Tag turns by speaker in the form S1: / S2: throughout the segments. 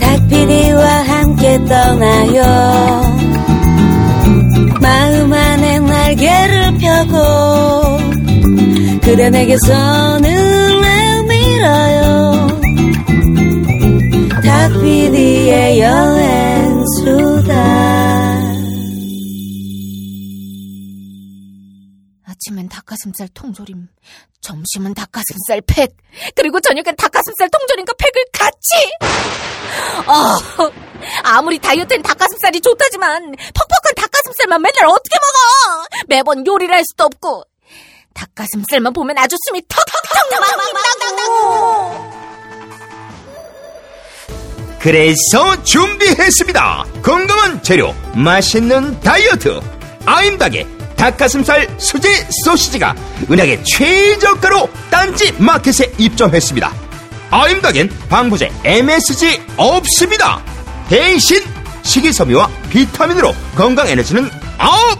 S1: 닭피디와 함께 떠나요 마음 안에 날개를 펴고 그대 내게 손을 내밀어요 닭피디의 여행수다
S2: 아침엔 닭가슴살 통조림, 점심은 닭가슴살 팩, 그리고 저녁엔 닭가슴살 통조림과 팩을 같이! 어, 아무리 다이어트엔 닭가슴살이 좋다지만 퍽퍽한 닭가슴살만 맨날 어떻게 먹어! 매번 요리를 할 수도 없고 닭가슴살만 보면 아주 숨이 턱턱턱 나고
S3: 그래서 준비했습니다. 건강한 재료, 맛있는 다이어트. 아임닭의 닭가슴살 수제 소시지가 은하계 최저가로 딴지 마켓에 입점했습니다. 아임닭엔 방부제 MSG 없습니다. 대신 식이섬유와 비타민으로 건강 에너지는 업!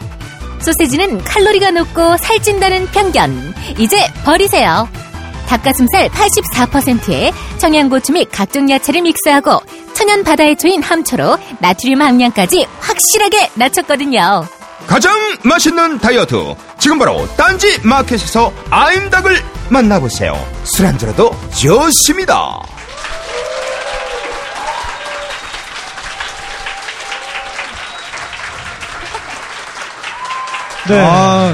S4: 소세지는 칼로리가 높고 살찐다는 편견. 이제 버리세요. 닭가슴살 84%에 청양고추 및 각종 야채를 믹스하고 천연 바다의 초인 함초로 나트륨 함량까지 확실하게 낮췄거든요.
S3: 가장 맛있는 다이어트 지금 바로 딴지 마켓에서 아임닭을 만나보세요 술안주로도 좋습니다
S5: 네.
S6: 아,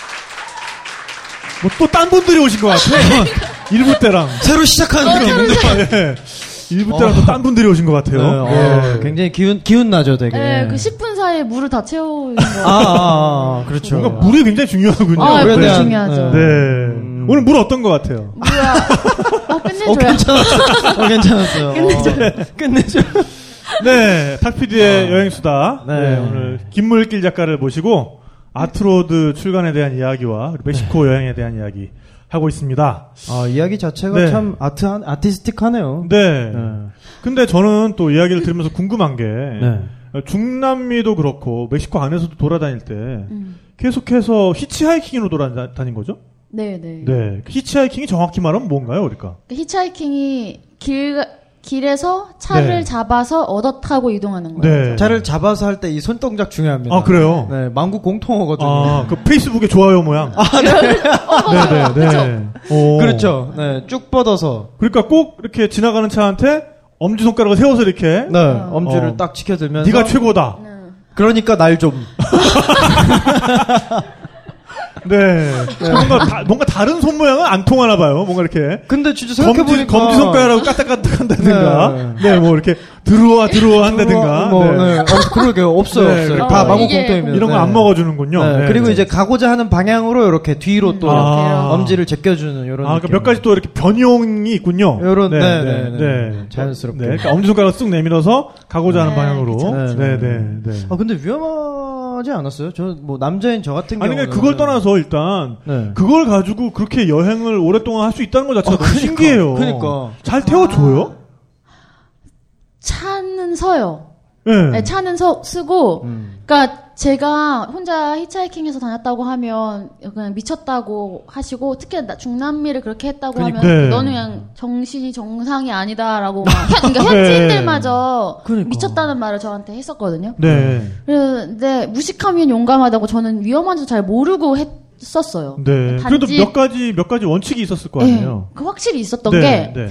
S5: 뭐 또 딴 분들이 오신 것 같아요. 일부 때랑.
S6: 그러니까. 새로 시작하는 분들. 어.
S5: 예. 일부 때랑 또 딴 분들이 오신 것
S6: 네,
S5: 같아요. 예.
S6: 어, 굉장히 기운 기운 나죠, 되게.
S7: 네, 그 10분 사이에 물을 다 채우는
S6: 아,
S7: 거.
S6: 아, 아, 그렇죠.
S5: 뭔가 물이 굉장히 중요하군요.
S7: 아,
S6: 물에
S7: 물
S6: 대한,
S7: 중요하죠.
S5: 네.
S6: 음.
S5: 오늘 물 어떤 것 같아요?
S7: 뭐야. 막
S6: 어,
S7: 아, 끝내줘요.
S6: 괜찮았어요. 어, 괜찮았어요.
S7: 끝내줘.
S6: 어, 끝내줘.
S5: 네, 탁피디의 여행수다. 네.
S6: 네.
S5: 오늘 김물길 작가를 모시고 아트로드 출간에 대한 이야기와 그리고
S6: 네.
S5: 멕시코 여행에 대한 이야기 하고 있습니다.
S6: 아, 이야기 자체가
S5: 네.
S6: 참 아트 아티스틱하네요.
S5: 네.
S6: 네.
S5: 근데 저는 또 이야기를 들으면서 궁금한 게
S6: 네.
S5: 중남미도 그렇고 멕시코 안에서도 돌아다닐 때
S7: 음.
S5: 계속해서 히치하이킹으로 돌아다닌 거죠?
S7: 네, 네.
S5: 네. 히치하이킹이 정확히 말하면 뭔가요, 그러니까?
S7: 그러니까 히치하이킹이 길, 길에서 차를
S5: 네.
S7: 잡아서 얻어 타고 이동하는 거예요.
S5: 네.
S6: 자를 잡아서 할 때 이 손동작 중요합니다.
S5: 아, 그래요?
S6: 네, 망국 공통어거든요.
S5: 아, 그 페이스북의 좋아요 모양. 네, 네, 네. 오.
S6: 그렇죠. 네, 쭉 뻗어서
S5: 그러니까 꼭 이렇게 지나가는 차한테 엄지 손가락을 세워서 이렇게
S6: 네, 엄지를
S5: 어.
S6: 딱 치켜들면서
S5: 네가 최고다.
S6: 그러니까 날 좀.
S5: 네. 뭔가 다, 뭔가 다른 손 모양은 안 통하나 봐요. 뭔가 이렇게
S6: 근데 진짜 생각해
S5: 검지
S6: 보니까
S5: 검지 손가락으로 까딱까딱 한다든가, 네, 뭐 이렇게 들어와 들어와 한다든가,
S6: 뭐,
S5: 네.
S6: 네. 그렇죠. 어, 그러게요. 없어요,
S5: 네,
S6: 없어요.
S5: 그러니까
S6: 다 망국
S7: 아, 이게
S6: 공통입니다.
S5: 이런 거 안
S6: 네.
S5: 먹어주는군요.
S6: 네,
S5: 네.
S6: 그리고 이제 가고자 하는 방향으로 이렇게 뒤로 또
S5: 아.
S6: 엄지를 제껴주는 이런.
S5: 아, 그러니까 몇 가지 또 이렇게 변형이 있군요.
S6: 요런, 네, 네, 네. 자연스럽게.
S5: 그러니까 엄지손가락 쑥 내밀어서 가고자 하는
S7: 네,
S5: 방향으로.
S7: 그쵸,
S6: 그쵸.
S5: 네, 네, 네.
S6: 아 근데 위험하지 않았어요? 저 뭐 남자인 저 같은
S5: 아니,
S6: 경우는
S5: 그러니까 그걸 떠나서 일단
S6: 네.
S5: 그걸 가지고 그렇게 여행을 오랫동안 할 수 있다는 것 자체가
S6: 어,
S5: 너무
S6: 그러니까,
S5: 신기해요.
S6: 그러니까.
S5: 잘 태워줘요?
S7: 차는 서요.
S5: 네.
S7: 네, 차는 서, 쓰고,
S6: 음.
S7: 그러니까 제가 혼자 히치하이킹해서 다녔다고 하면 그냥 미쳤다고 하시고 특히 나- 중남미를 그렇게 했다고
S6: 그러니까.
S7: 하면
S5: 네.
S7: 너는 그냥 정신이 정상이 아니다라고 막 현, 그러니까 현지인들마저
S6: 그러니까.
S7: 미쳤다는 말을 저한테 했었거든요.
S5: 네.
S7: 그런데 무식하면 용감하다고 저는 위험한 줄 잘 모르고 했었어요.
S5: 네.
S7: 단지-
S5: 그래도 몇 가지, 몇 가지 원칙이 있었을 거 아니에요.
S7: 네, 그 확실히 있었던 게
S5: 네, 네.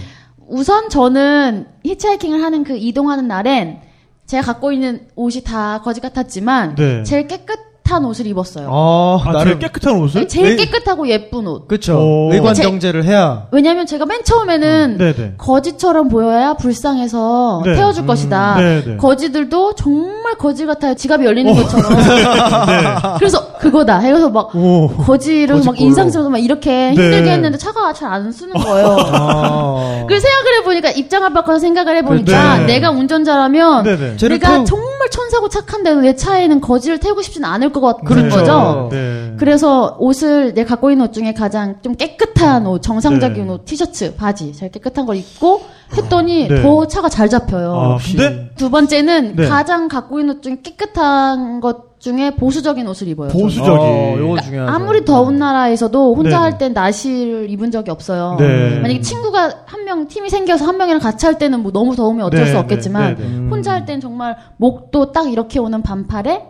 S7: 우선 저는 히치하이킹을 하는 그 이동하는 날엔 제가 갖고 있는 옷이 다 거지 같았지만
S5: 네.
S7: 제일 깨끗한 옷을 입었어요.
S6: 아,
S5: 아,
S6: 나름
S5: 제일 깨끗한 옷을?
S7: 제일
S6: 네.
S7: 깨끗하고 예쁜 옷.
S6: 그쵸.
S5: 어.
S6: 의관
S7: 제-
S6: 정제를 해야.
S7: 왜냐면 제가 맨 처음에는
S5: 네, 네.
S7: 거지처럼 보여야 불쌍해서
S5: 네.
S7: 태워줄 것이다.
S5: 네, 어. 네.
S7: 거지들도 정말 거지 같아요. 지갑이 열리는 것처럼.
S5: 네.
S7: 그래서 그거다. 해서 막
S5: 오.
S7: 거지로 막
S6: 거지꼴로.
S7: 인상 쓰면서 막 이렇게 힘들게
S5: 네.
S7: 했는데 차가 잘 안 쓰는 거예요.
S6: 아.
S7: 그 생각을 해보니까 입장을 바꿔서 생각을 해보니까
S5: 네.
S7: 내가 운전자라면
S5: 네네.
S6: 쟤를
S7: 내가
S6: 태우-
S7: 정말 천사고 착한데도 내 차에는 거지를 태우고 싶진 않을 것 같은
S6: 그렇죠.
S7: 거죠.
S5: 네.
S7: 그래서 옷을 내가 갖고 있는 옷 중에 가장 좀 깨끗한 옷, 정상적인
S5: 네.
S7: 옷, 티셔츠, 바지, 제일 깨끗한 걸 입고 했더니
S5: 네.
S7: 더 차가 잘 잡혀요.
S5: 아, 근데
S7: 두 번째는
S5: 네.
S7: 가장 갖고 있는 옷 중에 깨끗한 것 중에 보수적인 옷을 입어요. 저는.
S5: 보수적인.
S6: 어, 요거 중요하죠.
S7: 아무리 더운 나라에서도 혼자
S5: 네.
S7: 할 땐 나시를 입은 적이 없어요.
S5: 네.
S7: 만약에 친구가 한 명 팀이 생겨서 한 명이랑 같이 할 때는 뭐 너무 더우면 어쩔
S5: 네,
S7: 수
S5: 네,
S7: 없겠지만
S5: 네,
S6: 음.
S5: 네.
S7: 혼자 할 땐 정말 목도 딱 이렇게 오는 반팔에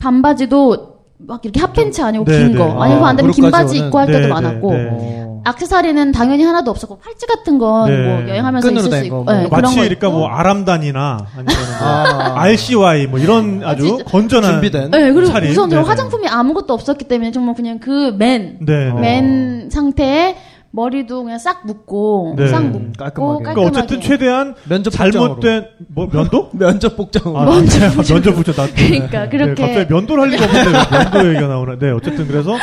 S7: 반바지도 막 이렇게 핫팬츠 아니고
S5: 네,
S7: 긴
S5: 네.
S7: 거 아니면
S6: 아,
S7: 안 되면 긴
S6: 무릎까지
S7: 바지
S6: 오는-
S7: 입고 할 때도
S5: 네, 네,
S7: 많았고 뭐
S5: 네.
S6: 어.
S7: 악세사리는 당연히 하나도 없었고 팔찌 같은 건 뭐
S5: 네.
S7: 여행하면서
S6: 끈으로
S7: 있을 수
S6: 된 거,
S7: 있고
S6: 뭐.
S7: 예, 그런
S5: 마치
S7: 거
S5: 그러니까
S7: 있고.
S5: 뭐 아람단이나 아니면 뭐
S6: 아.
S5: RCY 뭐
S7: 음.
S5: 이런 아주
S7: 진짜.
S5: 건전한
S6: 준비된.
S7: 네, 그리고
S5: 차림.
S7: 우선
S5: 네네.
S7: 화장품이 아무것도 없었기 때문에 정말 그냥 그 맨,
S5: 네. 네.
S7: 맨 상태에 머리도 그냥 싹 묶고,
S5: 네.
S7: 싹 묶고,
S6: 깔끔하게.
S5: 그러니까 어쨌든 최대한
S6: 면접 복장으로.
S5: 잘못된 뭐 면도?
S6: 면접 복장으로.
S5: 아,
S7: 면접
S5: 면접
S7: 복장.
S5: 면접 붙였다.
S7: 그러니까 그렇게.
S5: 갑자기 면도를 할 리가 없는데 왜 면도 얘기가 나오나. 네, 어쨌든 그래서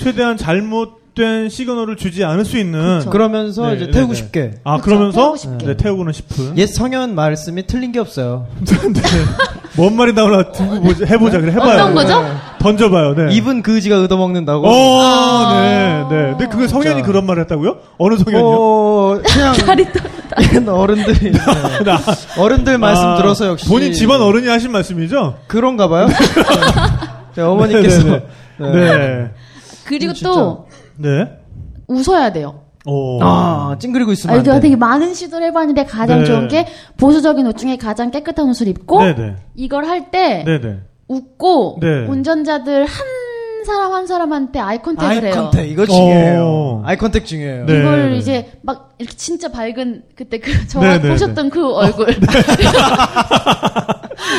S5: 최대한 잘못된 시그널을 주지 않을 수 있는
S7: 그쵸.
S6: 그러면서
S5: 네,
S6: 이제
S5: 네, 네.
S6: 태우고 싶게.
S5: 아
S7: 그쵸,
S5: 그러면서
S7: 태우고 싶게.
S5: 네, 태우고는 싶은
S6: 옛 성현 말씀이 틀린 게 없어요.
S5: 뭔 말이 나오나 두고 보자, 해보자 그래 해봐요.
S7: 어떤 거죠?
S5: 던져봐요. 네.
S6: 입은 그지가 얻어먹는다고.
S5: 어, 네, 네. 근데 그게 성현이
S6: 진짜.
S5: 그런 말을 했다고요? 어느 성현이요?
S6: 어, 그냥
S7: 다리 떠.
S6: 옛 어른들이 네.
S5: 나-
S6: 어른들 말씀
S5: 아,
S6: 들어서 역시
S5: 본인 집안 어른이 하신 말씀이죠?
S6: 그런가 봐요. 네, 어머니께서
S5: 네, 네. 네.
S7: 그리고
S6: 진짜.
S7: 또
S5: 네.
S7: 웃어야 돼요.
S5: 오.
S6: 아 찡그리고
S7: 아,
S6: 있으면
S7: 이거
S6: 안 돼.
S7: 되게 많은 시도를 해봤는데 가장
S5: 네.
S7: 좋은 게 보수적인 옷 중에 가장 깨끗한 옷을 입고
S5: 네네.
S7: 이걸 할 때
S5: 네네.
S7: 웃고
S5: 네.
S7: 운전자들 한 사람 한 사람한테 아이 컨택을
S6: 아이
S7: 해요.
S6: 컨택 이거
S5: 어.
S6: 중요해요. 아이 컨택 중요해요.
S5: 네.
S7: 이걸
S5: 네.
S7: 이제 막 이렇게 진짜 밝은 그때 그
S5: 네,
S7: 저와
S5: 네,
S7: 보셨던 그 얼굴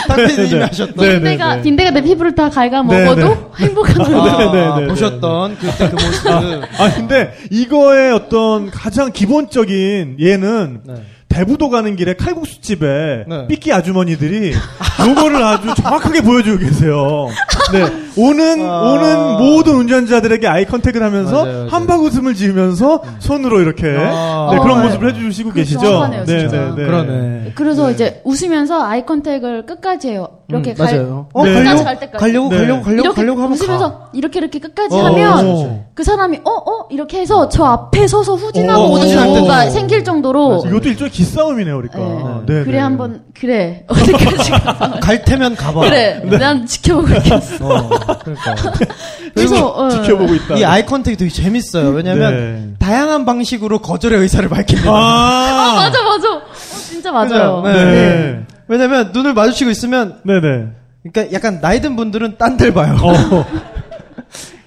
S6: 탁피디님이
S5: 네, 네.
S6: 하셨던
S5: 네, 네,
S7: 빈대가
S5: 네.
S7: 빈대가 내 피부를 다 갉아 먹어도
S5: 네, 네.
S7: 행복한 얼굴.
S5: 네,
S6: 아,
S5: 네, 네,
S6: 보셨던 그때 그 모습.
S5: 아 근데 이거의 어떤 가장 기본적인 예는
S6: 네.
S5: 대부도 가는 길에 칼국수 집에
S6: 네.
S5: 삐끼 아주머니들이 요거를 아주 정확하게 보여주고 계세요. 네, 오는
S6: 아.
S5: 오는 모든 운전자들에게 아이 컨택을 하면서
S6: 맞아요, 맞아요.
S5: 한박 웃음을 지으면서 손으로 이렇게
S6: 아.
S5: 네, 그런
S7: 어,
S5: 모습을 해주시고
S7: 그거
S5: 계시죠.
S7: 정확하네요,
S5: 네,
S7: 진짜.
S5: 네, 네.
S6: 그러네.
S7: 그래서 이제 웃으면서 아이 컨택을 끝까지 해요. 이렇게
S6: 음,
S7: 갈-
S6: 맞아요.
S5: 네.
S6: 가려고-
S5: 끝까지
S7: 갈 때까지.
S6: 가려고
S5: 네.
S6: 가려고 가려고
S7: 이렇게
S6: 가려고 하면
S7: 웃으면서
S6: 가.
S7: 이렇게 이렇게 끝까지
S6: 어,
S7: 하면
S5: 어.
S7: 그 사람이 어어 이렇게 해서 저 앞에 서서 후진하고
S5: 어,
S7: 오, 는
S5: 후진할
S7: 경우가
S5: 때도.
S7: 생길 정도로
S5: 이것도 일종의 기싸움이네요, 그러니까.
S7: 네.
S6: 아,
S5: 네, 네,
S7: 그래
S5: 네.
S7: 한번 그래 어디까지 가서
S6: 갈 테면 가봐.
S7: 그래 난 지켜보고
S6: 네.
S7: 있겠어.
S6: 어, 그러니까.
S7: 그래서 어,
S5: 지켜보고 있다.
S6: 이 아이 컨택이 되게 재밌어요. 왜냐면
S5: 그러니까. 네.
S6: 다양한 방식으로 거절의 의사를 밝힙니다.
S5: 아,
S7: 맞아 맞아 어, 진짜
S6: 그죠?
S7: 맞아요.
S5: 네. 네.
S6: 왜냐면 눈을 마주치고 있으면
S5: 네네.
S6: 그러니까 약간 나이 든 분들은 딴 데를 봐요.
S5: 어.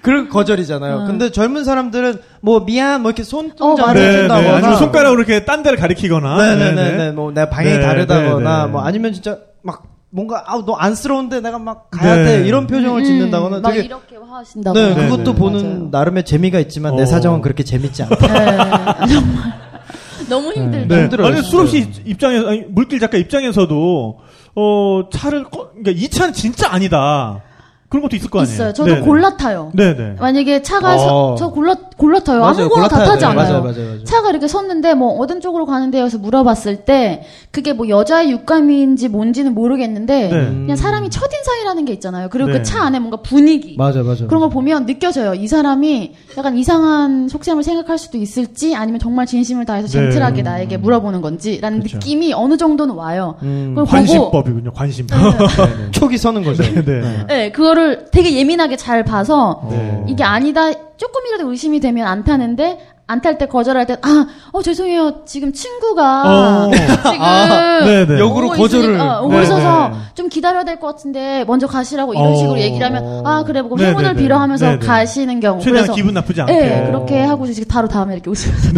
S6: 그리고 거절이잖아요. 근데 젊은 사람들은 뭐 미안 뭐 이렇게
S7: 음. 어,
S6: 손동작
S5: 네,
S7: 맞아요.
S5: 네.
S6: 해준다거나
S5: 아니면 손가락으로 이렇게 딴 데를 가리키거나.
S6: 네네네. 뭐 내가 방향이
S5: 네,
S6: 다르다거나
S5: 네, 네.
S6: 뭐 아니면 진짜 막 뭔가 아우 너 안쓰러운데 내가 막 가야
S5: 네.
S6: 돼 이런 표정을 짓는다거나
S7: 음, 막
S6: 되게
S7: 이렇게 화하신다고.
S6: 네,
S5: 네,
S6: 그것도
S5: 네.
S6: 보는 나름의 재미가 있지만
S5: 어.
S6: 내 사정은 그렇게 재밌지 않다.
S7: 네. 정말 너무 힘들죠.
S5: 네.
S6: 힘들어요,
S5: 아니
S6: 진짜.
S5: 수롭씨 입장에서 아니, 물길 작가 입장에서도 어 차를 꺼, 그러니까 이 차는 진짜 아니다 그런 것도
S6: 네.
S5: 있을 거 아니에요. 네,
S7: 있어요. 저도 골라 타요.
S5: 네네.
S7: 만약에 차가
S6: 어.
S7: 서, 저 골라 골라 타요.
S6: 맞아요,
S7: 아무거나
S6: 골라
S7: 다
S6: 타야
S7: 타지
S6: 돼요.
S7: 않아요.
S6: 맞아요, 맞아요, 맞아요.
S7: 차가 이렇게 섰는데 뭐 어떤 쪽으로 가는데여서 물어봤을 때 그게 뭐 여자의 육감인지 뭔지는 모르겠는데
S5: 네.
S6: 음.
S7: 그냥 사람이 첫인상이라는 게 있잖아요. 그리고
S5: 네.
S7: 그 차 안에 뭔가 분위기
S6: 맞아 맞아.
S7: 그런 걸 보면 느껴져요. 이 사람이 약간 이상한 속셈을 생각할 수도 있을지 아니면 정말 진심을 다해서
S5: 네.
S7: 젠틀하게 나에게
S6: 음.
S7: 물어보는 건지라는
S6: 그렇죠.
S5: 그쵸.
S7: 느낌이 어느 정도는 와요. 그걸 보고
S5: 관심법이군요. 관심법. 네네.
S6: 촉이 서는 거죠.
S5: 네네. 네.
S7: 네, 그거를 되게 예민하게 잘 봐서
S5: 네.
S7: 이게 아니다 조금이라도 의심이 되면 안 타는데 안 탈 때 거절할 때 아, 어 죄송해요. 지금 친구가
S5: 어.
S7: 지금
S6: 아,
S5: 네네.
S6: 역으로
S7: 오고
S6: 거절을.
S7: 있으니까, 어,
S5: 네네.
S7: 오고 있어서 좀 기다려야 될 것 같은데 먼저 가시라고 이런
S5: 어.
S7: 식으로 얘기를 하면 아 그래 그럼
S5: 네네네.
S7: 행운을 빌어 하면서
S5: 네네.
S7: 가시는 경우
S5: 최대한
S7: 그래서
S5: 기분 나쁘지 않게.
S7: 네, 그렇게 하고 이제 바로 다음에 이렇게 웃으면서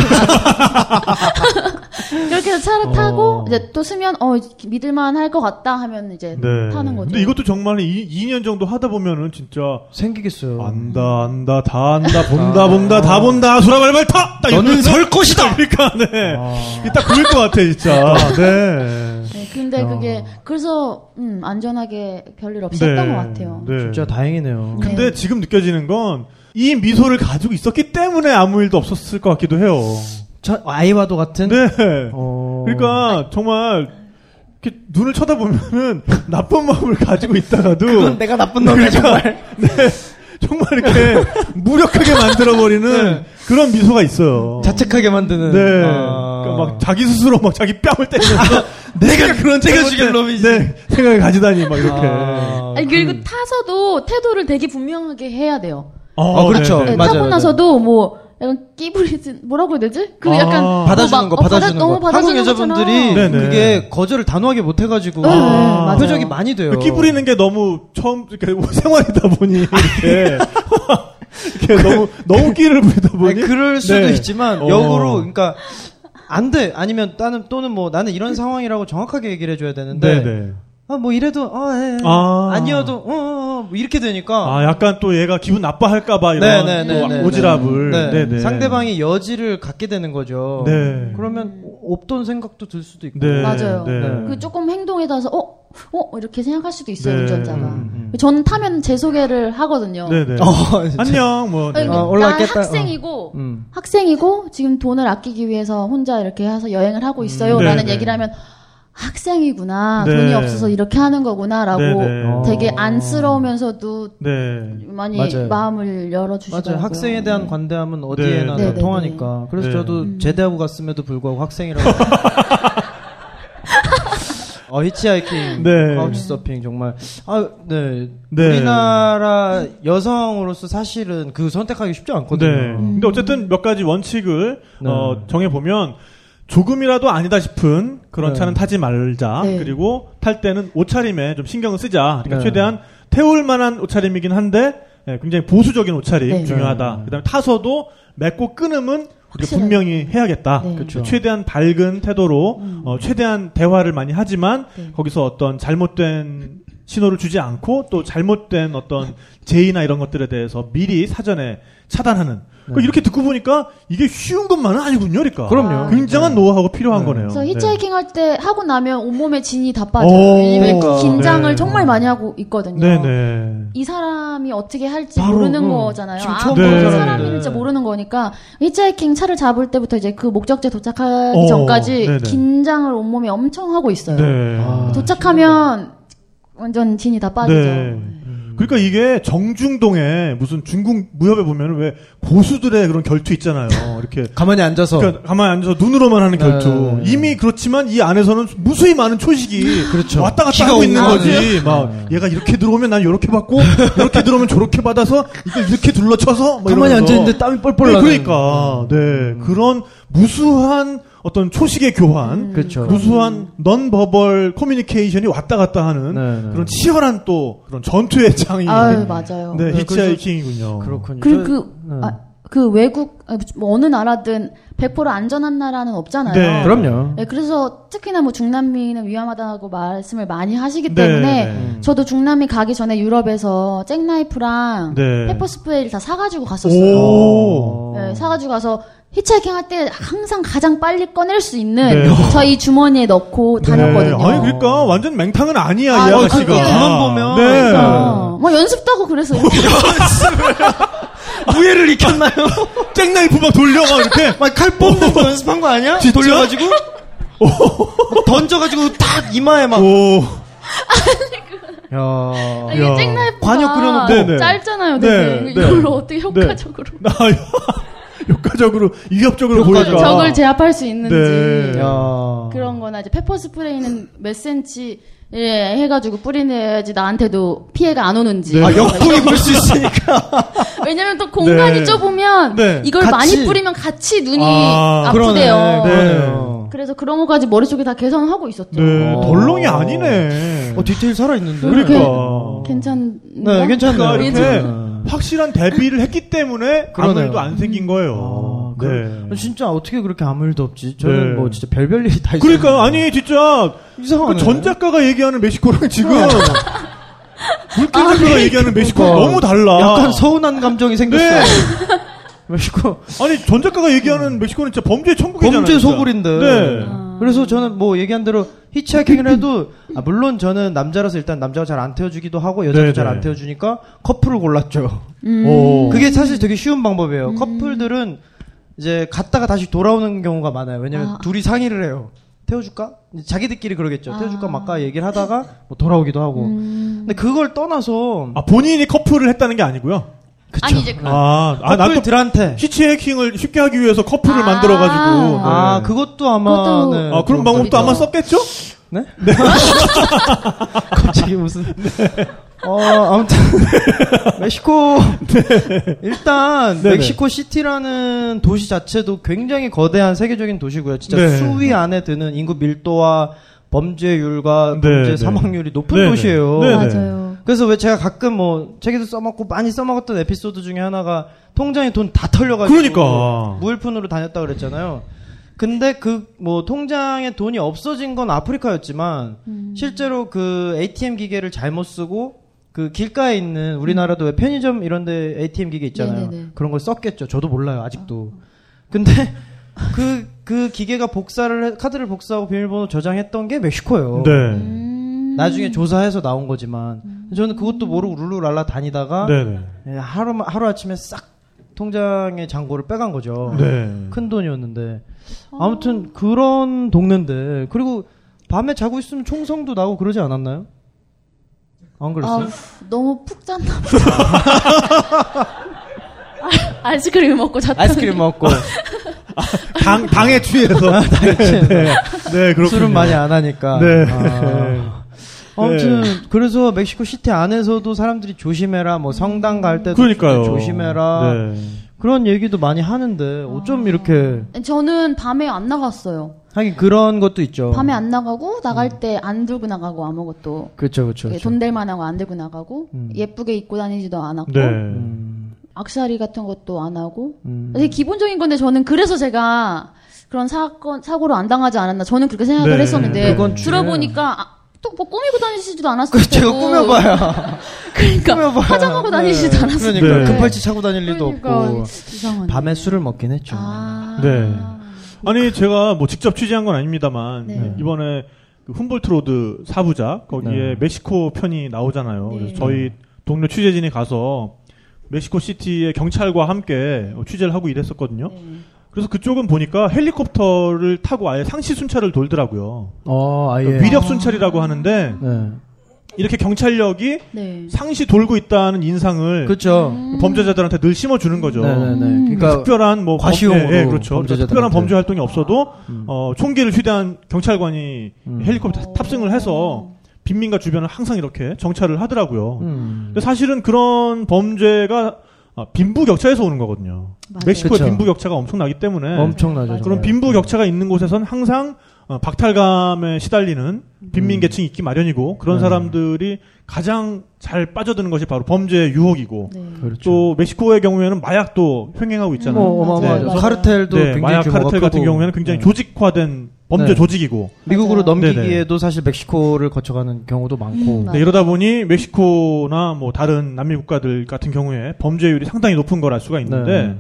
S7: 그렇게 해서 차를 타고 이제 또 쓰면 어 믿을만 할 것 같다 하면 이제
S5: 네.
S7: 타는 거죠.
S5: 근데 이것도 정말 2, 년 정도 하다 보면은 진짜
S6: 생기겠어요.
S5: 안다 안다 다 안다 본다 본다 다 본다 수라발발타.
S6: 너는 설 아.
S5: 것이다. 그러니까 네. 이게 딱 그럴 것 같아 진짜. 네.
S7: 네, 근데 그게
S6: 어.
S7: 그래서 음, 안전하게 별일 없이 했던 것 같아요.
S5: 네.
S6: 진짜 다행이네요.
S5: 근데 지금 느껴지는 건 이 미소를 가지고 있었기 때문에 아무 일도 없었을 것 같기도 해요.
S6: 저 아이와도 같은.
S5: 네.
S6: 어.
S5: 그러니까 정말 이렇게 눈을 쳐다보면은 나쁜 마음을 가지고
S6: 그건
S5: 있다가도
S6: 내가 나쁜 놈이야 정말.
S5: 네. 정말 이렇게
S6: 네.
S5: 무력하게 만들어버리는 그런 미소가 있어요.
S6: 자책하게 만드는.
S5: 네.
S6: 아.
S5: 그러니까 막 자기 스스로 막 자기 뼈을 때리면서
S6: 내가 그런
S5: 내가
S6: 내가 죽일 놈이지.
S5: 네, 생각이 가지다니 막 이렇게.
S6: 아.
S7: 아니, 그리고 타서도 태도를 되게 분명하게 해야 돼요.
S5: 어,
S6: 아, 그렇죠.
S5: 네네.
S7: 네,
S6: 맞아요,
S7: 타고
S6: 맞아요.
S7: 나서도 뭐 약간 끼부리지 뭐라고 해야 되지? 그
S5: 아.
S7: 약간 뭐
S6: 받아주는
S7: 막,
S6: 거,
S7: 어, 받아-
S6: 받아주는
S7: 너무
S6: 거. 한국
S7: 받아주는
S6: 여자분들이
S5: 거잖아. 네네. 그
S6: 그게 거절을 단호하게 못해가지고
S7: 네, 네, 맞아요.
S6: 표적이 많이 돼요.
S5: 끼 부리는 게 너무 처음 그러니까 생활이다 보니 이렇게 이렇게 너무 너무 끼를 부리다
S6: 그 아니,
S5: 보니
S6: 그럴 수도
S5: 네.
S6: 있지만
S5: 어.
S6: 역으로 그러니까 안 돼. 아니면 나는 또는 뭐 나는
S7: 그
S6: 이런 상황이라고 정확하게 얘기를 해줘야 되는데
S5: 네네.
S6: 아, 뭐 이래도 아, 예, 예.
S5: 아.
S6: 아니어도 어, 어, 어, 뭐 이렇게 되니까
S5: 아 약간 또 얘가 기분 나빠할까봐 이런
S6: 네네네.
S5: 또 오지랖을
S6: 네.
S5: 네네.
S6: 상대방이 여지를 갖게 되는 거죠.
S5: 네.
S6: 그러면 없던 생각도 들 수도 있고.
S5: 네,
S7: 맞아요.
S5: 네.
S7: 그 조금 행동에 따라서 어, 어 이렇게 생각할 수도 있어요
S5: 네.
S7: 운전자가.
S5: 음,
S7: 저는 타면 제 소개를 하거든요.
S5: 네네.
S6: 어, 진짜.
S5: 안녕 뭐
S7: 아니,
S5: 네.
S6: 어,
S7: 나
S6: 올라왔겠다.
S7: 학생이고
S6: 음.
S7: 학생이고 지금 돈을 아끼기 위해서 혼자 이렇게 해서 여행을 하고
S5: 음,
S7: 있어요라는
S5: 네네.
S7: 얘기를 하면 학생이구나
S5: 네.
S7: 돈이 없어서 이렇게 하는 거구나라고
S5: 네네. 아.
S7: 되게
S6: 어.
S7: 안쓰러우면서도
S5: 네.
S7: 많이
S6: 맞아요.
S7: 마음을 네. 열어주시고
S6: 맞아요. 학생에 대한 관대함은 어디에나
S5: 네,
S6: 다
S7: 네,
S6: 통하니까. 그래서
S5: 네.
S6: 저도 제대하고 갔음에도 불구하고 학생이라고. 어, 히치하이킹,
S5: 네.
S6: 카우치서핑 정말 아, 네.
S5: 네.
S6: 우리나라 여성으로서 사실은 그 선택하기 쉽지 않거든요.
S5: 네. 근데 어쨌든 몇 가지 원칙을
S6: 네.
S5: 어, 정해보면 조금이라도 아니다 싶은 그런
S6: 네.
S5: 차는 타지 말자.
S7: 네.
S5: 그리고 탈 때는 옷차림에 좀 신경을 쓰자. 그러니까
S6: 네.
S5: 최대한 태울 만한 옷차림이긴 한데 예, 굉장히 보수적인 옷차림
S7: 네.
S5: 중요하다.
S6: 네.
S5: 그다음에 타서도 맺고 끊음은 우리가
S7: 확실하게.
S5: 분명히 해야겠다.
S7: 네. 음.
S6: 그렇죠.
S5: 최대한 밝은 태도로 어, 최대한 대화를 많이 하지만
S7: 네.
S5: 거기서 어떤 잘못된 신호를 주지 않고 또 잘못된 어떤 제의나 이런 것들에 대해서 미리 사전에 차단하는 그러니까 이렇게 듣고 보니까 이게 쉬운 것만은 아니군요, 그러니까.
S6: 네. 그럼요.
S5: 굉장한 노하우가 필요한
S6: 네.
S5: 거네요.
S7: 그래서
S5: 네.
S7: 히치하이킹 할 때 하고 나면 온몸에 진이 다 빠져요.
S5: 오,
S7: 왜냐면
S6: 그러니까.
S7: 긴장을
S5: 네.
S7: 정말 많이 하고 있거든요.
S5: 네네.
S7: 이 사람이 어떻게 할지
S5: 바로,
S7: 모르는
S5: 응.
S7: 거잖아요.
S6: 지금
S7: 아,
S6: 처음
S7: 그
S5: 보는 네.
S7: 사람이
S6: 사람인데.
S7: 진짜 모르는 거니까 히치하이킹 차를 잡을 때부터 이제 그 목적지에 도착하기
S5: 어,
S7: 전까지
S5: 네네.
S7: 긴장을 온몸에 엄청 하고 있어요.
S5: 네.
S6: 아,
S7: 도착하면 완전 진이 다 빠지죠.
S5: 네.
S6: 음.
S5: 그러니까 이게 정중동에 무슨 중국 무협에 보면 왜 고수들의 그런 결투 있잖아요. 이렇게.
S6: 가만히 앉아서
S5: 그러니까 가만히 앉아서 눈으로만 하는 결투.
S6: 어. 네, 네, 네.
S5: 이미 그렇지만 이 안에서는 무수히 많은 초식이
S6: 그렇죠.
S5: 왔다 갔다
S6: 키가 네.
S5: 하고 있는
S6: 오고
S5: 거지.
S6: 가고.
S5: 막 얘가 이렇게 들어오면 난 이렇게 받고 이렇게 들어오면 저렇게 받아서 이걸 이렇게 둘러쳐서 막
S6: 가만히
S5: 뭐 이러면서.
S6: 앉아 있는데 땀이 뻘뻘
S5: 네,
S6: 나는. 음.
S5: 그러니까 네 그런 무수한 어떤 초식의 교환,
S6: 그렇죠.
S5: 무수한 넌버벌 커뮤니케이션이 왔다 갔다 하는
S6: 네, 네.
S5: 그런 치열한 또 그런 전투의 장이
S7: 아유, 맞아요.
S5: 네
S6: 네,
S5: 히치하이킹이군요.
S6: 그렇군요.
S7: 그리고
S6: 저-
S7: 그,
S6: 네.
S7: 아, 그 외국, 아, 뭐 어느 나라든 100% 안전한 나라는 없잖아요.
S5: 네.
S6: 그럼요.
S7: 네, 그래서 특히나 뭐 중남미는 위험하다고 말씀을 많이 하시기
S5: 네.
S7: 때문에
S5: 음.
S7: 저도 중남미 가기 전에 유럽에서 잭나이프랑
S5: 네.
S7: 페퍼스프레이를 다 사가지고 갔었어요.
S5: 오.
S7: 네, 사가지고 가서 히치하이킹 할 때 항상 가장 빨리 꺼낼 수 있는
S5: 네.
S7: 저희 주머니에 넣고 다녔거든요.
S5: 네. 아니 그러니까 완전 맹탕은 아니야
S7: 아,
S5: 이
S7: 어,
S5: 아가씨가.
S7: 그러니까.
S6: 눈만 보면
S5: 네.
S6: 그러니까.
S7: 어, 뭐 연습도 하고 그래서 이렇게
S6: 무예를 익혔나요?
S5: 쨍나이프 막 돌려 막 이렇게
S6: 막 칼 뽑는 거 연습한 거 아니야?
S5: 진짜?
S6: 돌려가지고 막 던져가지고 딱 이마에 막.
S5: 오.
S6: 야.
S7: 이게
S5: 야.
S7: 잭나이프가
S6: 관역 그려놓고.
S5: 네네.
S7: 짧잖아요.
S5: 네,
S7: 되게.
S5: 네.
S7: 이걸로 어떻게
S5: 네.
S7: 효과적으로
S5: 나
S6: 아,
S5: 효과적으로 이협적으로 보일까.
S7: 적을 제압할 수 있는지
S5: 아. 네.
S6: 야.
S7: 그런 거나 이제 페퍼 스프레이는 몇 센치 예, 해가지고 뿌리내야지 나한테도 피해가 안 오는지.
S5: 네.
S6: 아, 역풍이 불 수 있으니까.
S7: 왜냐면 또 공간이
S5: 네.
S7: 좁으면
S5: 네.
S7: 이걸
S6: 같이.
S7: 많이 뿌리면 같이 눈이
S5: 아,
S7: 아, 프대
S6: 그러네.
S7: 요
S6: 그러네요.
S7: 그래서 그런 것까지 머릿속에 다 계산하고 있었죠.
S5: 네,
S6: 어.
S5: 덜렁이 아니네.
S6: 어, 디테일 살아있는데.
S5: 그러니까.
S7: 괜찮나?
S6: 네, 괜찮네요.
S5: 그러니까 이렇게
S6: 괜찮아요.
S5: 확실한 대비를 했기 때문에 아무
S6: 그러네요.
S5: 일도 안 생긴 거예요.
S6: 아, 그래.
S5: 네.
S6: 진짜 어떻게 그렇게 아무 일도 없지? 저는
S5: 네.
S6: 뭐 진짜 별별 일이 다 있어요.
S5: 그러니까 아니 진짜
S6: 이상하네.
S5: 그 전작가가 얘기하는 멕시코랑 지금 물개 작가가 얘기하는 멕시코
S6: 그러니까.
S5: 너무 달라.
S6: 약간 서운한 감정이 생겼어.
S5: 네.
S6: 멕시코
S5: 아니 전작가가 얘기하는 멕시코는 진짜 범죄 천국이잖아요.
S6: 음. 범죄
S5: 진짜.
S6: 소굴인데.
S5: 네.
S7: 아.
S6: 그래서 저는 뭐 얘기한 대로 히치하이킹을 해도 아, 물론 저는 남자라서 일단 남자가 잘 안 태워주기도 하고
S5: 네,
S6: 여자도 잘
S5: 네.
S6: 안 태워주니까 커플을 골랐죠.
S5: 오.
S6: 그게 사실 되게 쉬운 방법이에요.
S7: 음.
S6: 커플들은 이제 갔다가 다시 돌아오는 경우가 많아요. 왜냐면
S7: 아.
S6: 둘이 상의를 해요. 태워줄까? 자기들끼리 그러겠죠.
S7: 아. 음.
S6: 태워줄까 말까 얘기를 하다가 뭐 돌아오기도 하고. 근데 그걸 떠나서
S5: 아 본인이 커플을 했다는 게 아니고요.
S7: 아니 이제
S5: 아, 아, 난또
S6: 네. 커플들한테.
S5: 히치하이킹을 쉽게 하기 위해서 커플을
S7: 아.
S5: 만들어가지고. 네.
S6: 아, 그것도 아마.
S7: 그것도-
S6: 네,
S5: 아, 그런
S6: 그것도
S5: 방법도
S6: 있다.
S5: 아마 썼겠죠?
S6: 네? 갑자기 무슨. 어, 아무튼. 멕시코. 일단,
S5: 네. 네네.
S6: 멕시코 시티라는 도시 자체도 굉장히 거대한 세계적인 도시고요. 진짜
S5: 네.
S6: 수위 안에 드는 인구 밀도와 범죄율과
S5: 네,
S6: 범죄
S5: 네.
S6: 사망률이 높은
S5: 네네.
S6: 도시예요.
S5: 네네.
S7: 맞아요.
S6: 그래서 왜 제가 가끔 뭐 책에도 써먹고 많이 써먹었던 에피소드 중에 하나가 통장에 돈 다 털려가지고
S5: 그러니까.
S6: 무일푼으로 다녔다 그랬잖아요. 근데 그 뭐 통장에 돈이 없어진 건 아프리카였지만
S7: 음.
S6: 실제로 그 ATM 기계를 잘못 쓰고 그 길가에 있는 우리나라도 왜 편의점 이런데 ATM 기계 있잖아요.
S7: 네네네.
S6: 그런 걸 썼겠죠. 저도 몰라요 아직도. 근데 그 그 기계가 복사를 해- 카드를 복사하고 비밀번호 저장했던 게 멕시코예요.
S5: 네.
S6: 나중에 조사해서 나온 거지만 저는 그것도 모르고 룰루랄라 다니다가
S5: 네네.
S6: 예, 하루 하루 아침에 싹 통장의 잔고를 빼간 거죠.
S5: 네.
S6: 큰 돈이었는데 아무튼 그런 동네인데 그리고 밤에 자고 있으면 총성도 나고 그러지 않았나요? 안 그랬어요?
S7: 아, 너무 푹 잤나 보다. 아, 아이스크림 먹고 잤더니
S6: 아이스크림 먹고
S5: 당, 당에 취해서. 네, 네, 그렇군요.
S6: 술은 많이 안 하니까.
S5: 네.
S6: 아. 아무튼 그래서 멕시코 시티 안에서도 사람들이 조심해라 뭐 성당 갈 때도
S5: 그러니까요.
S6: 조심해라
S5: 네.
S6: 그런 얘기도 많이 하는데 어쩜 이렇게
S7: 저는 밤에 안 나갔어요.
S6: 하긴 그런 것도 있죠.
S7: 밤에 안 나가고 나갈
S6: 음.
S7: 때 안 들고 나가고 아무것도
S6: 그렇죠, 그렇죠. 그렇죠.
S7: 예, 돈 될 만한 거 안 들고 나가고 예쁘게 입고 다니지도 않았고
S5: 음. 네.
S6: 어?
S7: 악세사리 같은 것도 안 하고
S6: 음.
S7: 되게 기본적인 건데 저는 그래서 제가 그런 사건 사고로 안 당하지 않았나 저는 그렇게 생각을
S5: 네,
S7: 했었는데
S6: 그건 중요해요.
S7: 들어보니까 아, 또뭐 꾸미고 다니시지도 않았을
S6: 그
S7: 테고
S6: 제가 꾸며봐요.
S7: 그러니까
S6: 꾸며봐요.
S7: 화장하고 다니시지도
S6: 네.
S7: 않았을 그러니까
S6: 그러니까
S5: 네.
S6: 급발치 차고 다닐 리도 없고
S7: 이상하네.
S6: 밤에 술을 먹긴 했죠.
S7: 아.
S5: 네. 아니 제가 뭐 직접 취재한 건 아닙니다만
S7: 네.
S5: 이번에 그 훔볼트로드 사부작 거기에
S6: 네.
S5: 멕시코 편이 나오잖아요.
S7: 네.
S5: 그래서 저희 동료 취재진이 가서 멕시코 시티의 경찰과 함께 취재를 하고 일했었거든요.
S7: 네.
S5: 그래서 그쪽은 보니까 헬리콥터를 타고 아예 상시 순찰을 돌더라고요.
S6: 어, 아예.
S5: 그러니까 위력 순찰이라고 하는데
S6: 네.
S5: 이렇게 경찰력이
S7: 네.
S5: 상시 돌고 있다는 인상을
S6: 그렇죠.
S5: 음.
S7: 음.
S5: 범죄자들한테 늘 심어주는 거죠.
S6: 네네네. 그러니까
S5: 특별한 뭐
S6: 과시용으로
S5: 범- 예, 예, 그렇죠.
S6: 범죄자들한테.
S5: 특별한 범죄 활동이 없어도
S6: 음,
S5: 어, 총기를 휴대한 경찰관이 헬리콥터 탑승을 해서 빈민가 주변을 항상 이렇게 정찰을 하더라고요.
S6: 음.
S5: 근데 사실은 그런 범죄가 아, 빈부격차에서 오는 거거든요.
S7: 맞아요.
S5: 멕시코의
S6: 그쵸.
S5: 빈부격차가 엄청나기 때문에
S6: 엄청나죠.
S5: 네.
S6: 네.
S5: 그런
S6: 정말.
S5: 빈부격차가 있는 곳에선 항상 어, 박탈감에 시달리는 빈민 계층이 있기 마련이고 그런
S6: 음. 네.
S5: 사람들이 가장 잘 빠져드는 것이 바로 범죄의 유혹이고
S7: 네.
S6: 그렇죠.
S5: 또 멕시코의 경우에는 마약도 횡행하고 있잖아요.
S7: 음.
S6: 뭐 어마어마하죠.
S5: 맞아요.
S6: 카르텔도
S5: 네,
S6: 굉장히
S5: 마약
S6: 규모가
S5: 카르텔 같은
S6: 크고.
S5: 경우에는 굉장히 네.
S6: 네.
S5: 조직화된 범죄
S6: 네.
S5: 조직이고
S6: 미국으로
S7: 맞아요.
S6: 넘기기에도 사실 멕시코를 거쳐가는 경우도 많고.
S7: 맞아요.
S5: 네, 이러다 보니 멕시코나 뭐 다른 남미 국가들 같은 경우에 범죄율이 상당히 높은 걸 알 수가 있는데
S6: 네.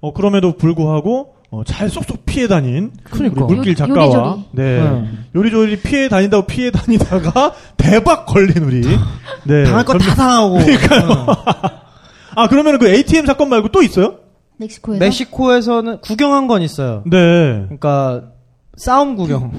S5: 어, 그럼에도 불구하고 어, 잘 쏙쏙 피해 다닌
S6: 그러니까.
S5: 우리 물길
S7: 요-
S5: 작가와
S7: 요리조리.
S5: 네.
S6: 네.
S5: 요리조리 피해 다닌다고 피해 다니다가 대박 걸린 우리 네.
S6: 당할 거 다 당하고. 네. 어. 그러니까요.
S5: 아 그러면 그 ATM 사건 말고 또 있어요?
S7: 멕시코에서
S6: 멕시코에서는 구경한 건 있어요.
S5: 네.
S6: 그러니까 싸움 구경.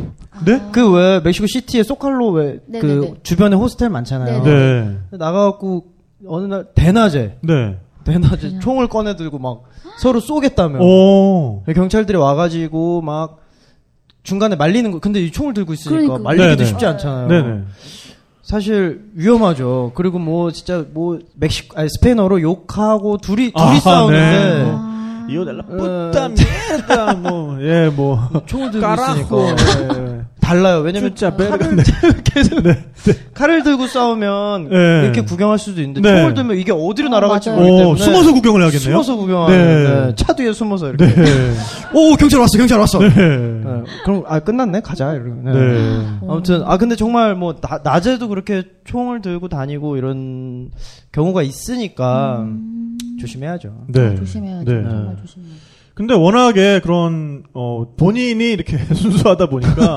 S5: 네?
S6: 그 왜 멕시코 시티에 소칼로 왜 그
S7: 네네네.
S6: 주변에 호스텔 많잖아요.
S5: 네.
S6: 나가갖고 어느 날 대낮에
S5: 네.
S6: 대낮에 총을 꺼내 들고 막 서로 쏘겠다며.
S5: 어. 오.
S6: 경찰들이 와가지고 막 중간에 말리는 거. 근데 이 총을 들고 있으니까
S7: 그러니까.
S6: 말리기도
S5: 네네.
S6: 쉽지 않잖아요.
S5: 네네.
S6: 사실 위험하죠. 그리고 뭐 진짜 뭐 멕시 아니 스페인어로 욕하고 둘이 둘이
S5: 아,
S6: 싸우는데
S5: 네. 이어달라.
S6: 어,
S5: 뿌땀, 예다, 뭐, 예, 뭐.
S6: 네, 총을 들고
S5: 까라고.
S6: 있으니까 예, 예. 달라요. 왜냐면
S7: 아,
S5: 진짜 빼
S6: 칼을 계속
S5: 네.
S6: 칼을 들고 싸우면
S5: 네.
S6: 이렇게 구경할 수도 있는데
S5: 네.
S6: 총을 들면 이게 어디로 날아갈지
S7: 맞아요.
S6: 모르기 때문에
S5: 오, 숨어서 구경을 해야겠네요.
S6: 숨어서 구경하는
S5: 네.
S6: 네. 차 뒤에 숨어서 이렇게
S5: 네.
S6: 오 경찰 왔어 경찰 왔어
S5: 네.
S6: 네. 그럼 아 끝났네 가자 이러면 네.
S5: 네.
S6: 아무튼 아 근데 정말 뭐 나- 낮에도 그렇게 총을 들고 다니고 이런 경우가 있으니까
S7: 음.
S6: 조심해야죠.
S5: 네.
S7: 조심해야죠.
S5: 네.
S7: 정말 조심해요.
S5: 근데 워낙에 그런, 어, 본인이 이렇게 순수하다 보니까,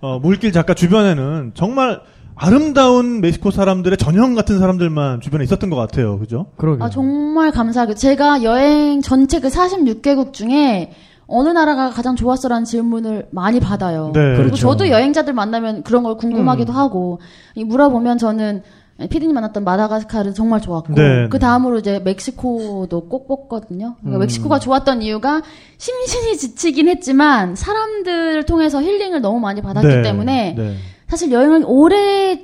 S5: 어, 물길 작가 주변에는 정말 아름다운 멕시코 사람들의 전형 같은 사람들만 주변에 있었던 것 같아요. 그죠?
S6: 그러게.
S7: 아 정말 감사하게 제가 여행 전체 그 46개국 중에 어느 나라가 가장 좋았어라는 질문을 많이 받아요.
S5: 네.
S7: 그리고
S6: 그렇죠.
S7: 저도 여행자들 만나면 그런 걸 궁금하기도 하고 이 물어보면 저는 피디님 만났던 마다가스카르 정말 좋았고
S5: 네.
S7: 그 다음으로 이제 멕시코도 꼭 뽑거든요.
S6: 음.
S7: 그러니까 멕시코가 좋았던 이유가 심신이 지치긴 했지만 사람들을 통해서 힐링을 너무 많이 받았기
S5: 네,
S7: 때문에
S5: 네.
S7: 사실 여행을 오래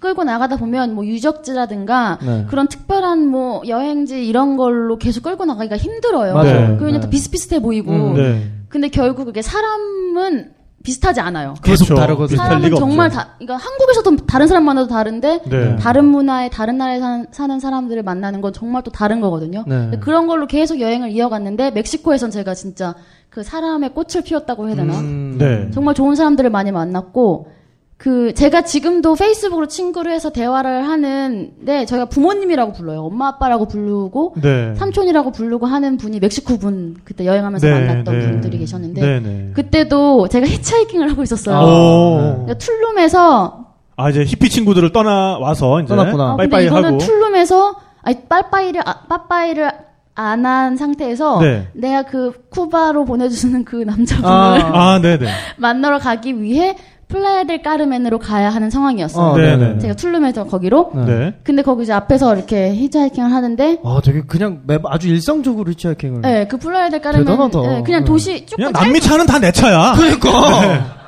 S7: 끌고 나가다 보면 뭐 유적지라든가
S6: 네.
S7: 그런 특별한 뭐 여행지 이런 걸로 계속 끌고 나가기가 힘들어요.
S5: 맞아요. 네.
S7: 그러면 다 비슷비슷해 보이고
S6: 음,
S5: 네.
S7: 근데 결국 이게 사람은 비슷하지 않아요.
S6: 계속
S5: 그렇죠.
S6: 다르거든요.
S5: 비슷할
S7: 사람은
S5: 리가
S7: 정말
S5: 없죠.
S7: 다, 그러니까 한국에서도 다른 사람 만나도 다른데
S5: 네.
S7: 다른 문화에 다른 나라에 사는, 사는 사람들을 만나는 건 정말 또 다른 거거든요.
S6: 네.
S7: 근데 그런 걸로 계속 여행을 이어갔는데 멕시코에선 제가 진짜 그 사람의 꽃을 피웠다고 해야 되나?
S6: 음,
S5: 네.
S7: 정말 좋은 사람들을 많이 만났고 그 제가 지금도 페이스북으로 친구를 해서 대화를 하는데 저희가 부모님이라고 불러요. 엄마 아빠라고 부르고
S5: 네.
S7: 삼촌이라고 부르고 하는 분이 멕시코 분 그때 여행하면서
S5: 네,
S7: 만났던
S5: 네.
S7: 분들이 계셨는데
S5: 네, 아. 네.
S7: 그때도 제가 히치하이킹을 하고 있었어요.
S5: 오.
S7: 그러니까 툴룸에서
S5: 아 이제 히피 친구들을 떠나 와서 이제
S6: 떠났구나.
S7: 아, 근데
S5: 빠이빠이
S7: 이거는
S5: 하고.
S7: 툴룸에서 아니 빠빠이를 아, 빠빠이를 안 한 상태에서
S5: 네.
S7: 내가 그 쿠바로 보내주는 그 남자분을
S6: 아,
S5: 아, 네, 네.
S7: 만나러 가기 위해 플라야 델 까르멘으로 가야 하는 상황이었어요.
S6: 어,
S5: 네,
S6: 네, 네.
S5: 네.
S7: 제가 툴룸에서 거기로
S5: 네.
S7: 근데 거기 이제 앞에서 이렇게 히치하이킹을 하는데
S6: 아, 되게 그냥 매, 아주 일상적으로 히치하이킹을.
S7: 네, 그 플라야 델 까르멘
S6: 음. 대단하다.
S7: 네,
S6: 네.
S7: 그냥 도시 조금
S5: 그냥
S7: 짧...
S5: 남미 차는 다 내 차야.
S6: 그러니까.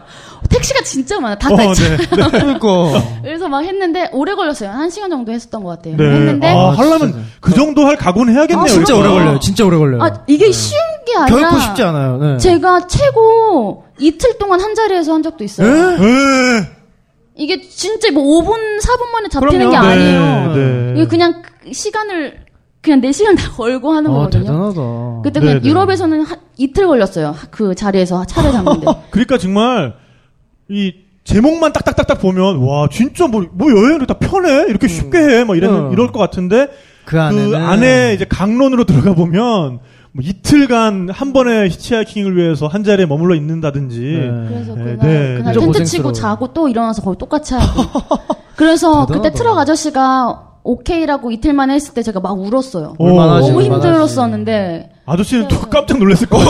S7: 택시가 진짜 그, 많아. 다
S5: 어,
S7: 깔쳐.
S5: 네.
S6: 그러니까.
S7: 그래서 막 했는데 오래 걸렸어요. 한 시간 정도 했었던 것 같아요.
S5: 네.
S7: 했는데
S5: 아,
S6: 아,
S5: 하려면
S6: 진짜.
S5: 그 정도 할 각오는 해야겠네요.
S7: 아,
S6: 진짜
S5: 이거.
S6: 오래 걸려요. 진짜 오래 걸려요.
S7: 아, 이게 쉬운 게 아니라
S6: 네. 결코 쉽지 않아요. 네.
S7: 제가 최고 이틀 동안 한 자리에서 한 적도 있어요.
S6: 에?
S5: 에.
S7: 이게 진짜 뭐 5분, 4분 만에
S6: 그럼요.
S7: 잡히는 게
S6: 네.
S7: 아니에요.
S5: 네.
S7: 이게 그냥 그 시간을 그냥 4시간 다 걸고 하는
S6: 아,
S7: 거거든요.
S6: 대단하다.
S7: 그때
S5: 네,
S7: 그냥
S5: 네.
S7: 유럽에서는 하- 이틀 걸렸어요. 하- 그 자리에서 차를 잡는데.
S5: 그러니까 정말 이 제목만 딱딱딱딱 보면 와 진짜 뭐, 뭐 여행을 다 편해 이렇게 쉽게 해 막 이런
S6: 음.
S5: 이럴 것 같은데
S6: 그 안에는-
S5: 그 안에 이제 강론으로 들어가 보면 뭐 이틀간 한 번에 히치하이킹을 위해서 한 자리에 머물러 있는다든지
S6: 네.
S7: 그래서
S5: 네,
S7: 그날,
S5: 네,
S6: 진짜
S7: 그날 텐트 치고
S6: 고생스러워요.
S7: 자고 또 일어나서 거의 똑같이 하고. 그래서 그때
S6: 대단하다.
S7: 트럭 아저씨가 오케이라고 이틀만 에 했을 때 제가 막 울었어요.
S5: 오,
S6: 얼마나
S7: 너무 네. 어,
S6: 하지,
S7: 힘들었었는데
S5: 아저씨는 또 깜짝 놀랐을 거예요.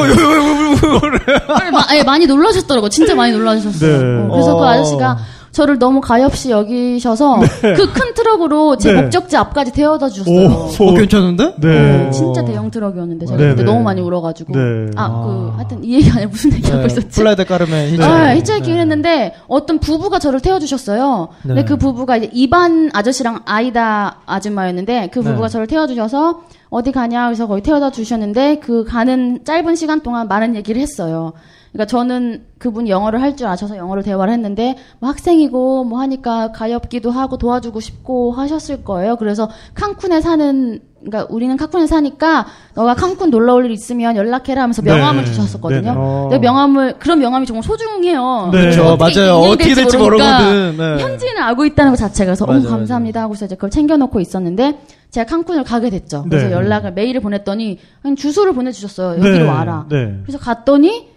S7: 아니, 마- 예, 많이 놀라셨더라고. 진짜 많이 놀라셨어요.
S5: 네.
S7: 어, 그래서
S6: 어.
S7: 그 아저씨가 저를 너무 가엾이 여기셔서 그 큰 트럭으로 제
S5: 네.
S7: 목적지 앞까지 데려다 주셨어요.
S5: 오,
S6: 어,
S5: 소-
S6: 괜찮은데?
S5: 네.
S7: 네, 진짜 대형 트럭이었는데 제가
S5: 네, 네.
S7: 그때 너무 많이 울어가지고
S5: 네.
S7: 아 그 하여튼 이 얘기 아니라 무슨 얘기하고 있었지?
S6: 네. 플라이드 까르멘
S5: 네.
S6: 히치하이킹.
S7: 아, 히치하이킹을 했는데 어떤 부부가 저를 태워주셨어요.
S5: 네.
S7: 근데 그 부부가 이제 이반 아저씨랑 아이다 아줌마였는데 그 부부가
S6: 네.
S7: 저를 태워주셔서 어디 가냐 해서 거기 태워다 주셨는데 그 가는 짧은 시간 동안 많은 얘기를 했어요. 그러니까 저는 그분 영어를 할 줄 아셔서 영어로 대화를 했는데 뭐 학생이고 뭐 하니까 가엾기도 하고 도와주고 싶고 하셨을 거예요. 그래서 칸쿤에 사는 그러니까 우리는 칸쿤에 사니까 너가 칸쿤 놀러 올 일 있으면 연락해라 하면서
S5: 네.
S7: 명함을 주셨었거든요.
S5: 네,
S6: 네.
S7: 내 명함을 그런 명함이 정말 소중해요.
S5: 네.
S6: 그렇죠.
S7: 어떻게
S6: 맞아요.
S7: 인용될지
S6: 어떻게 될지
S7: 모르니까
S6: 모르거든. 네.
S7: 현지인을 알고 있다는 것 자체가 그래서
S6: 맞아요,
S7: 어 감사합니다 하고 있어서 이제 그걸 챙겨놓고 있었는데 제가 칸쿤을 가게 됐죠. 그래서
S5: 네.
S7: 연락을 메일을 보냈더니 그냥 주소를 보내주셨어요. 여기로 와라.
S5: 네.
S7: 그래서 갔더니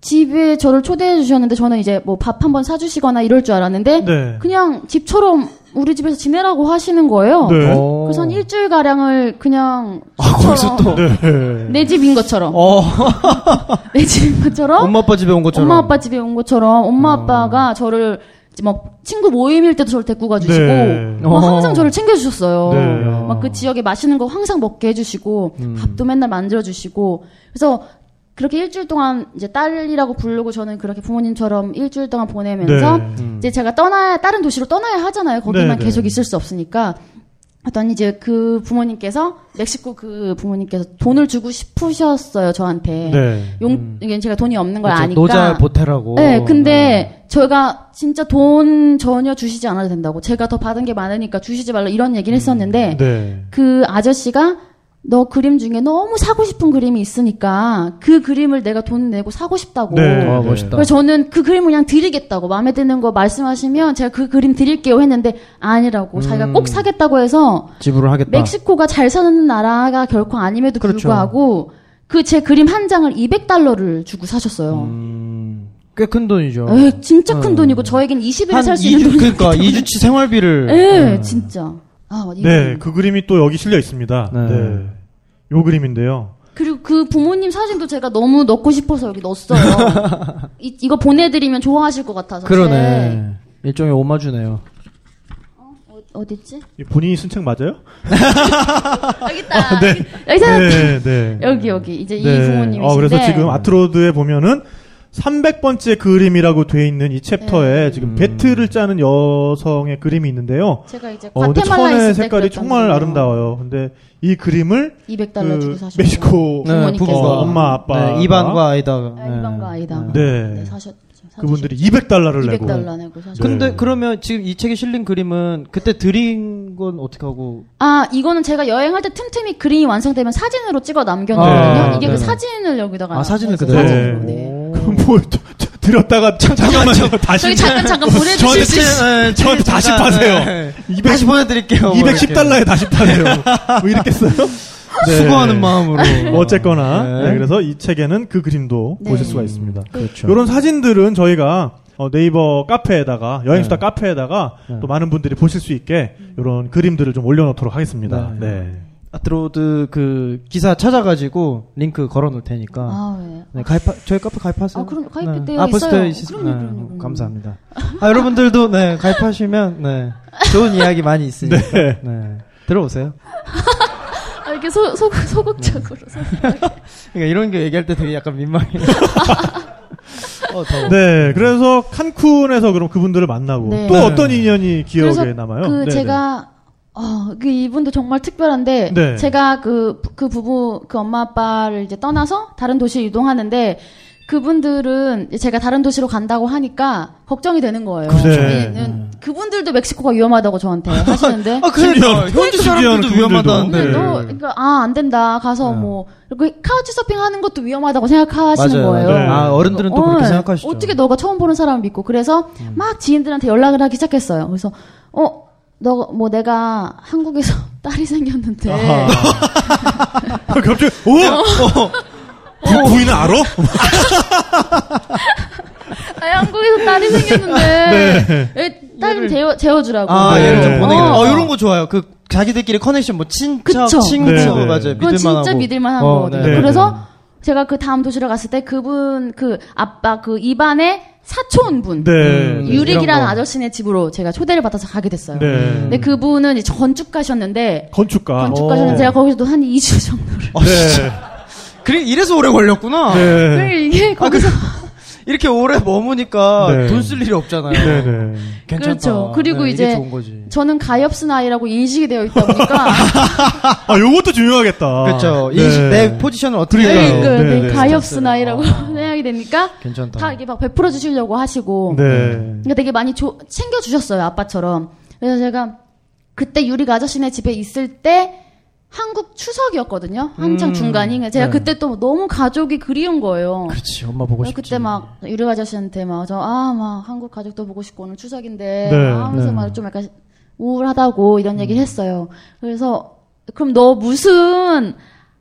S7: 집에 저를 초대해 주셨는데 저는 이제 뭐 밥 한번 사주시거나 이럴 줄 알았는데
S5: 네.
S7: 그냥 집처럼 우리 집에서 지내라고 하시는 거예요.
S5: 네.
S6: 어.
S7: 그래서 한 일주일 가량을 그냥
S6: 아, 거기서 또.
S5: 네.
S7: 내 집인 것처럼
S6: 어.
S7: 내 집인 것처럼
S6: 엄마 아빠 집에 온 것처럼.
S7: 엄마 아빠 집에 온 것처럼 엄마 아빠가 저를 이제 막 친구 모임일 때도 저를 데리고 가주시고
S5: 네.
S7: 막
S6: 어.
S7: 항상 저를 챙겨주셨어요.
S5: 네. 음.
S7: 막 그 지역에 맛있는 거 항상 먹게 해주시고 밥도 맨날 만들어주시고 그래서 그렇게 일주일 동안 이제 딸이라고 부르고 저는 그렇게 부모님처럼 일주일 동안 보내면서
S5: 네.
S7: 이제 제가 떠나야 다른 도시로 떠나야 하잖아요. 거기만
S5: 네, 네.
S7: 계속 있을 수 없으니까. 하더니 이제 그 부모님께서 멕시코 그 부모님께서 돈을 주고 싶으셨어요 저한테
S5: 네.
S7: 용 이게 제가 돈이 없는 걸
S6: 음. 그렇죠.
S7: 아니까
S6: 노자 보태라고.
S7: 네, 근데 저희가 진짜 돈 전혀 주시지 않아도 된다고 제가 더 받은 게 많으니까 주시지 말라 이런
S6: 음.
S7: 얘기를 했었는데
S5: 네.
S7: 그 아저씨가 너 그림 중에 너무 사고 싶은 그림이 있으니까 그 그림을 내가 돈 내고 사고 싶다고.
S5: 네.
S6: 아, 멋있다.
S7: 그래서 저는 그 그림을 그냥 드리겠다고 마음에 드는 거 말씀하시면 제가 그 그림 드릴게요 했는데 아니라고
S6: 음.
S7: 자기가 꼭 사겠다고 해서
S6: 네. 집으로 하겠다.
S7: 멕시코가 잘 사는 나라가 결코 아님에도
S6: 그렇죠.
S7: 불구하고 그 제 그림 한 장을 200달러를 주고 사셨어요.
S6: 음, 꽤 큰 돈이죠.
S7: 에이, 진짜
S5: 음.
S7: 큰 돈이고 저에겐 20일에
S6: 한
S7: 네, 살 수
S6: 2주,
S7: 있는 돈이
S6: 그러니까 2주치 생활비를.
S7: 예, 진짜. 아, 이
S5: 음. 네, 그 그림이 또 여기 실려 있습니다.
S6: 네.
S5: 네. 요 그림인데요.
S7: 그리고 그 부모님 사진도 제가 너무 넣고 싶어서 여기 넣었어요. 이, 이거 보내드리면 좋아하실 것 같아서.
S6: 그러네. 일종의 오마주네요.
S7: 어딨지?
S5: 이 본인이 쓴 책 맞아요?
S7: 여기 있다.
S5: 네.
S7: 여기 사는
S5: 네.
S7: 여기 여기 이제 이
S5: 네.
S7: 부모님이신데
S5: 어, 그래서 지금 아트로드에 보면은 300번째 그림이라고 돼 있는 이 챕터에
S7: 네.
S5: 지금 배트를 짜는 여성의 그림이 있는데요.
S7: 제가 이제
S5: 어, 근데
S7: 과테말라
S5: 천의
S7: 있을
S5: 색깔이 정말 아름다워요. 근데 이 그림을
S7: 200달러 주고
S5: 그
S7: 사셨죠.
S5: 멕시코
S7: 네. 부모님께서.
S5: 어, 엄마, 아빠.
S6: 네, 이반과 아이다.
S7: 아, 이방과 아이다.
S5: 네.
S7: 사셨죠. 사주셨죠.
S5: 그분들이 200달러를 내고
S7: 200달러 내고 사셨죠.
S6: 근데
S5: 네.
S6: 그러면 지금 이 책에 실린 그림은 그때 드린 건 어떻게 하고?
S7: 아 이거는 제가 여행할 때 틈틈이 그림이 완성되면 사진으로 찍어 남겨놓거든요.
S5: 아,
S7: 이게
S6: 네네.
S7: 그 사진을 여기다가
S6: 아, 사진을
S7: 해서
S6: 그대로?
S7: 사진으로,
S5: 네.
S7: 네.
S5: 그럼 뭐 저- 저- 들었다가 잠깐만요. 다시
S7: 저기 잠깐 잠깐
S5: 저한테
S7: 보내주실 수 있어요?
S6: 네,
S5: 책- 저한테 다시 파세요. 200
S6: 다시 보내드릴게요.
S5: 210달러에 다시 파세요. 뭐 이렇게 써요? 네.
S6: 수고하는 마음으로.
S5: 뭐 어쨌거나
S6: 네.
S5: 네, 그래서 이 책에는 그 그림도
S7: 네.
S5: 보실 수가 있습니다.
S6: 그렇죠.
S5: 이런 사진들은 저희가 어, 네이버 카페에다가 여행수다
S6: 네.
S5: 카페에다가
S6: 네.
S5: 또 많은 분들이 보실 수 있게
S7: 음.
S5: 이런 그림들을 좀 올려놓도록 하겠습니다.
S6: 네.
S5: 네.
S6: 아트로드 그 기사 찾아가지고 링크 걸어놓을 테니까.
S7: 아 네.
S6: 네, 가입하, 저희 카페 가입하세요. 네.
S7: 아, 그럼 가입이 되어
S6: 아포스토어
S7: 있어요.
S6: 있으세요?
S7: 그럼요,
S6: 네,
S7: 그럼요, 그럼요.
S6: 감사합니다. 아, 여러분들도 네, 가입하시면 네, 좋은 이야기 많이 있으니까
S5: 네.
S6: 네. 들어오세요.
S7: 아, 이렇게 소, 소, 소극적으로.
S6: 그러니까 이런 거 얘기할 때 되게 약간 민망해요. 어, 더워.
S5: 네, 그래서 칸쿤에서 그럼 그분들을 만나고
S7: 네.
S5: 또
S6: 네.
S5: 어떤 인연이 기억에
S7: 그래서
S5: 남아요?
S7: 그
S5: 네,
S7: 제가 어, 그 이분도 정말 특별한데
S5: 네.
S7: 제가 그 그 부부 그 엄마 아빠를 이제 떠나서 다른 도시에 이동하는데 그분들은 제가 다른 도시로 간다고 하니까 걱정이 되는 거예요.
S5: 그래.
S7: 저희는
S5: 네.
S7: 그분들도 멕시코가 위험하다고 저한테 하시는데
S6: 아, 그래,
S5: 신기한,
S6: 나 현지
S5: 신기한
S6: 사람들도
S5: 그분들도.
S7: 근데
S5: 네.
S6: 위험하다는데.
S7: 너 그러니까 아안 된다 가서
S6: 네.
S7: 뭐 이렇게 카우치 서핑 하는 것도 위험하다고 생각하시는
S6: 맞아요.
S7: 거예요.
S5: 네.
S6: 아, 어른들은 또
S7: 어,
S6: 그렇게
S7: 네.
S6: 생각하시죠.
S7: 어떻게 너가 처음 보는 사람을 믿고 그래서
S6: 음.
S7: 막 지인들한테 연락을 하기 시작했어요. 그래서 어, 너 뭐 내가 한국에서 딸이 생겼는데
S6: 아.
S5: 네. 갑자기 오,
S7: 어.
S5: 부- 부인은 알아?
S7: 음. 아니, 한국에서 딸이 생겼는데 예, 딸좀 재워, 재워주라고.
S6: 네. 아,
S5: 네.
S6: 얘를 좀 보내기.
S7: 어.
S6: 어, 이런 거 좋아요. 그, 자기들끼리 커넥션, 뭐, 친척,
S7: 그쵸.
S6: 친구,
S5: 네, 네.
S6: 맞아요.
S7: 그건
S6: 믿을만하고.
S7: 진짜 믿을만한
S6: 어,
S7: 거거든요.
S5: 네.
S7: 그래서 제가 그 다음 도시로 갔을 때 그분 그 아빠 그 입안의 사촌분
S5: 네.
S6: 음, 이런
S7: 유릭이라는
S6: 거.
S7: 아저씨네 집으로 제가 초대를 받아서 가게 됐어요.
S5: 네.
S7: 근데 그분은 이제 건축가셨는데
S5: 건축가.
S7: 음. 건축가셨는데
S5: 어.
S7: 제가 거기서도 한 2주 정도를
S6: 아, 진짜. 그래, 이래서 오래 걸렸구나.
S5: 네. 네.
S7: 그래, 이게
S6: 아, 그,
S7: 거기서
S6: 이렇게 오래 머무니까
S5: 네.
S6: 돈 쓸 일이 없잖아요.
S5: 네. 네.
S6: 괜찮다.
S7: 그렇죠. 그리고
S6: 네,
S7: 이제
S6: 이게 좋은 거지.
S7: 저는 가엾은 아이라고 인식이 되어 있다 보니까
S5: 아, 요것도 중요하겠다.
S6: 그렇죠.
S5: 네.
S6: 인식, 내 포지션을 어떻게
S5: 그러니까요.
S6: 해야
S7: 그,
S5: 네,
S7: 네,
S5: 네.
S7: 가엾은 아이라고
S6: 아.
S7: 생각이 되니까
S6: 괜찮다.
S7: 다 이렇게 막 베풀어 주시려고 하시고
S5: 네.
S7: 그러니까 되게 많이 조- 챙겨주셨어요 아빠처럼 그래서 제가 그때 유리가 아저씨네 집에 있을 때 한국 추석이었거든요 한창
S6: 음.
S7: 중간이 제가
S6: 네.
S7: 그때 또 너무 가족이 그리운 거예요
S6: 그렇지. 엄마 보고 싶지.
S7: 그때 막 유료 아저씨한테 막 저 아 막 한국 가족도 보고 싶고 오늘 추석인데
S5: 네,
S7: 아, 하면서
S6: 네. 음.
S7: 막 좀 약간 우울하다고 이런 얘기를 했어요. 그래서 그럼 너 무슨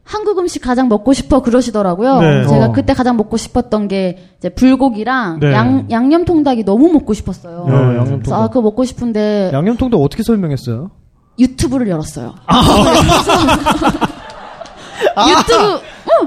S7: 한국 음식 가장 먹고 싶어 그러시더라고요.
S5: 네.
S7: 제가
S6: 어.
S7: 그때 가장 먹고 싶었던 게 이제 불고기랑
S5: 네.
S7: 양, 양념 통닭이 너무 먹고 싶었어요.
S5: 네.
S6: 어,
S7: 그래서 아
S6: 양념통닭.
S7: 그거 먹고 싶은데
S6: 양념통닭 어떻게 설명했어요?
S7: 유튜브를 열었어요.
S6: 아.
S7: 유튜브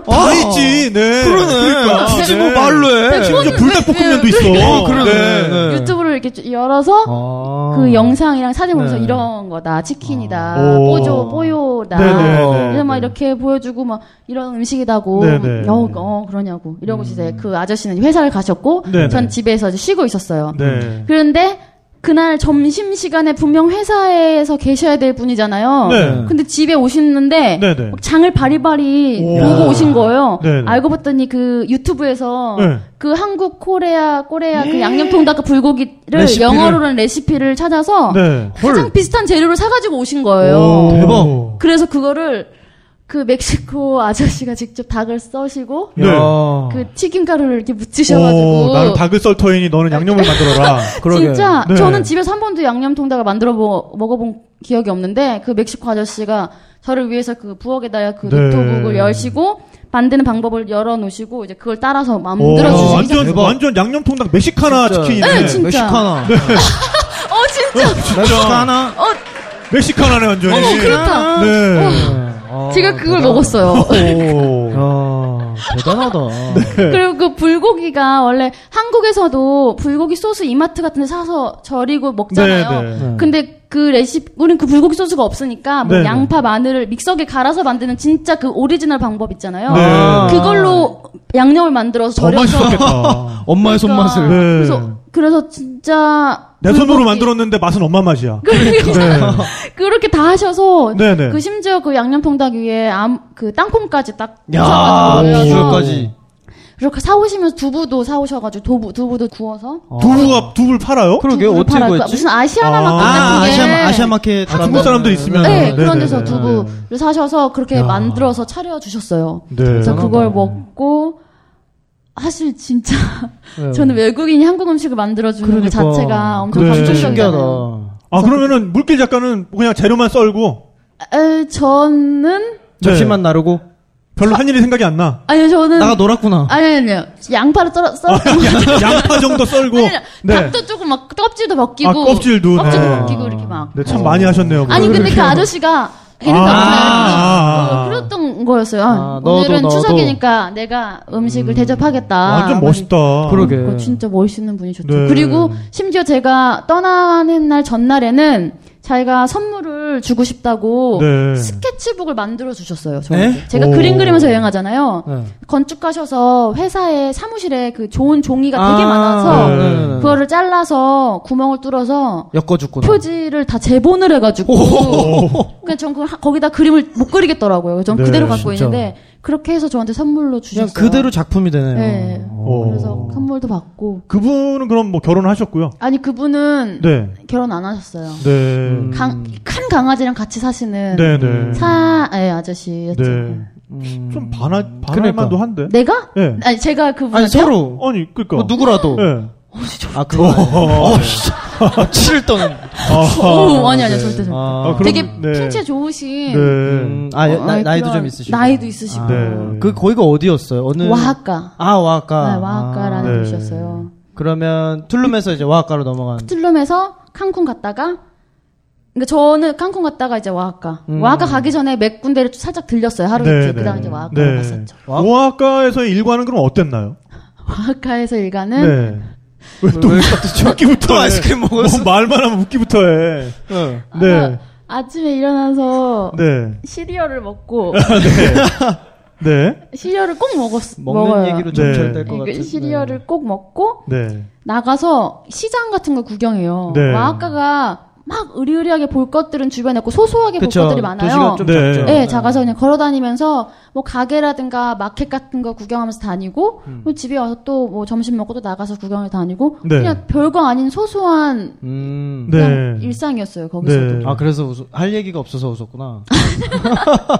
S5: 다
S6: 어.
S5: 있지, 네.
S6: 그러네. 굳이 뭐
S5: 네.
S6: 말로 해.
S5: 심지어
S7: 네.
S5: 불닭볶음면도 있어.
S6: 어, 그러네. 네.
S7: 유튜브를 이렇게 쭉 열어서
S6: 아.
S7: 그 영상이랑 사진 보면서
S6: 네.
S7: 이런 거다 치킨이다
S5: 어. 오.
S7: 뽀조 뽀요다
S5: 네네네.
S7: 그래서 막 이렇게 보여주고 막 이런 음식이다고
S5: 네네. 음.
S7: 어, 어 그러냐고 이러고 이제 그 아저씨는 회사를 가셨고
S5: 네네.
S7: 전 집에서 이제 쉬고 있었어요
S5: 네.
S7: 그런데 그날 점심 시간에 분명 회사에서 계셔야 될 분이잖아요
S5: 네.
S7: 근데 집에 오시는데
S5: 네네.
S7: 막 장을 바리바리
S5: 오.
S7: 보고 오신 거예요
S5: 네네.
S7: 알고 봤더니 그 유튜브에서
S5: 네. 예.
S7: 그 한국 코레아 코레아 그 양념통닭 그 불고기를
S6: 레시피를.
S7: 영어로는 레시피를 찾아서
S5: 네.
S7: 가장 비슷한 재료를 사가지고 오신 거예요.
S5: 오.
S6: 대박.
S7: 그래서 그거를 그 멕시코 아저씨가 직접 닭을 써시고
S5: 네.
S6: 야.
S7: 그 튀김가루를 이렇게
S5: 오,
S7: 묻히셔가지고
S5: 나는 닭을 썰 터이니 너는 양념을 만들어라.
S6: 그러게.
S7: 진짜
S5: 네.
S7: 저는 집에서 한 번도 양념통닭을 만들어 보- 먹어본 기억이 없는데 그 멕시코 아저씨가 저를 위해서 그 부엌에다가 그
S5: 네.
S7: 노트북을 열시고 만드는 방법을 열어놓으시고 이제 그걸 따라서
S5: 오,
S7: 음, 만들어 주시기
S5: 완전
S6: 대박.
S5: 완전 양념통닭 멕시카나
S6: 진짜.
S5: 치킨이네.
S7: 네, 진짜.
S6: 멕시카나.
S7: 어 진짜
S6: 멕시카나.
S5: 멕시카나네 완전히.
S7: 어, 그렇다.
S5: 네.
S6: 어,
S7: 제가 그걸
S6: 대단하다.
S7: 먹었어요.
S5: 오.
S6: 어. 대단하다.
S5: 네.
S7: 그리고 그 불고기가 원래 한국에서도 불고기 소스 이마트 같은 데 사서 절이고 먹잖아요.
S5: 네, 네.
S6: 네.
S7: 근데 그 레시피, 우린 그 불고기 소스가 없으니까 뭐
S5: 네, 네.
S7: 양파, 마늘을 믹서기에 갈아서 만드는 진짜 그 오리지널 방법 있잖아요.
S5: 네.
S6: 아.
S7: 그걸로 양념을 만들어서
S5: 더
S7: 절여서
S5: 맛있었겠다.
S6: 아, 엄마의
S7: 그러니까
S6: 손맛을.
S5: 네.
S7: 그래서 그래서 진짜 그
S5: 내 손으로
S7: 불고기-
S5: 만들었는데 맛은 엄마 맛이야.
S7: 그러니까 그렇게 다 하셔서
S5: 네네.
S7: 그 심지어 그 양념통닭 위에 암, 그 땅콩까지 딱
S6: 야,
S7: 올려서
S6: 비주얼까지.
S7: 그렇게 사오시면서 두부도 사오셔가지고 두부 두부도 구워서
S5: 어. 두부가 두부를 팔아요?
S6: 그러게
S7: 두부를
S6: 어떻게
S7: 팔아요.
S6: 구했지?
S7: 무슨 아시아나
S5: 아,
S7: 마켓
S6: 아,
S7: 같은 게
S6: 아시아 아시아 마켓.
S5: 아, 중국 사람들 있으면
S7: 네,
S5: 네,
S7: 그런
S5: 네,
S7: 데서
S5: 네,
S7: 두부를 사셔서 그렇게
S5: 야.
S7: 만들어서 차려 주셨어요.
S5: 네.
S7: 그래서
S6: 대단하다.
S7: 그걸 먹고 사실 진짜
S5: 네.
S7: 저는 외국인이 한국 음식을 만들어 주는 것
S6: 어. 그러니까.
S7: 자체가 엄청
S5: 그래.
S6: 진짜
S7: 감동적이잖아요.
S6: 신기하다.
S5: 아 그러면은 물길 작가는 그냥 재료만 썰고
S7: 에, 저는
S5: 네.
S6: 접시만 나르고
S5: 별로 한 일이 생각이 안 나.
S7: 아니요 저는
S6: 나가 놀았구나.
S7: 아니 아니요 양파를 썰어 썰어
S5: 양파 정도 썰고.
S7: 닭도 조금 막 껍질도 벗기고
S5: 네. 아, 껍질도,
S7: 껍질도
S5: 네.
S7: 벗기고 이렇게 막
S5: 네, 참 많이 하셨네요.
S7: 아니
S5: 그걸.
S7: 근데 그 아저씨가 이런
S5: 아,
S7: 거
S5: 아, 아, 아.
S7: 없어요. 그랬던 거였어요. 아,
S6: 아, 너도,
S7: 오늘은
S6: 너도.
S7: 추석이니까 내가 음식을 대접하겠다. 그러니까
S5: 완전 아, 멋있다.
S6: 그러게.
S7: 그거 진짜 멋있는 분이셨죠.
S5: 네.
S7: 그리고 심지어 제가 떠나는 날 전날에는 자기가 선물을 주고 싶다고
S5: 네.
S7: 스케치북을 만들어 주셨어요. 저한테.
S6: 에?
S7: 제가
S5: 오.
S7: 그림 그리면서 여행하잖아요.
S6: 네.
S7: 건축가셔서 회사에 사무실에 그 좋은 종이가 되게
S6: 아,
S7: 많아서
S5: 네.
S7: 그거를 잘라서 구멍을 뚫어서
S6: 엮어줬구나. 어,
S7: 표지를 다 재본을 해가지고
S5: 어,
S7: 그냥 전 그걸 하- 거기다 그림을 못 그리겠더라고요. 전
S5: 네,
S7: 그대로 갖고
S6: 진짜.
S7: 있는데 그렇게 해서 저한테
S6: 그냥
S7: 선물로 주셨어요.
S6: 그대로 작품이 되네요.
S7: 네.
S5: 오.
S7: 그래서 선물도 받고
S5: 그분은 그럼 뭐 결혼하셨고요.
S7: 아니 그분은
S5: 네.
S7: 결혼 안 하셨어요.
S5: 네.
S6: 음.
S7: 강, 큰 강아지랑 같이 사시는
S5: 네, 네.
S7: 사, 예, 아저씨였죠.
S5: 네.
S6: 음.
S5: 좀 반할 반할
S6: 그러니까.
S5: 만도 한데.
S7: 내가?
S5: 네.
S7: 아니, 제가 그분한테.
S6: 아니 서로
S5: 아니 그니까.
S6: 뭐 누구라도.
S5: 어, 네.
S7: 어,
S6: 아 그거.
S5: 어.
S6: 어, 진짜. 아, 치를 떠는.
S7: 오, 어, 아니, 아니, 절대, 절대.
S5: 아,
S6: 아,
S5: 그럼-
S7: 되게
S5: 네.
S7: 풍채 좋으신.
S5: 네.
S6: 음, 아,
S7: 어,
S6: 나, 나이도
S7: 그런-
S6: 좀 있으시고.
S7: 나이도 있으시고.
S6: 아,
S5: 네.
S6: 그 거기가 어디였어요? 어느
S7: 와하카.
S6: 아, 와하카.
S7: 네, 와하카라는
S5: 아, 네.
S7: 곳이었어요.
S6: 그러면 툴룸에서 이제 와하카로 넘어간.
S7: 툴룸에서 칸쿤 갔다가, 그러니까 저는 칸쿤 갔다가 이제 와하카.
S6: 음.
S7: 와하카 가기 전에 몇 군데를 살짝 들렸어요. 하루
S5: 네,
S7: 이틀.
S5: 네.
S7: 그 다음 이제 와하카
S5: 네.
S7: 갔었죠.
S6: 와-
S5: 오아카에서 일과는 그럼 어땠나요?
S7: 와하카에서 일가는
S5: 네. 왜또
S6: 왜
S5: 웃기부터
S6: 또
S5: 해?
S6: 아이스크림 먹었어?
S5: 뭐 말만 하면 웃기부터 해.
S6: 네.
S5: 네.
S7: 아침에 일어나서
S5: 네.
S7: 시리얼을 먹고
S5: 네.
S7: 시리얼을 꼭 먹었,
S6: 먹는
S7: 먹어요.
S6: 얘기로
S5: 네.
S6: 점철될 것
S7: 그
S6: 같은.
S7: 시리얼을 꼭 먹고
S5: 네.
S7: 나가서 시장 같은 걸 구경해요.
S5: 네.
S7: 와아카가 막 의리의리하게 볼 것들은 주변에 없고 소소하게
S6: 그쵸
S7: 볼 것들이 많아요.
S6: 도시가 좀
S5: 네.
S6: 작죠.
S7: 네, 작아서 그냥 걸어 다니면서 뭐 가게라든가 마켓 같은 거 구경하면서 다니고 뭐 집에 와서 또 뭐 점심 먹고 또 나가서 구경을 다니고
S5: 네.
S7: 그냥 별거 아닌 소소한
S6: 음.
S5: 네.
S7: 그냥 일상이었어요. 거기서도.
S5: 네.
S6: 아 그래서 웃, 할 얘기가 없어서 웃었구나.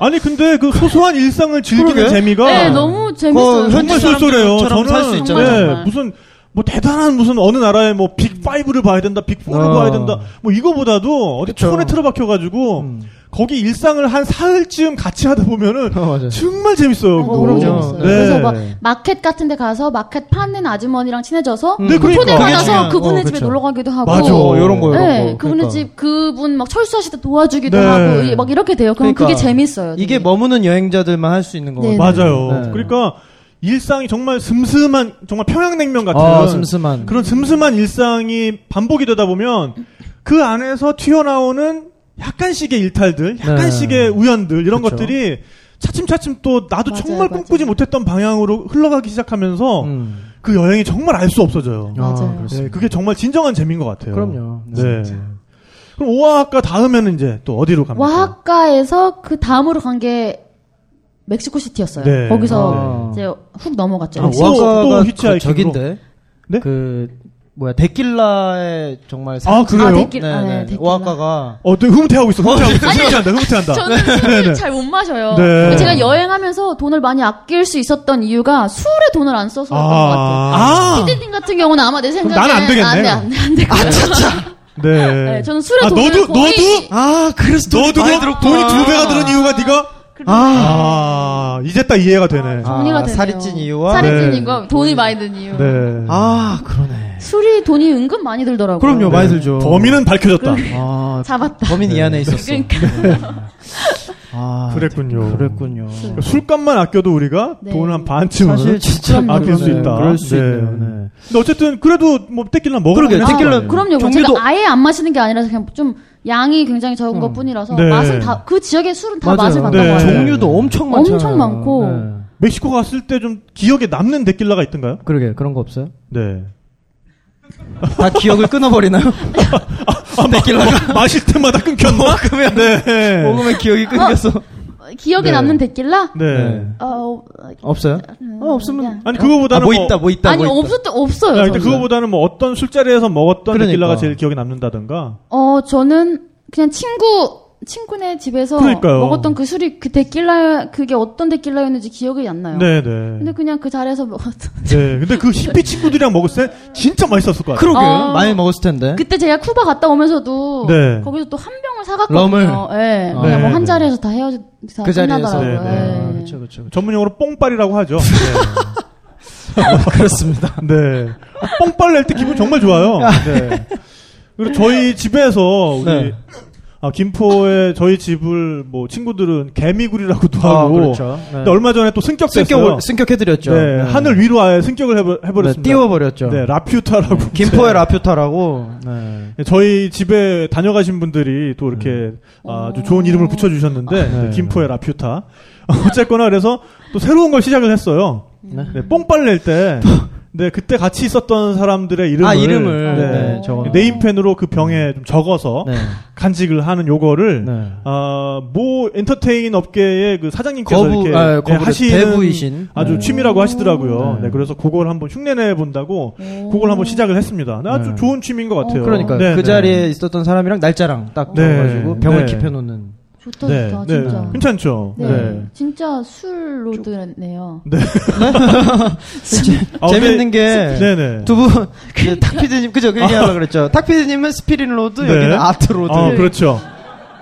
S5: 아니 근데 그 소소한 일상을 즐기는
S6: 그러게.
S5: 재미가
S7: 네, 너무 재밌어요.
S6: 그
S5: 아. 정말
S6: 현지
S5: 쏠쏠해요.
S6: 사람들처럼
S5: 저는
S6: 살수 있잖아요.
S5: 네,
S7: 정말.
S5: 무슨 뭐 대단한 무슨 어느 나라의 뭐빅 5를 봐야 된다, 빅 4를
S6: 어.
S5: 봐야 된다. 뭐 이거보다도 어디
S6: 그쵸.
S5: 촌에 틀어박혀 가지고
S6: 음.
S5: 거기 일상을 한 사흘쯤 같이 하다 보면은
S6: 어, 맞아요.
S5: 정말 재밌어요.
S7: 어,
S5: 그거.
S7: 너무 재밌어요.
S5: 네.
S7: 그래서 막 마켓 같은 데 가서 마켓 파는 아주머니랑 친해져서
S6: 음,
S5: 네, 그러니까.
S7: 초대
S5: 그게
S7: 받아서
S6: 중요한-
S7: 그분의
S6: 어,
S7: 집에
S6: 그쵸.
S7: 놀러 가기도 하고
S5: 맞아.
S6: 어, 요런 거 요런
S7: 네,
S6: 거. 그러니까.
S7: 그분의 집 그분 막 철수하실 때 도와주기도
S5: 네.
S7: 하고 이- 막 이렇게 돼요. 그럼 그게
S6: 그러니까
S7: 재밌어요. 되게.
S6: 이게 머무는 여행자들만 할 수 있는 거
S7: 네,
S6: 같아요.
S5: 맞아요.
S6: 네.
S5: 그러니까 일상이 정말 슴슴한 정말 평양냉면 같은
S6: 아, 슴슴한.
S5: 그런 슴슴한 일상이 반복이 되다 보면 그 안에서 튀어나오는 약간씩의 일탈들, 약간씩의 우연들 이런
S6: 네. 그쵸.
S5: 것들이 차츰차츰 또 나도
S7: 맞아요,
S5: 정말 꿈꾸지 못했던 방향으로 흘러가기 시작하면서
S6: 음.
S5: 그 여행이 정말 알 수 없어져요.
S7: 음. 맞아요.
S5: 네, 그게 정말 진정한 재미인 것 같아요.
S6: 그럼요.
S5: 네. 그럼 오아하카 다음에는 이제 또 어디로
S6: 뭐
S5: 갑니까?
S7: 와하카에서 그 다음으로 간 게 멕시코 시티였어요.
S5: 네.
S7: 거기서
S6: 아.
S7: 이제 훅 넘어갔죠.
S5: 아,
S7: 멕시코.
S5: 와-
S6: 오아카가
S5: 또
S6: 그
S5: 히치하이킹으로?
S6: 적인데.
S5: 네?
S6: 그 뭐야 데킬라의 정말
S5: 아,
S6: 산지-
S5: 그래요?
S7: 아, 데킬- 아, 네, 데킬라.
S6: 오아카가
S5: 어, 또 흐뭇해하고 있어. 흐뭇해하고 있어. 흐뭇해한다. 흐뭇해한다.
S7: 아, 네. 저는
S6: 네,
S7: 술을 잘 못 마셔요.
S5: 네.
S7: 제가 여행하면서 돈을 많이 아낄 수 있었던 이유가 술에 돈을 안 써서 그런 것 같아요.
S5: 아.
S7: 피디님 같은 경우는 아마 내 생각에
S5: 난안 되겠네.
S7: 안돼 안돼 안돼.
S6: 아,
S5: 네.
S7: 네, 저는 술에
S5: 아,
S7: 돈을
S5: 너도
S7: 거의-
S5: 너도
S6: 아 그래서
S5: 너도 그럼 돈이 두 배가 들은 이유가 네가 아, 이제 딱 이해가 되네.
S7: 정리가
S6: 아,
S7: 되네요.
S6: 살이 찐 이유와
S7: 살이 찐
S5: 네.
S7: 이유가 돈이 많이 든 이유.
S5: 네.
S6: 아 그러네.
S7: 술이 돈이 은근 많이 들더라고요. 네.
S6: 그럼요 많이 들죠.
S5: 범인은 밝혀졌다.
S6: 아
S5: 네.
S7: 잡았다.
S6: 그러니까. 범인 이 안에 있었어.
S7: 그러니까
S6: 아,
S5: 그랬군요.
S6: 그랬군요.
S5: 그러니까 술값만 아껴도 우리가
S7: 네.
S5: 돈을 한 반쯤은
S6: 사실 진짜
S7: 그럼요.
S5: 아낄 수
S6: 그러네.
S5: 있다.
S6: 그럴 수
S5: 네.
S6: 있네요. 네.
S5: 근데 어쨌든 그래도 뭐 떼끼나 먹으면 되는
S6: 그러게요. 떼낄라-
S5: 거 아니에요?
S7: 그럼요.
S6: 종류도- 음.
S7: 제가 아예 안 마시는 게 아니라서 그냥 좀 양이 굉장히 적은 것 뿐이라서
S5: 네.
S7: 맛은 다 그 지역의 술은 다
S6: 맞아요.
S7: 맛을 봤던
S5: 네.
S7: 거예요.
S6: 종류도 엄청 많잖아요.
S7: 엄청 많고.
S6: 네.
S5: 멕시코 갔을 때 좀 기억에 남는 데킬라가 있던가요?
S6: 그러게 그런 거 없어요?
S5: 네.
S6: 다 기억을 끊어버리나요? 아, 데킬라가
S5: 마, 마실 때마다 끊겼나?
S6: 먹으면
S5: 네.
S6: 먹으면 기억이 끊겨서
S7: 기억에
S5: 네.
S7: 남는 데킬라?
S5: 네.
S6: 네.
S7: 어, 어,
S6: 없어요?
S7: 음,
S6: 어, 없으면
S5: 아니
S6: 아,
S5: 그거보다는
S6: 뭐
S5: 뭐-
S6: 있다 뭐 있다
S7: 아니
S6: 뭐 있다.
S7: 없었던 없어요.
S5: 야,
S7: 저는.
S5: 일단 그거보다는 뭐 어떤 술자리에서 먹었던
S6: 그러니까.
S5: 데킬라가 제일 기억에 남는다던가.
S7: 어 저는 그냥 친구 친구네 집에서
S5: 그러니까요.
S7: 먹었던 그 술이 그 데킬라 그게 어떤 데킬라였는지 기억이 안
S6: 아.
S7: 나요.
S5: 네, 네.
S7: 근데 그냥 그 자리에서 먹었던.
S5: 네. 근데 그 히피 친구들이랑 먹었을 때 진짜 맛있었을 것 같아요.
S6: 그러게
S7: 어.
S6: 많이 먹었을 텐데.
S7: 그때 제가 쿠바 갔다 오면서도
S5: 네.
S7: 거기서 또 한 병을 사갔거든요.
S6: 럼을.
S7: 예.
S6: 아.
S7: 그냥
S5: 네,
S7: 뭐 한
S5: 네.
S7: 자리에서 다 헤어져 다
S6: 그 자리에서.
S7: 끝나더라고요.
S5: 네,
S7: 예.
S6: 그렇죠, 그렇죠.
S5: 전문용어로 뽕빨이라고 하죠. 네.
S6: 아, 그렇습니다.
S5: 네. 아, 뽕빨 낼 때 기분 정말 좋아요. 네. 그리고 저희 집에서 우리
S6: 네.
S5: 아, 김포에 저희 집을 뭐 친구들은 개미굴이라고도 하고
S6: 아, 그렇죠. 네.
S5: 근데 얼마 전에 또 승격됐어요.
S6: 승격 승격해드렸죠.
S5: 네, 하늘 위로 아예 승격을 해버,
S6: 네,
S5: 해버렸습니다.
S6: 띄워버렸죠.
S5: 네, 라퓨타라고.
S6: 김포의 라퓨타라고. 네.
S5: 네, 저희 집에 다녀가신 분들이 또 이렇게 아주 좋은 이름을 붙여주셨는데
S6: 네.
S5: 김포의 라퓨타. 어쨌거나 그래서 또 새로운 걸 시작을 했어요.
S6: 네.
S5: 네, 뽕빨 낼 때. 네, 그때 같이 있었던 사람들의 이름을,
S6: 아 이름을 네,
S5: 네,
S6: 적어.
S5: 네임펜으로 그 병에 좀 적어서
S6: 네.
S5: 간직을 하는 요거를
S6: 네.
S5: 아, 모 엔터테인 업계의 그 사장님께서
S6: 거부-
S5: 이렇게
S6: 아,
S5: 네,
S6: 거부를
S5: 하시는
S6: 대부이신.
S5: 아주
S6: 네.
S5: 취미라고 하시더라고요.
S6: 네.
S5: 네, 그래서 그걸 한번 흉내내 본다고 그걸 한번 시작을 했습니다. 네, 아주
S6: 네.
S5: 좋은 취미인 것
S7: 그렇죠.
S5: 같아요.
S6: 그러니까
S5: 네,
S6: 그
S5: 네.
S6: 자리에 있었던 사람이랑 날짜랑 딱
S5: 네.
S6: 적어가지고 병을
S5: 네.
S6: 깊혀놓는.
S7: 좋다
S5: 네,
S7: 좋다
S5: 네,
S7: 진짜.
S5: 괜찮죠.
S7: 네.
S5: 네.
S7: 진짜 술로 드네요.
S5: 아, 근데-
S6: 재밌는 게.
S5: 네네.
S6: 두 분, 이제 탁 피디님, 그죠? 그 얘기하려고 그랬죠. 탁 피디님은 스피린 로드,
S5: 네.
S6: 여기는 아트 로드.
S5: 아, 그렇죠.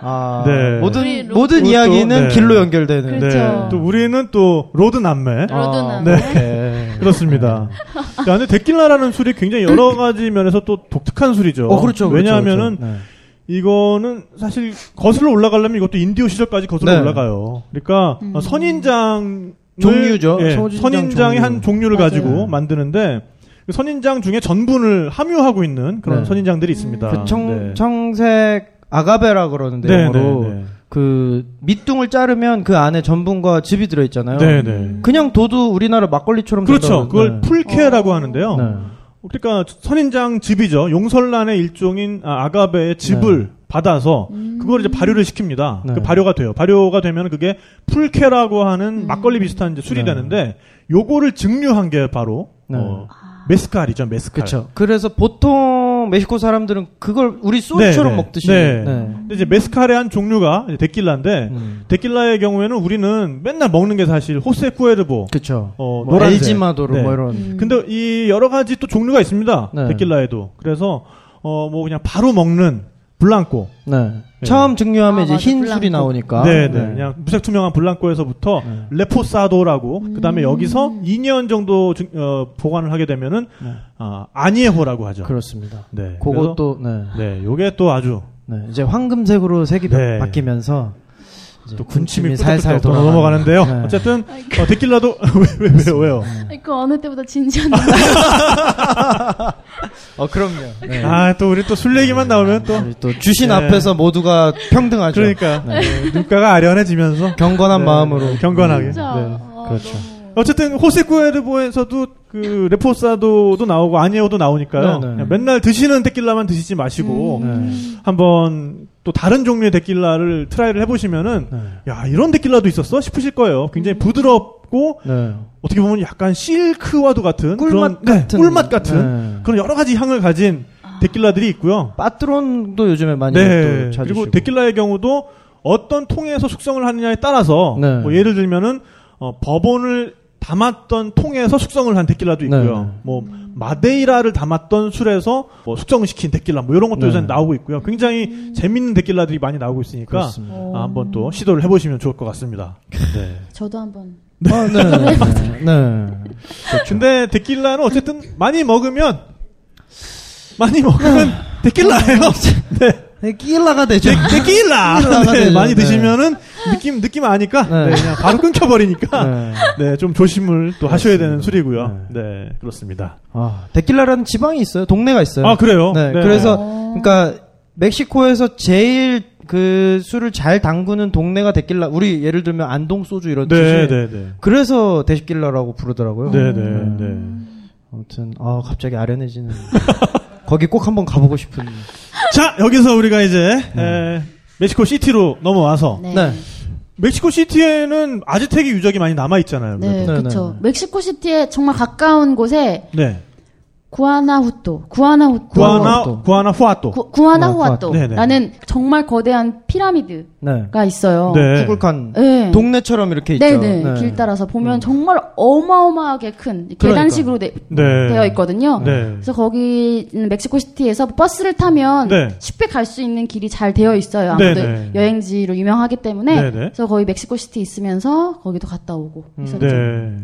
S6: 아,
S5: 네.
S7: 우리
S6: 모든,
S7: 로드.
S6: 모든
S5: 그것도, 네.
S6: 이야기는 길로 연결되는.
S7: 그렇죠.
S5: 네. 또 우리는 또 로드 남매.
S6: 아,
S7: 로드는.
S5: 네.
S6: 오케이.
S5: 그렇습니다. 자, 근데 데킬라라는 술이 굉장히 여러 가지 면에서 또 독특한 술이죠.
S6: 어, 그렇죠. 그렇죠,
S5: 왜냐하면은
S6: 그렇죠. 네.
S5: 이거는 사실 거슬러 올라가려면 이것도 인디오 시절까지 거슬러
S6: 네.
S5: 올라가요. 그러니까 어, 선인장
S6: 종류죠.
S5: 예,
S6: 음. 네, 선인장
S5: 선인장의
S6: 종류.
S5: 한 종류를
S7: 맞아요.
S5: 가지고 만드는데 그 선인장 중에 전분을 함유하고 있는 그런
S6: 네.
S5: 선인장들이 있습니다.
S6: 그 청,
S5: 네.
S6: 청색 아가베라 그러는데,
S5: 네,
S6: 영어로.
S5: 네, 네.
S6: 그, 밑둥을 자르면 그 안에 전분과 즙이 들어있잖아요.
S5: 네, 네.
S6: 그냥 둬도 우리나라 막걸리처럼
S5: 그렇죠.
S6: 된다고
S5: 그걸
S6: 그러는데.
S5: 풀케라고 하는데요.
S6: 네.
S5: 그러니까 선인장 즙이죠. 용설란의 일종인 아, 아가베의 즙을 받아서 그걸 이제 발효를 시킵니다.
S6: 네.
S5: 그 발효가 돼요. 발효가 되면 그게 풀케라고 하는 막걸리 비슷한 이제 술이
S6: 네.
S5: 되는데 요거를 증류한 게 바로
S6: 네.
S5: 어, 메스칼이죠. 메스칼.
S6: 그렇죠. 그래서 보통 멕시코 사람들은 그걸 우리
S5: 네,
S6: 소주처럼
S5: 네.
S6: 먹듯이
S5: 네.
S6: 네.
S5: 근데 이제 메스칼의 한 종류가 이제 데킬라인데
S6: 음.
S5: 데킬라의 경우에는 우리는 맨날 먹는 게 사실 호세 쿠에르보
S6: 그렇죠.
S5: 어,
S6: 뭐
S5: 노란색.
S6: 엘지마도로
S5: 네.
S6: 뭐 이런
S7: 음.
S5: 근데 이 여러 가지 또 종류가 있습니다.
S6: 네.
S5: 데킬라에도. 그래서 어 뭐 그냥 바로 먹는 블랑코.
S6: 네.
S5: 네.
S6: 처음 증류하면
S7: 아,
S6: 이제
S7: 맞아.
S6: 흰
S7: 블랑코.
S6: 술이 나오니까
S5: 네, 네.
S6: 네.
S5: 그냥 무색 투명한 블랑코에서부터
S6: 네.
S5: 레포사도라고 그다음에 여기서 2년 정도 증- 어, 보관을 하게 되면은
S6: 네.
S5: 아, 아니에호라고 하죠.
S6: 그렇습니다.
S5: 네.
S6: 그것도 네.
S5: 그래서- 네, 요게 또 아주
S6: 네. 이제 황금색으로 색이
S5: 네.
S6: 바뀌면서 이제
S5: 또 군침이
S6: 살살
S5: 살살
S6: 돌아
S5: 넘어가는데요.
S6: 네.
S5: 어쨌든 어, 데킬라도 왜, 왜, 왜, 왜요?
S7: 그 어느 때보다 진지한
S6: 어 그럼요. 네.
S5: 아 또 우리 또 술 얘기만 나오면 또
S6: 우리 또 주신
S5: 네.
S6: 앞에서 모두가 평등하죠.
S5: 그러니까
S6: 네.
S5: 네, 눈가가 아련해지면서
S6: 경건한
S5: 네,
S6: 마음으로
S5: 경건하게.
S7: 진짜.
S5: 네.
S7: 어,
S6: 그렇죠.
S5: 어쨌든 호세쿠에르보에서도 그 레포사도도 나오고 아니오도 나오니까요.
S6: 네, 네.
S5: 그냥 맨날 드시는 데킬라만 드시지 마시고
S6: 네.
S7: 음.
S5: 한번 또 다른 종류의 데킬라를 트라이를 해보시면은
S6: 네.
S5: 야 이런 데킬라도 있었어 싶으실 거예요. 굉장히
S6: 음.
S5: 부드럽고
S6: 네.
S5: 어떻게 보면 약간 실크와도 같은 그런,
S6: 꿀맛
S5: 네,
S6: 같은.
S5: 꿀맛 같은
S6: 네.
S5: 그런 여러 가지 향을 가진 데킬라들이 있고요.
S6: 빠트론도 요즘에 많이 또
S5: 네.
S6: 찾으시고
S5: 그리고 데킬라의 경우도 어떤 통에서 숙성을 하느냐에 따라서
S6: 네.
S5: 뭐 예를 들면은 어, 버번을 담았던 통에서 숙성을 한 데킬라도 있고요.
S6: 네.
S5: 뭐 마데이라를 담았던 술에서 뭐 숙성을 시킨 데킬라 뭐 이런 것도
S6: 네.
S5: 요새 나오고 있고요. 굉장히 재밌는 데킬라들이 많이 나오고 있으니까
S6: 그렇습니다.
S5: 아, 한번 또 시도를 해보시면 좋을 것 같습니다. 네.
S7: 저도 한번.
S6: 아, 네. 네. 네.
S5: 근데 데킬라는 어쨌든 많이 먹으면 많이 먹으면 데킬라예요. 네.
S6: 네, 끼일라가 되죠.
S5: 데, 데킬라.
S6: 데킬라가
S5: 네,
S6: 되죠.
S5: 많이
S6: 네.
S5: 드시면은 느낌 느낌 아니까
S6: 네.
S5: 네, 그냥 바로 끊겨버리니까
S6: 네.
S5: 네 좀 조심을 또 하셔야 되는
S6: 그렇습니다.
S5: 술이고요. 네 그렇습니다.
S6: 아, 데킬라라는 지방이 있어요. 동네가 있어요.
S5: 아 그래요?
S6: 네, 그래서 그러니까 멕시코에서 제일 그 술을 잘 담그는 동네가 데킬라. 우리 예를 들면 안동 소주 이런 뜻이.
S5: 네네네.
S6: 그래서 데킬라라고 부르더라고요.
S5: 네네네.
S6: 음. 아무튼 아 갑자기 아련해지는. 거기 꼭 한번 가보고 싶은.
S5: 네. 자 여기서 우리가 이제 에, 멕시코 시티로 넘어와서
S7: 네.
S6: 네.
S7: 네.
S5: 멕시코 시티에는 아즈텍의 유적이 많이 남아 있잖아요.
S7: 네,
S5: 그래도.
S6: 네,
S7: 그렇죠.
S6: 네.
S7: 멕시코 시티에 정말 가까운 곳에
S5: 네.
S7: 구아나후토, 구아나후토,
S5: 구아나
S6: 또.
S5: 구아나 후아또.
S7: 구, 구아나후아토.
S5: 네, 네.
S7: 라는 정말 거대한 피라미드가
S6: 네.
S7: 있어요.
S5: 네.
S6: 구글칸
S7: 네.
S6: 동네처럼 이렇게 있죠.
S7: 네네 길 따라서 보면
S5: 음.
S7: 정말 어마어마하게 큰 계단식으로 돼-
S5: 그러니까. 네.
S7: 되어 있거든요.
S5: 네.
S7: 그래서 거기 는 멕시코 시티에서 버스를 타면
S5: 네.
S7: 쉽게 갈 수 있는 길이 잘 되어 있어요.
S5: 네,
S7: 아무래도
S5: 네.
S7: 여행지로 유명하기 때문에
S5: 네, 네.
S7: 그래서 거기 멕시코 시티 있으면서 거기도 갔다 오고 했었죠.
S5: 네.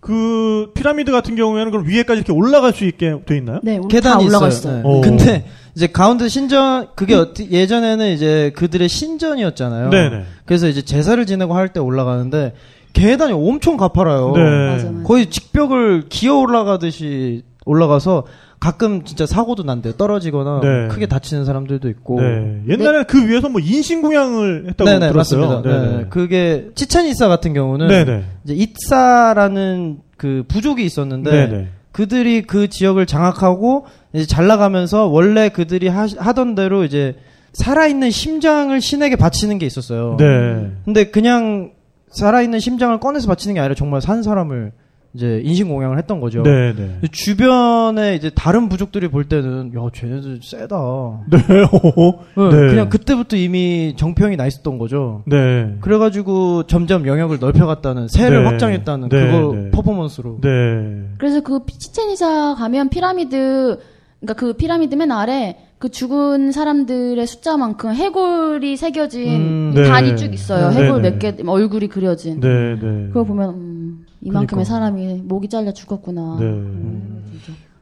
S5: 그 피라미드 같은 경우에는 그럼 위에까지 이렇게 올라갈 수 있게 돼 있나요?
S7: 네, 계다
S6: 계단이
S7: 올라가
S6: 있어요.
S7: 있어요. 음.
S6: 네.
S5: 오.
S6: 근데 이제 가운데 신전 그게 어떻게- 예전에는 이제 그들의 신전이었잖아요.
S5: 네네.
S6: 그래서 이제 제사를 지내고 할 때 올라가는데 계단이 엄청 가파라요.
S5: 네.
S7: 맞아, 맞아.
S6: 거의 직벽을 기어 올라가듯이 올라가서 가끔 진짜 사고도 난대요. 떨어지거나
S5: 네.
S6: 크게 다치는 사람들도 있고.
S5: 네. 옛날에 는그 위에서 뭐 인신공양을 했다고
S6: 뭐 네네
S5: 들었어요.
S6: 맞습니다. 네.
S5: 네네.
S6: 그게 치첸이사 같은 경우는
S5: 네네.
S6: 이제 이사라는 그 부족이 있었는데
S5: 네네.
S6: 그들이 그 지역을 장악하고 이제 잘 나가면서 원래 그들이 하, 하던 대로 이제 살아있는 심장을 신에게 바치는 게 있었어요.
S5: 네.
S6: 근데 그냥 살아있는 심장을 꺼내서 바치는 게 아니라 정말 산 사람을 이제 인신공양을 했던 거죠.
S5: 네네.
S6: 주변에 이제 다른 부족들이 볼 때는 야 쟤네들 세다.
S5: 네. 오.
S6: 네,
S5: 네.
S6: 그냥 그때부터 이미 정평이 나 있었던 거죠.
S5: 네.
S6: 그래가지고 점점 영역을 넓혀갔다는 세를
S5: 네.
S6: 확장했다는
S5: 네,
S6: 그거
S5: 네.
S6: 퍼포먼스로.
S5: 네.
S7: 그래서 그 피- 치첸이사 가면 피라미드 그러니까 그 피라미드 맨 아래 그 죽은 사람들의 숫자만큼 해골이 새겨진
S6: 음,
S5: 네.
S7: 단이 쭉 있어요.
S5: 네,
S7: 해골
S5: 네.
S7: 몇 개 얼굴이 그려진.
S5: 네. 네.
S7: 그걸 보면 음, 이만큼의
S6: 그러니까.
S7: 사람이 목이 잘려 죽었구나.
S5: 네.
S7: 음.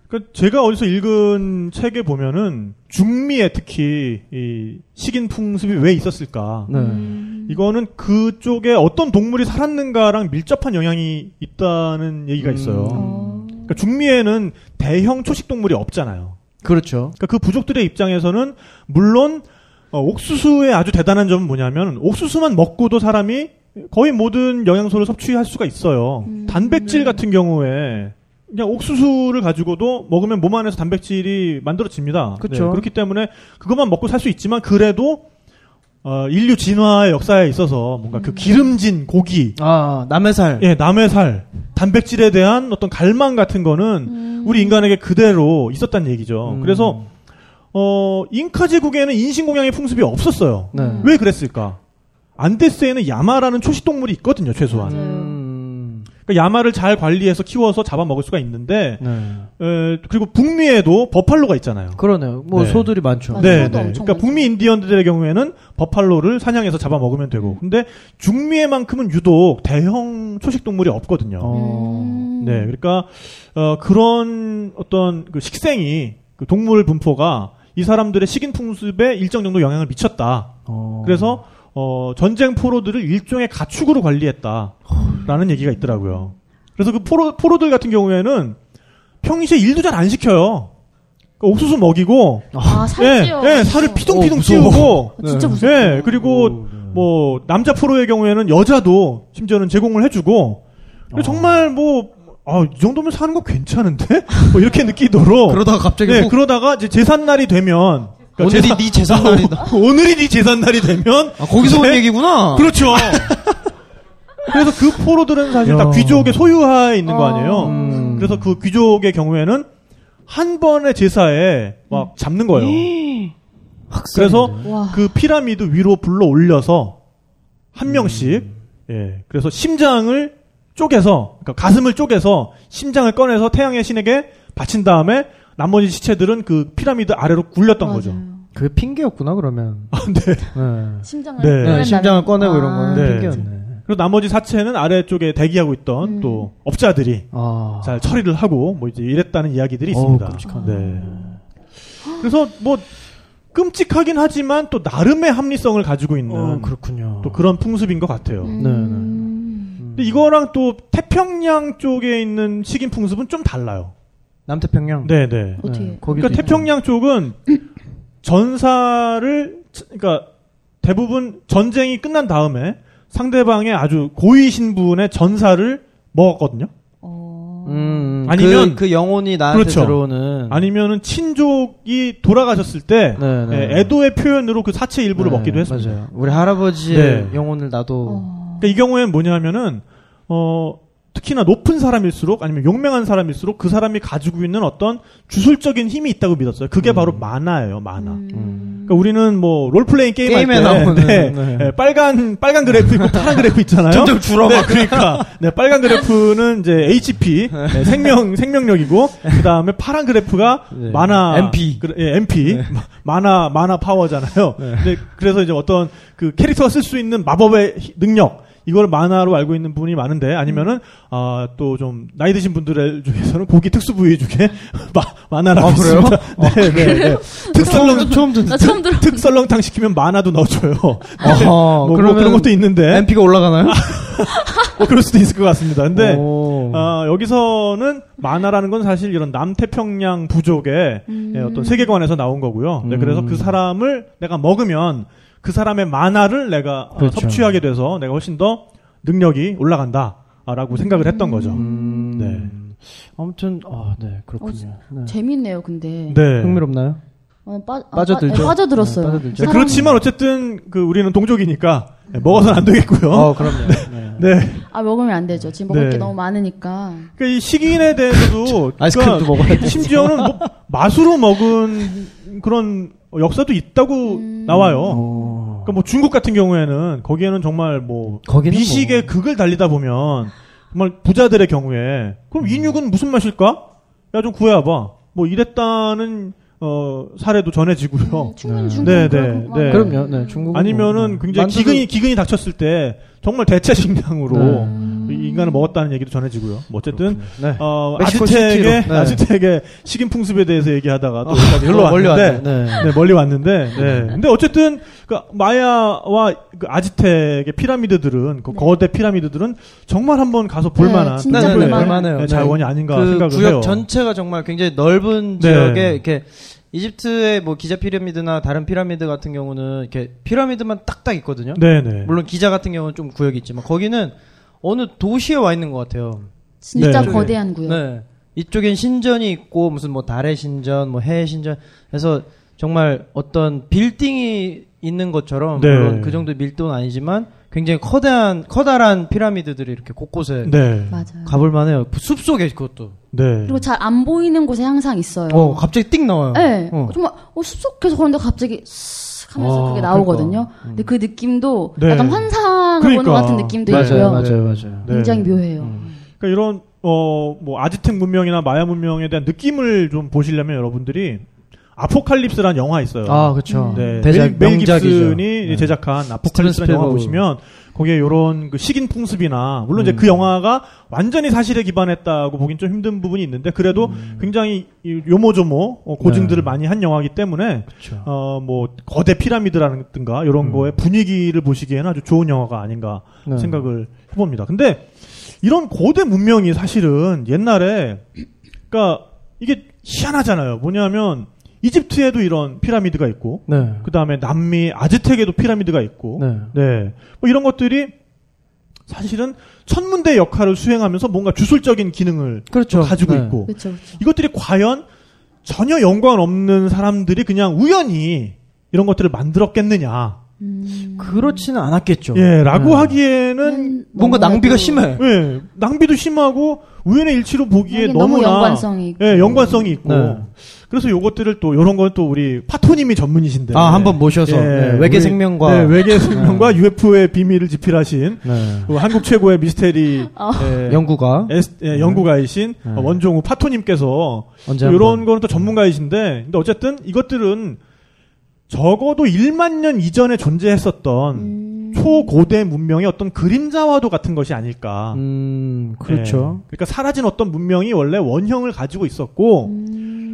S5: 그 제가 어디서 읽은 책에 보면은 중미에 특히 이 식인 풍습이 왜 있었을까?
S6: 네.
S7: 음.
S5: 이거는 그쪽에 어떤 동물이 살았는가랑 밀접한 영향이 있다는 얘기가 있어요.
S6: 음.
S7: 어.
S5: 그러니까 중미에는 대형 초식 동물이 없잖아요.
S6: 그렇죠.
S5: 그러니까 그 부족들의 입장에서는 물론 어, 옥수수의 아주 대단한 점은 뭐냐면 옥수수만 먹고도 사람이 거의 모든 영양소를 섭취할 수가 있어요.
S6: 음, 네.
S5: 단백질 같은 경우에 그냥 옥수수를 가지고도 먹으면 몸 안에서 단백질이 만들어집니다. 네,
S6: 그쵸.
S5: 그렇기 때문에 그것만 먹고 살 수 있지만 그래도 어, 인류 진화의 역사에 있어서 뭔가
S6: 음.
S5: 그 기름진 고기
S6: 아 남의 살.
S5: 예, 남의 살, 단백질에 대한 어떤 갈망 같은 거는
S7: 어.
S5: 우리 인간에게 그대로 있었단 얘기죠.
S6: 음.
S5: 그래서 어, 잉카 제국에는 인신공양의 풍습이 없었어요.
S7: 음.
S6: 네.
S5: 왜 그랬을까? 안데스에는 야마라는 초식 동물이 있거든요, 최소한.
S7: 맞아요.
S6: 음,
S5: 그러니까 야마를 잘 관리해서 키워서 잡아 먹을 수가 있는데
S6: 네.
S5: 에, 그리고 북미에도 버팔로가 있잖아요.
S6: 그러네요. 뭐
S5: 네.
S6: 소들이 많죠.
S7: 맞아요.
S5: 네, 네.
S7: 소도 엄청
S5: 그러니까
S7: 많죠.
S5: 북미 인디언들의 경우에는 버팔로를 사냥해서 잡아 먹으면 되고, 근데 중미에만큼은 유독 대형 초식 동물이
S6: 어.
S5: 없거든요.
S7: 음.
S5: 네, 그러니까 어, 그런 어떤 그 식생이 그 동물 분포가 이 사람들의 식인 풍습에 일정 정도 영향을 미쳤다.
S6: 어.
S5: 그래서 어, 전쟁 포로들을 일종의 가축으로 관리했다라는 얘기가 있더라고요. 그래서 그 포로 포로들 같은 경우에는 평시에 일도 잘 안 시켜요. 그 옥수수 먹이고,
S7: 아,
S5: 예,
S7: 살찌요.
S5: 예, 살을
S6: 어,
S5: 피둥피둥
S6: 무서워.
S5: 찌우고,
S7: 아,
S6: 네.
S7: 진짜 무섭다.
S5: 예, 그리고 뭐 남자 프로의 경우에는 여자도 심지어는 제공을 해주고 근데 정말 뭐 아, 이 정도면 사는 거 괜찮은데? 뭐 이렇게 느끼도록.
S6: 그러다가 갑자기
S5: 네,
S6: 훅
S5: 그러다가 이제 재산날이 되면. 그러니까
S6: 오늘이
S5: 재산-
S6: 네 재산날이다.
S5: 오늘이 네 재산날이 되면.
S6: 아, 거기서 온
S5: 이제-
S6: 얘기구나.
S5: 그렇죠. 그래서 그 포로들은 사실 다
S6: 야.
S5: 귀족의 소유하에 있는 거
S7: 어.
S5: 아니에요?
S6: 음.
S5: 그래서 그 귀족의 경우에는 한 번의 제사에 막 잡는 거예요. 그래서
S7: 와.
S5: 그 피라미드 위로 불러 올려서 한 명씩 예 그래서 심장을 쪼개서 그러니까 가슴을 쪼개서 심장을 꺼내서 태양의 신에게 바친 다음에 나머지 시체들은 그 피라미드 아래로 굴렸던 거죠.
S7: 맞아요.
S6: 그게 핑계였구나 그러면.
S5: 아, 네.
S6: 네.
S7: 심장을
S5: 네.
S7: 꺼낸다는-
S6: 네, 심장을 꺼내고 이런
S7: 아.
S6: 거는
S5: 네.
S6: 핑계였네.
S5: 그리고 나머지 사체는 아래쪽에 대기하고 있던
S7: 음.
S5: 또 업자들이
S6: 아.
S5: 잘 처리를 하고 뭐 이제 이랬다는 이야기들이
S6: 어우,
S5: 있습니다.
S6: 끔찍하네.
S5: 네. 그래서 뭐 끔찍하긴 하지만 또 나름의 합리성을 가지고 있는
S6: 어, 그렇군요.
S5: 음. 또 그런 풍습인 것 같아요.
S6: 네, 네.
S7: 음.
S5: 근데 이거랑 또 태평양 쪽에 있는 식인 풍습은 좀 달라요.
S6: 남태평양.
S5: 네네.
S7: 어떻게?
S6: 거기
S5: 그러니까 태평양 쪽은 전사를 치- 그러니까 대부분 전쟁이 끝난 다음에 상대방의 아주 고위 신분의 전사를 먹었거든요.
S6: 음,
S5: 아니면-
S6: 아니면 그, 그 영혼이 나한테
S5: 그렇죠.
S6: 들어오는
S5: 아니면은 친족이 돌아가셨을 때
S6: 네, 네.
S5: 예, 애도의 표현으로 그 사체 일부를
S6: 네,
S5: 먹기도 했습니다.
S6: 맞아요. 우리 할아버지의
S5: 네.
S6: 영혼을 나도
S5: 그러니까 이 경우에는 뭐냐면은 어 특히나 높은 사람일수록 아니면 용맹한 사람일수록 그 사람이 가지고 있는 어떤 주술적인 힘이 있다고 믿었어요. 그게 바로 만화예요,
S7: 어.
S5: 만화.
S6: 음.
S5: 그러니까 우리는 뭐 롤플레잉 게임
S6: 게임에
S5: 할 때,
S6: 나오는,
S5: 네,
S6: 네.
S5: 네, 빨간 빨간 그래프 있고 파란 그래프 있잖아요.
S6: 점점 줄어가고.
S5: 네, 그러니까 네, 빨간 그래프는 이제 HP 네, 생명 생명력이고 그 다음에 파란 그래프가
S6: 네.
S5: 만화
S6: MP.
S5: 그, 예, MP 마- 만화 만화 파워잖아요.
S6: 네.
S5: 근데 그래서 이제 어떤 그 캐릭터가 쓸 수 있는 마법의 히- 능력 이걸 만화로 알고 있는 분이 많은데
S6: 음.
S5: 아니면은 아, 또 좀 나이 드신 분들 중에서는 고기 특수 부위 중에 마, 만화라고
S6: 아, 그래요?
S5: 있습니다. 네, 네, 네. 특설렁
S6: 처음 듣는
S7: 나 처음 들어.
S5: 특설렁탕 시키면 만화도 넣어줘요.
S6: 어허,
S5: 뭐, 그러
S6: 그러면
S5: 그런 것도 있는데
S6: MP가 올라가나요?
S5: 뭐 그럴 수도 있을 것 같습니다.
S6: 네.
S5: 근데
S6: 오.
S5: 아, 여기서는 만화라는 건 사실 이런 남태평양 부족의 예, 어떤 세계관에서 나온 거고요.
S6: 음.
S5: 네, 그래서 그 사람을 내가 먹으면 그 사람의 만화를 내가 어,
S6: 그렇죠.
S5: 섭취하게 돼서 내가 훨씬 더 능력이 올라간다라고 생각을 했던 거죠.
S6: 음. 아무튼 아, 네 그렇군요. 네.
S7: 재밌네요, 근데.
S5: 네.
S6: 흥미롭나요?
S7: 어, 빠, 아,
S6: 빠져들죠.
S7: 빠, 예, 빠져들었어요.
S6: 네, 빠져들죠.
S5: 네, 그렇지만 어쨌든 그 우리는 동족이니까 예, 먹어서는 안 되겠고요.
S6: 어, 그럼요. 네.
S5: 네.
S7: 아 먹으면 안 되죠. 지금 먹을
S5: 네.
S7: 게 너무 많으니까.
S5: 그러니까 이 식인에 대해서도
S6: 아이스크림도
S5: 그러니까
S6: 먹어야 되죠.
S5: 심지어는 뭐 맛으로 먹은 그런 역사도 있다고
S6: 어.
S5: 나와요.
S6: 오.
S5: 그러니까 뭐 중국 같은 경우에는 거기에는 정말 뭐
S6: 거기는
S5: 미식의 극을 달리다 보면 정말 부자들의 경우에 그럼
S6: 음.
S5: 인육은 무슨 맛일까? 야 좀 구해와봐. 뭐 이랬다는 어, 사례도 전해지고요.
S7: 충분히
S6: 네.
S7: 중국
S5: 네, 네,
S7: 그런
S5: 네.
S6: 그럼요. 네, 중국
S5: 아니면은 굉장히 기근이 기근이 닥쳤을 때 정말 대체 식량으로
S6: 네.
S5: 이 인간을 먹었다는 얘기도 전해지고요. 뭐 어쨌든
S6: 네.
S5: 어,
S6: 멕시코
S5: 아즈텍의
S6: 시티로. 네.
S5: 아즈텍의 식인 풍습에 대해서 얘기하다가 또 아, 여기까지
S6: 어,
S5: 흘러
S6: 멀리
S5: 왔는데
S6: 왔네. 네.
S5: 네, 멀리 왔는데 네. 근데 어쨌든 그 마야와 그 아즈텍의 피라미드들은 그 거대 피라미드들은 정말 한번 가서 볼
S7: 네,
S5: 만한
S7: 진짜
S5: 정도의
S7: 볼만해요.
S6: 볼만해요.
S5: 네, 자원이 아닌가
S6: 그
S5: 생각을
S6: 구역
S5: 해요.
S6: 전체가 정말 굉장히 넓은
S5: 네.
S6: 지역에 이렇게 이집트의 뭐 기자 피라미드나 다른 피라미드 같은 경우는 이렇게 피라미드만 딱딱 있거든요.
S5: 네, 네.
S6: 물론 기자 같은 경우는 좀 구역이 있지만 거기는 어느 도시에 와 있는 것 같아요.
S7: 진짜
S5: 네.
S7: 거대한 구역.
S6: 네. 이쪽엔 신전이 있고 무슨 뭐 달의 신전, 뭐 해의 신전 해서 정말 어떤 빌딩이 있는 것처럼
S5: 네.
S6: 물론 그 정도 밀도는 아니지만 굉장히 커다란 커다란 피라미드들이 이렇게 곳곳에
S5: 네.
S7: 맞아요.
S6: 가볼 만해요. 숲 속에 그것도.
S5: 네.
S7: 그리고 잘 안 보이는 곳에 항상 있어요.
S6: 어, 갑자기 띵 나와요.
S7: 네.
S6: 어.
S7: 정말 어, 숲속에서 그런데 갑자기 쓱 하면서
S6: 어,
S7: 그게 나오거든요.
S6: 그러니까.
S7: 근데 그 느낌도
S5: 네.
S7: 약간 환상을 보는
S5: 그러니까.
S7: 것 같은 느낌도
S5: 맞아요,
S7: 있고요.
S5: 맞아요.
S6: 맞아요.
S5: 네.
S7: 굉장히 묘해요.
S5: 그러니까 이런 어 뭐 아즈텍 문명이나 마야 문명에 대한 느낌을 좀 보시려면 여러분들이 아포칼립스라는 영화 있어요.
S6: 아, 그렇죠.
S5: 네,
S6: 대작
S5: 메일, 메일
S6: 명작이죠.
S5: 깁슨이
S6: 네.
S5: 제작한 아포칼립스라는
S6: 스티븐
S5: 영화
S6: 스필버그.
S5: 보시면 거기에 이런 그 식인 풍습이나 물론 이제
S6: 음.
S5: 그 영화가 완전히 사실에 기반했다고 보긴 좀 힘든 부분이 있는데 그래도 굉장히 이 요모조모 어, 고증들을
S6: 음. 네.
S5: 많이 한 영화이기 때문에
S6: 그렇죠.
S5: 어 뭐 거대 피라미드라든가 이런 거의 분위기를 보시기에는 아주 좋은 영화가 아닌가
S6: 음. 네.
S5: 생각을 해봅니다. 근데 이런 고대 문명이 사실은 옛날에 그러니까 이게 희한하잖아요. 뭐냐면 이집트에도 이런 피라미드가 있고
S6: 네.
S5: 그 다음에 남미 아즈텍에도 피라미드가 있고,
S6: 네.
S5: 네. 뭐 이런 것들이 사실은 천문대 역할을 수행하면서 뭔가 주술적인 기능을
S6: 그렇죠.
S5: 가지고
S6: 네.
S5: 있고,
S7: 그렇죠, 그렇죠.
S5: 이것들이 과연 전혀 연관 없는 사람들이 그냥 우연히 이런 것들을 만들었겠느냐,
S7: 음.
S6: 그렇지는 않았겠죠.
S5: 예, 라고
S6: 네.
S5: 하기에는,
S6: 뭔가 낭비가 심해.
S7: 음.
S5: 예, 낭비도 심하고, 우연의 일치로 보기에
S7: 이게 너무
S5: 너무나,
S7: 연관성이 있고.
S5: 예, 연관성이 있고,
S6: 네.
S5: 그래서 요것들을 또, 요런 건 또 우리 파토님이 전문이신데,
S6: 아, 한번 모셔서
S5: 네. 예,
S6: 네,
S5: 우리-
S6: 외계 생명과
S5: 네, 외계 생명과 UFO의 비밀을 지필하신
S6: 네.
S5: 그 한국 최고의 미스테리 예,
S6: 연구가
S5: 에스- 예, 연구가이신
S6: 네.
S5: 어, 원종우 파토님께서
S6: 언제
S5: 이런
S6: 한번-
S5: 거는 또 전문가이신데 근데 어쨌든 이것들은 적어도 1만 년 이전에 존재했었던 초고대 문명의 어떤 그림자와도 같은 것이 아닐까.
S6: 음, 그렇죠.
S5: 예, 그러니까 사라진 어떤 문명이 원래 원형을 가지고 있었고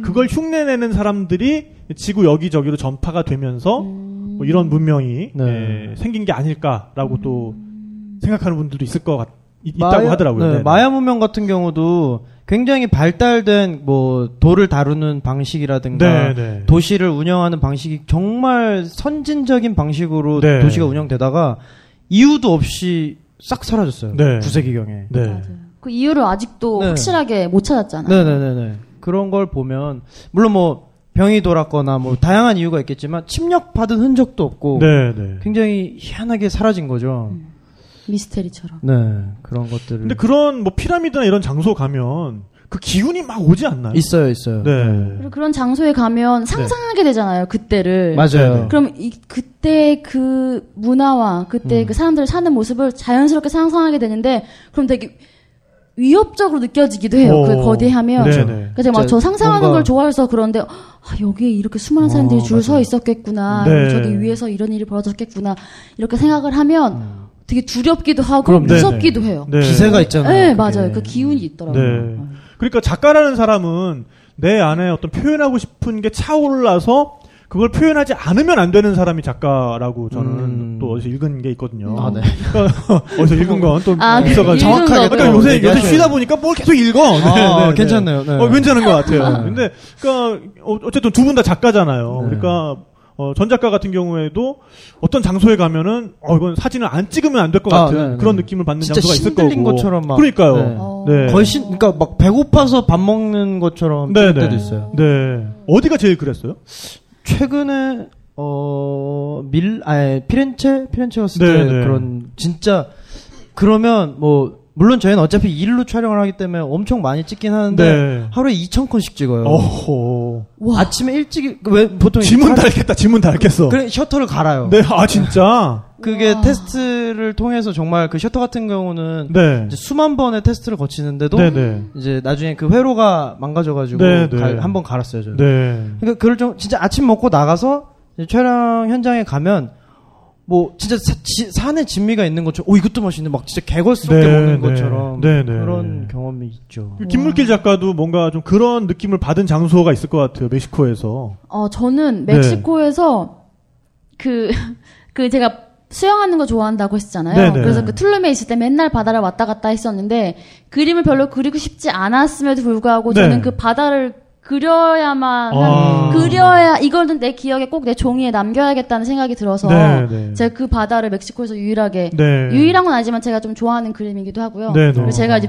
S5: 그걸 흉내내는 사람들이 지구 여기저기로 전파가 되면서 뭐 이런 문명이
S6: 네.
S5: 예, 생긴 게 아닐까라고 또 생각하는 분들도 있을 것 같, 예, 있, 다고
S6: 마야-
S5: 하더라고요.
S6: 네,
S5: 네네.
S6: 마야 문명 같은 경우도 굉장히 발달된 뭐 돌을 다루는 방식이라든가
S5: 네, 네.
S6: 도시를 운영하는 방식이 정말 선진적인 방식으로
S5: 네.
S6: 도시가 운영되다가 이유도 없이 싹 사라졌어요.
S5: 네.
S6: 9세기경에.
S5: 네.
S7: 그 이유를 아직도
S6: 네.
S7: 확실하게 못 찾았잖아요.
S6: 네네네네. 그런 걸 보면 물론 뭐 병이 돌았거나 뭐 다양한 이유가 있겠지만 침략받은 흔적도 없고
S5: 네, 네.
S6: 굉장히 희한하게 사라진 거죠.
S7: 음. 미스테리처럼.
S6: 네 그런 것들을
S5: 근데 그런 뭐 피라미드나 이런 장소 가면 그 기운이 막 오지 않나요?
S6: 있어요 있어요.
S5: 네.
S7: 그리고 그런 장소에 가면 상상하게 되잖아요.
S5: 네,
S6: 네.
S7: 그때를.
S6: 맞아요.
S5: 네.
S7: 그럼 이, 그때 그 문화와 그때
S6: 음.
S7: 그 사람들 사는 모습을 자연스럽게 상상하게 되는데 그럼 되게 위협적으로 느껴지기도 해요.
S5: 오.
S7: 그 거대하면.
S5: 네네.
S7: 그러니까 제가 막저 상상하는
S6: 뭔가-
S7: 걸 좋아해서 그런데 아, 여기에 이렇게 수많은 사람들이
S6: 어,
S7: 줄 서
S6: 맞아요.
S7: 있었겠구나.
S5: 네.
S7: 그리고 저기 위에서 이런 일이 벌어졌겠구나. 이렇게 생각을 하면 되게 두렵기도 하고
S6: 음. 그럼, 네네.
S7: 무섭기도 해요.
S5: 네.
S6: 기세가 있잖아요. 그게.
S7: 네, 맞아요. 그 기운이 있더라고요.
S5: 네. 그러니까 작가라는 사람은 내 안에 어떤 표현하고 싶은 게 차올라서 그걸 표현하지 않으면 안 되는 사람이 작가라고 저는
S6: 음.
S5: 또 어디서 읽은 게 있거든요.
S6: 아, 네.
S5: 어디서 읽은 건또
S7: 아, 그
S5: 있어가지고.
S7: 읽은 거.
S5: 정확하게. 그러니까 요새, 요새
S6: 얘기하셔야
S5: 쉬다 보니까 뭘 계속 읽어. 네,
S6: 아, 아, 괜찮네요. 네.
S5: 어, 괜찮은 것 같아요.
S6: 네.
S5: 근데, 그니까, 어, 어쨌든 두 분 다 작가잖아요.
S6: 네.
S5: 그러니까, 어, 전 작가 같은 경우에도 어떤 장소에 가면은, 어, 이건 사진을 안 찍으면 안 될 것
S6: 아,
S5: 같은
S6: 네, 네.
S5: 그런 느낌을 받는
S6: 진짜
S5: 장소가 있을 거고.
S6: 신들린 것처럼 막.
S5: 그러니까요.
S6: 네.
S7: 어.
S5: 네.
S6: 거의 신, 그러니까 막 배고파서 밥 먹는 것처럼
S5: 네,
S6: 네
S5: 네.
S6: 때도 있어요.
S5: 네. 어디가 제일 그랬어요?
S6: 최근에 어밀 아니 피렌체 피렌체 갔을
S5: 네,
S6: 때
S5: 네.
S6: 그런 진짜 그러면 뭐 물론 저희는 어차피 일로 촬영을 하기 때문에 엄청 많이 찍긴 하는데
S5: 네.
S6: 하루에 2천 건씩 찍어요.
S5: 어허.
S6: 아침에 일찍 그 왜 보통
S5: 지문
S6: 촬-
S5: 달겠다, 지문 달겠어.
S6: 그래 셔터를 갈아요.
S5: 네, 아, 진짜?
S6: 그게 테스트를 통해서 정말 그 셔터 같은 경우는
S5: 네.
S6: 이제 수만 번의 테스트를 거치는데도
S5: 네네.
S6: 이제 나중에 그 회로가 망가져가지고
S5: 네, 네.
S6: 가- 한번 갈았어요. 저는.
S7: 음.
S5: 네.
S6: 그러니까 그걸 좀 진짜 아침 먹고 나가서 이제 촬영 현장에 가면 뭐 진짜 사- 지- 산에 진미가 있는 것처럼 오 이것도 맛있네 막 진짜 개걸스럽게
S5: 네,
S6: 먹는
S5: 네.
S6: 것처럼
S5: 네, 네.
S6: 그런 경험이 있죠.
S7: 음.
S5: 김물길 작가도 뭔가 좀 그런 느낌을 받은 장소가 있을 것 같아요, 멕시코에서.
S7: 어, 저는
S5: 네.
S7: 멕시코에서 그, 그 제가 수영하는 거 좋아한다고 했잖아요.
S5: 네네.
S7: 그래서 그 툴룸에 있을 때 맨날 바다를 왔다 갔다 했었는데 그림을 별로 그리고 싶지 않았음에도 불구하고
S5: 네.
S7: 저는 그 바다를 그려야만
S5: 아.
S7: 한, 그려야 이거는 내 기억에 꼭 내 종이에 남겨야겠다는 생각이 들어서
S5: 네네.
S7: 제가 그 바다를 멕시코에서 유일하게
S5: 네.
S7: 유일한 건 아니지만 제가 좀 좋아하는 그림이기도 하고요.
S5: 네네.
S7: 그리고 제가 이제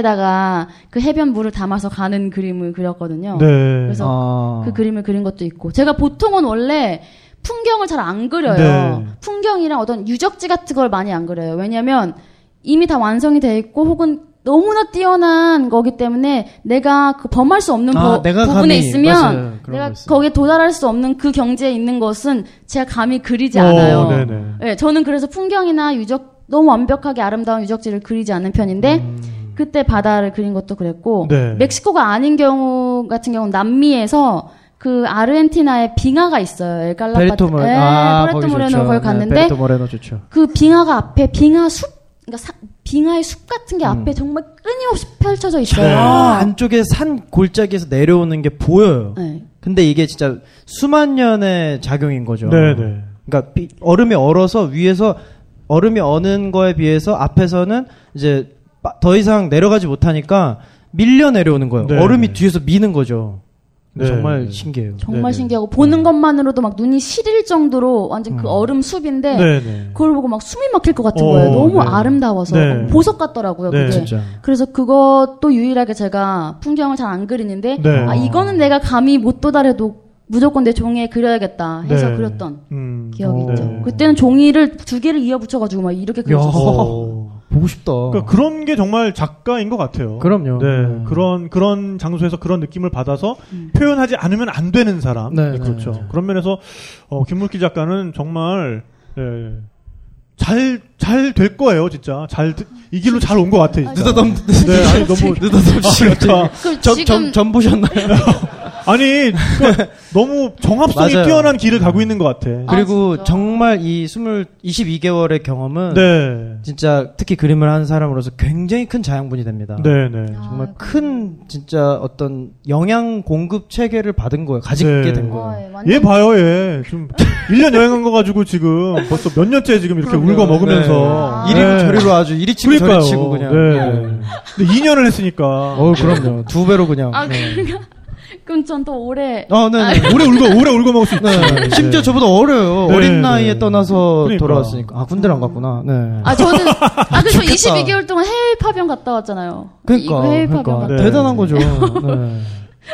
S7: 봉다리에다가 그 해변 물을 담아서 가는 그림을 그렸거든요.
S5: 네.
S7: 그래서
S6: 아.
S7: 그 그림을 그린 것도 있고 제가 보통은 원래 풍경을 잘 안 그려요.
S5: 네.
S7: 풍경이랑 어떤 유적지 같은 걸 많이 안 그려요. 왜냐하면 이미 다 완성이 돼 있고 혹은 너무나 뛰어난 거기 때문에 내가 그 범할 수 없는
S6: 아,
S7: 부-
S6: 내가
S7: 부분에
S6: 감히,
S7: 있으면
S6: 맞아요. 그런 거
S7: 내가
S6: 있어요.
S7: 거기에 도달할 수 없는 그 경지에 있는 것은 제가 감히 그리지
S5: 어,
S7: 않아요.
S5: 네네.
S7: 네, 저는 그래서 풍경이나 유적 너무 완벽하게 아름다운 유적지를 그리지 않는 편인데
S6: 음.
S7: 그때 바다를 그린 것도 그랬고
S5: 네.
S7: 멕시코가 아닌 경우 같은 경우 는 남미에서 그 아르헨티나에 빙하가 있어요. 엘갈라파트.
S6: 베리토모레
S7: 네,
S6: 아 거기
S7: 포레토모레노
S6: 좋죠.
S7: 그걸
S6: 네,
S7: 갔는데
S6: 베리토모레노 좋죠.
S7: 그 빙하가 앞에 빙하 숲 그러니까 사- 빙하의 숲 같은 게
S6: 음.
S7: 앞에 정말 끊임없이 펼쳐져 있어요.
S6: 아, 안쪽에 산 골짜기에서 내려오는 게 보여요.
S7: 네.
S6: 근데 이게 진짜 수만 년의 작용인 거죠.
S5: 네네.
S6: 그러니까 삐- 얼음이 얼어서 위에서 얼음이 어는 거에 비해서 앞에서는 이제 빠- 더 이상 내려가지 못하니까 밀려 내려오는 거예요.
S5: 네.
S6: 얼음이 뒤에서 미는 거죠.
S5: 네.
S6: 정말 신기해요.
S5: 네네.
S7: 정말 신기하고 보는 것만으로도 막 눈이 시릴 정도로 완전 그 얼음 숲인데
S5: 네네.
S7: 그걸 보고 막 숨이 막힐 것 같은
S5: 어,
S7: 거예요. 너무
S5: 네.
S7: 아름다워서
S5: 네.
S7: 보석 같더라고요.
S5: 네,
S7: 그게.
S6: 진짜.
S7: 그래서 그것도 유일하게 제가 풍경을 잘 안 그리는데
S5: 네.
S7: 아 이거는 내가 감히 못 도달해도 무조건 내 종이에 그려야겠다 해서
S5: 네.
S7: 그렸던
S5: 음.
S7: 기억이
S6: 어.
S7: 있죠.
S5: 네.
S7: 그때는 종이를 두 개를 이어 붙여가지고 막 이렇게 그렸었어요.
S5: 어.
S6: 보고 싶다.
S5: 그러니까 그런 게 정말 작가인 것 같아요.
S6: 럼요
S5: 네, 그런 그런 장소에서 그런 느낌을 받아서 표현하지 않으면 안 되는 사람.
S6: 네,
S5: 네,
S6: 네,
S5: 그렇죠.
S6: 네.
S5: 그런 면에서 어, 김물길 작가는 정말 예, 잘잘 될 거예요, 진짜. 잘 이 길로 잘 온 것 같아. 진짜.
S6: 느닷없
S5: 네, 아니, 너무
S6: 느닷없이
S5: 그러니까.
S6: 점, 점, 점 보셨나요?
S5: 아니 그러니까 너무 정합성이
S6: 맞아요.
S5: 뛰어난 길을 가고 있는 것 같아.
S6: 그리고
S7: 진짜?
S6: 정말 이 20, 22개월의 경험은
S5: 네,
S6: 진짜 특히 그림을 하는 사람으로서 굉장히 큰 자양분이 됩니다.
S5: 네, 네.
S7: 아,
S6: 정말 큰 진짜 어떤 영양 공급 체계를 받은 거예요. 가지게
S5: 네.
S6: 된
S7: 아,
S6: 거예요.
S7: 예, 완전
S5: 얘 봐요, 얘. 지금 1년 여행한 거 가지고 지금 벌써 몇 년째 지금 이렇게
S6: 그럼요.
S5: 울고 먹으면서.
S6: 네. 이리로 저리로 아주 이리 치고
S5: 그러니까요.
S6: 저리 치고 그냥.
S5: 네. 근데 2년을 했으니까.
S6: 어 그럼요. 두 배로 그냥.
S7: 아,
S6: 네.
S7: 그럼 그- 전 또 올해
S6: 아, 네. 네.
S5: 오래 울고, 오래 울고 먹을 수 있지.
S6: 네. 심지어 저보다 어려요.
S5: 네,
S6: 어린
S5: 네.
S6: 나이에 떠나서
S5: 그러니까.
S6: 돌아왔으니까. 아, 군대를 안 갔구나. 네.
S7: 아 저는 아 그래서
S6: 좋겠다.
S7: 22개월 동안 해외 파병 갔다 왔잖아요.
S6: 그러니까.
S7: 이거 해외 파병
S6: 그러니까.
S7: 갔다.
S5: 네.
S6: 대단한 거죠. 네.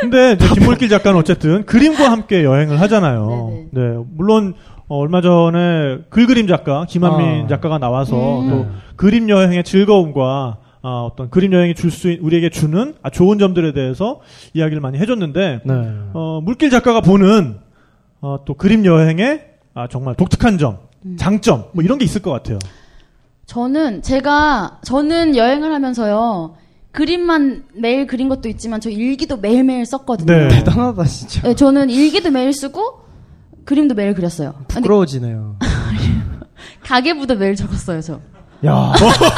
S5: 근데 이제 김물길 작가는 어쨌든 그림과 함께 여행을 하잖아요. 네 물론 어, 얼마 전에 글그림 작가 김한민
S6: 아.
S5: 작가가 나와서
S7: 음.
S5: 또 그림 여행의 즐거움과 아, 어떤 그림 여행이 줄 수 우리에게 주는 아, 좋은 점들에 대해서 이야기를 많이 해줬는데
S6: 네.
S5: 어, 물길 작가가 보는 어, 또 그림 여행의 아, 정말 독특한 점, 장점 뭐 이런 게 있을 것 같아요.
S7: 저는 제가 저는 여행을 하면서요 그림만 매일 그린 것도 있지만 저 일기도 매일 매일 썼거든요.
S5: 네.
S6: 대단하다, 진짜.
S7: 네, 저는 일기도 매일 쓰고 그림도 매일 그렸어요. 근데
S6: 부끄러워지네요.
S7: 가계부도 매일 적었어요, 저.
S6: 야.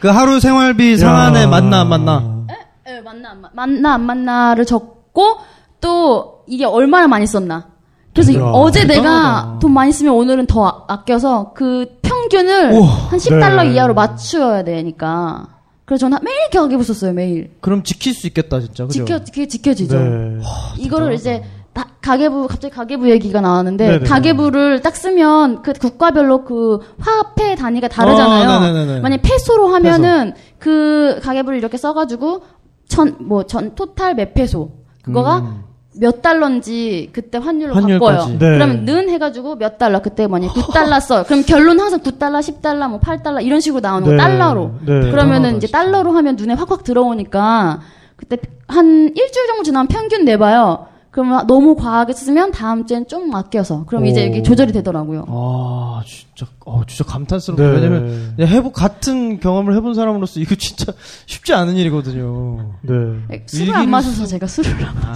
S6: 그 하루 생활비 상한에 맞나 안 맞나?
S7: 예, 맞나 안 맞- 맞나 안 맞나를 적고 또 이게 얼마나 많이 썼나. 그래서 이-
S5: 이야,
S7: 어제 내가
S6: 대단하다.
S7: 돈 많이 쓰면 오늘은 더 아- 아껴서 그 평균을
S6: 우와,
S7: 한 10달러
S5: 네.
S7: 이하로 맞추어야 되니까. 그래서 저는 매일 가계부 썼어요, 매일.
S6: 그럼 지킬 수 있겠다, 진짜. 그죠?
S7: 지켜, 그게 지켜지죠.
S5: 네.
S7: 이거를 이제 다- 가계부 갑자기 가계부 얘기가 나왔는데
S5: 네네.
S7: 가계부를 딱 쓰면 그 국가별로 그 화폐 단위가 다르잖아요.
S6: 어, 네네네네.
S7: 만약 페소로 하면은 그 가계부를 이렇게 써가지고 천 뭐 전 토탈 몇 페소 그거가 몇 달러인지 그때 환율로
S6: 환율까지.
S7: 바꿔요.
S5: 네.
S7: 그러면 는 해가지고 몇 달러 그때 만약 9달러 써. 그럼 결론 항상 9달러, 10달러, 뭐 8달러 이런 식으로 나오는
S5: 네.
S7: 거 달러로.
S5: 네.
S7: 그러면은
S6: 대단하다,
S7: 이제
S6: 진짜.
S7: 달러로 하면 눈에 확확 들어오니까 그때 한 일주일 정도 지나면 평균 내봐요. 그러면 너무 과하게 쓰면 다음 주엔 좀 아껴서. 그럼 이제
S6: 오.
S7: 이게 조절이 되더라고요.
S6: 아, 진짜, 어, 진짜 감탄스럽다. 요
S5: 네.
S6: 왜냐면, 그냥 해보, 같은 경험을 해본 사람으로서 이거 진짜 쉽지 않은 일이거든요.
S5: 네.
S7: 예, 술을
S6: 일기를
S7: 안 마셔서 제가 술을 안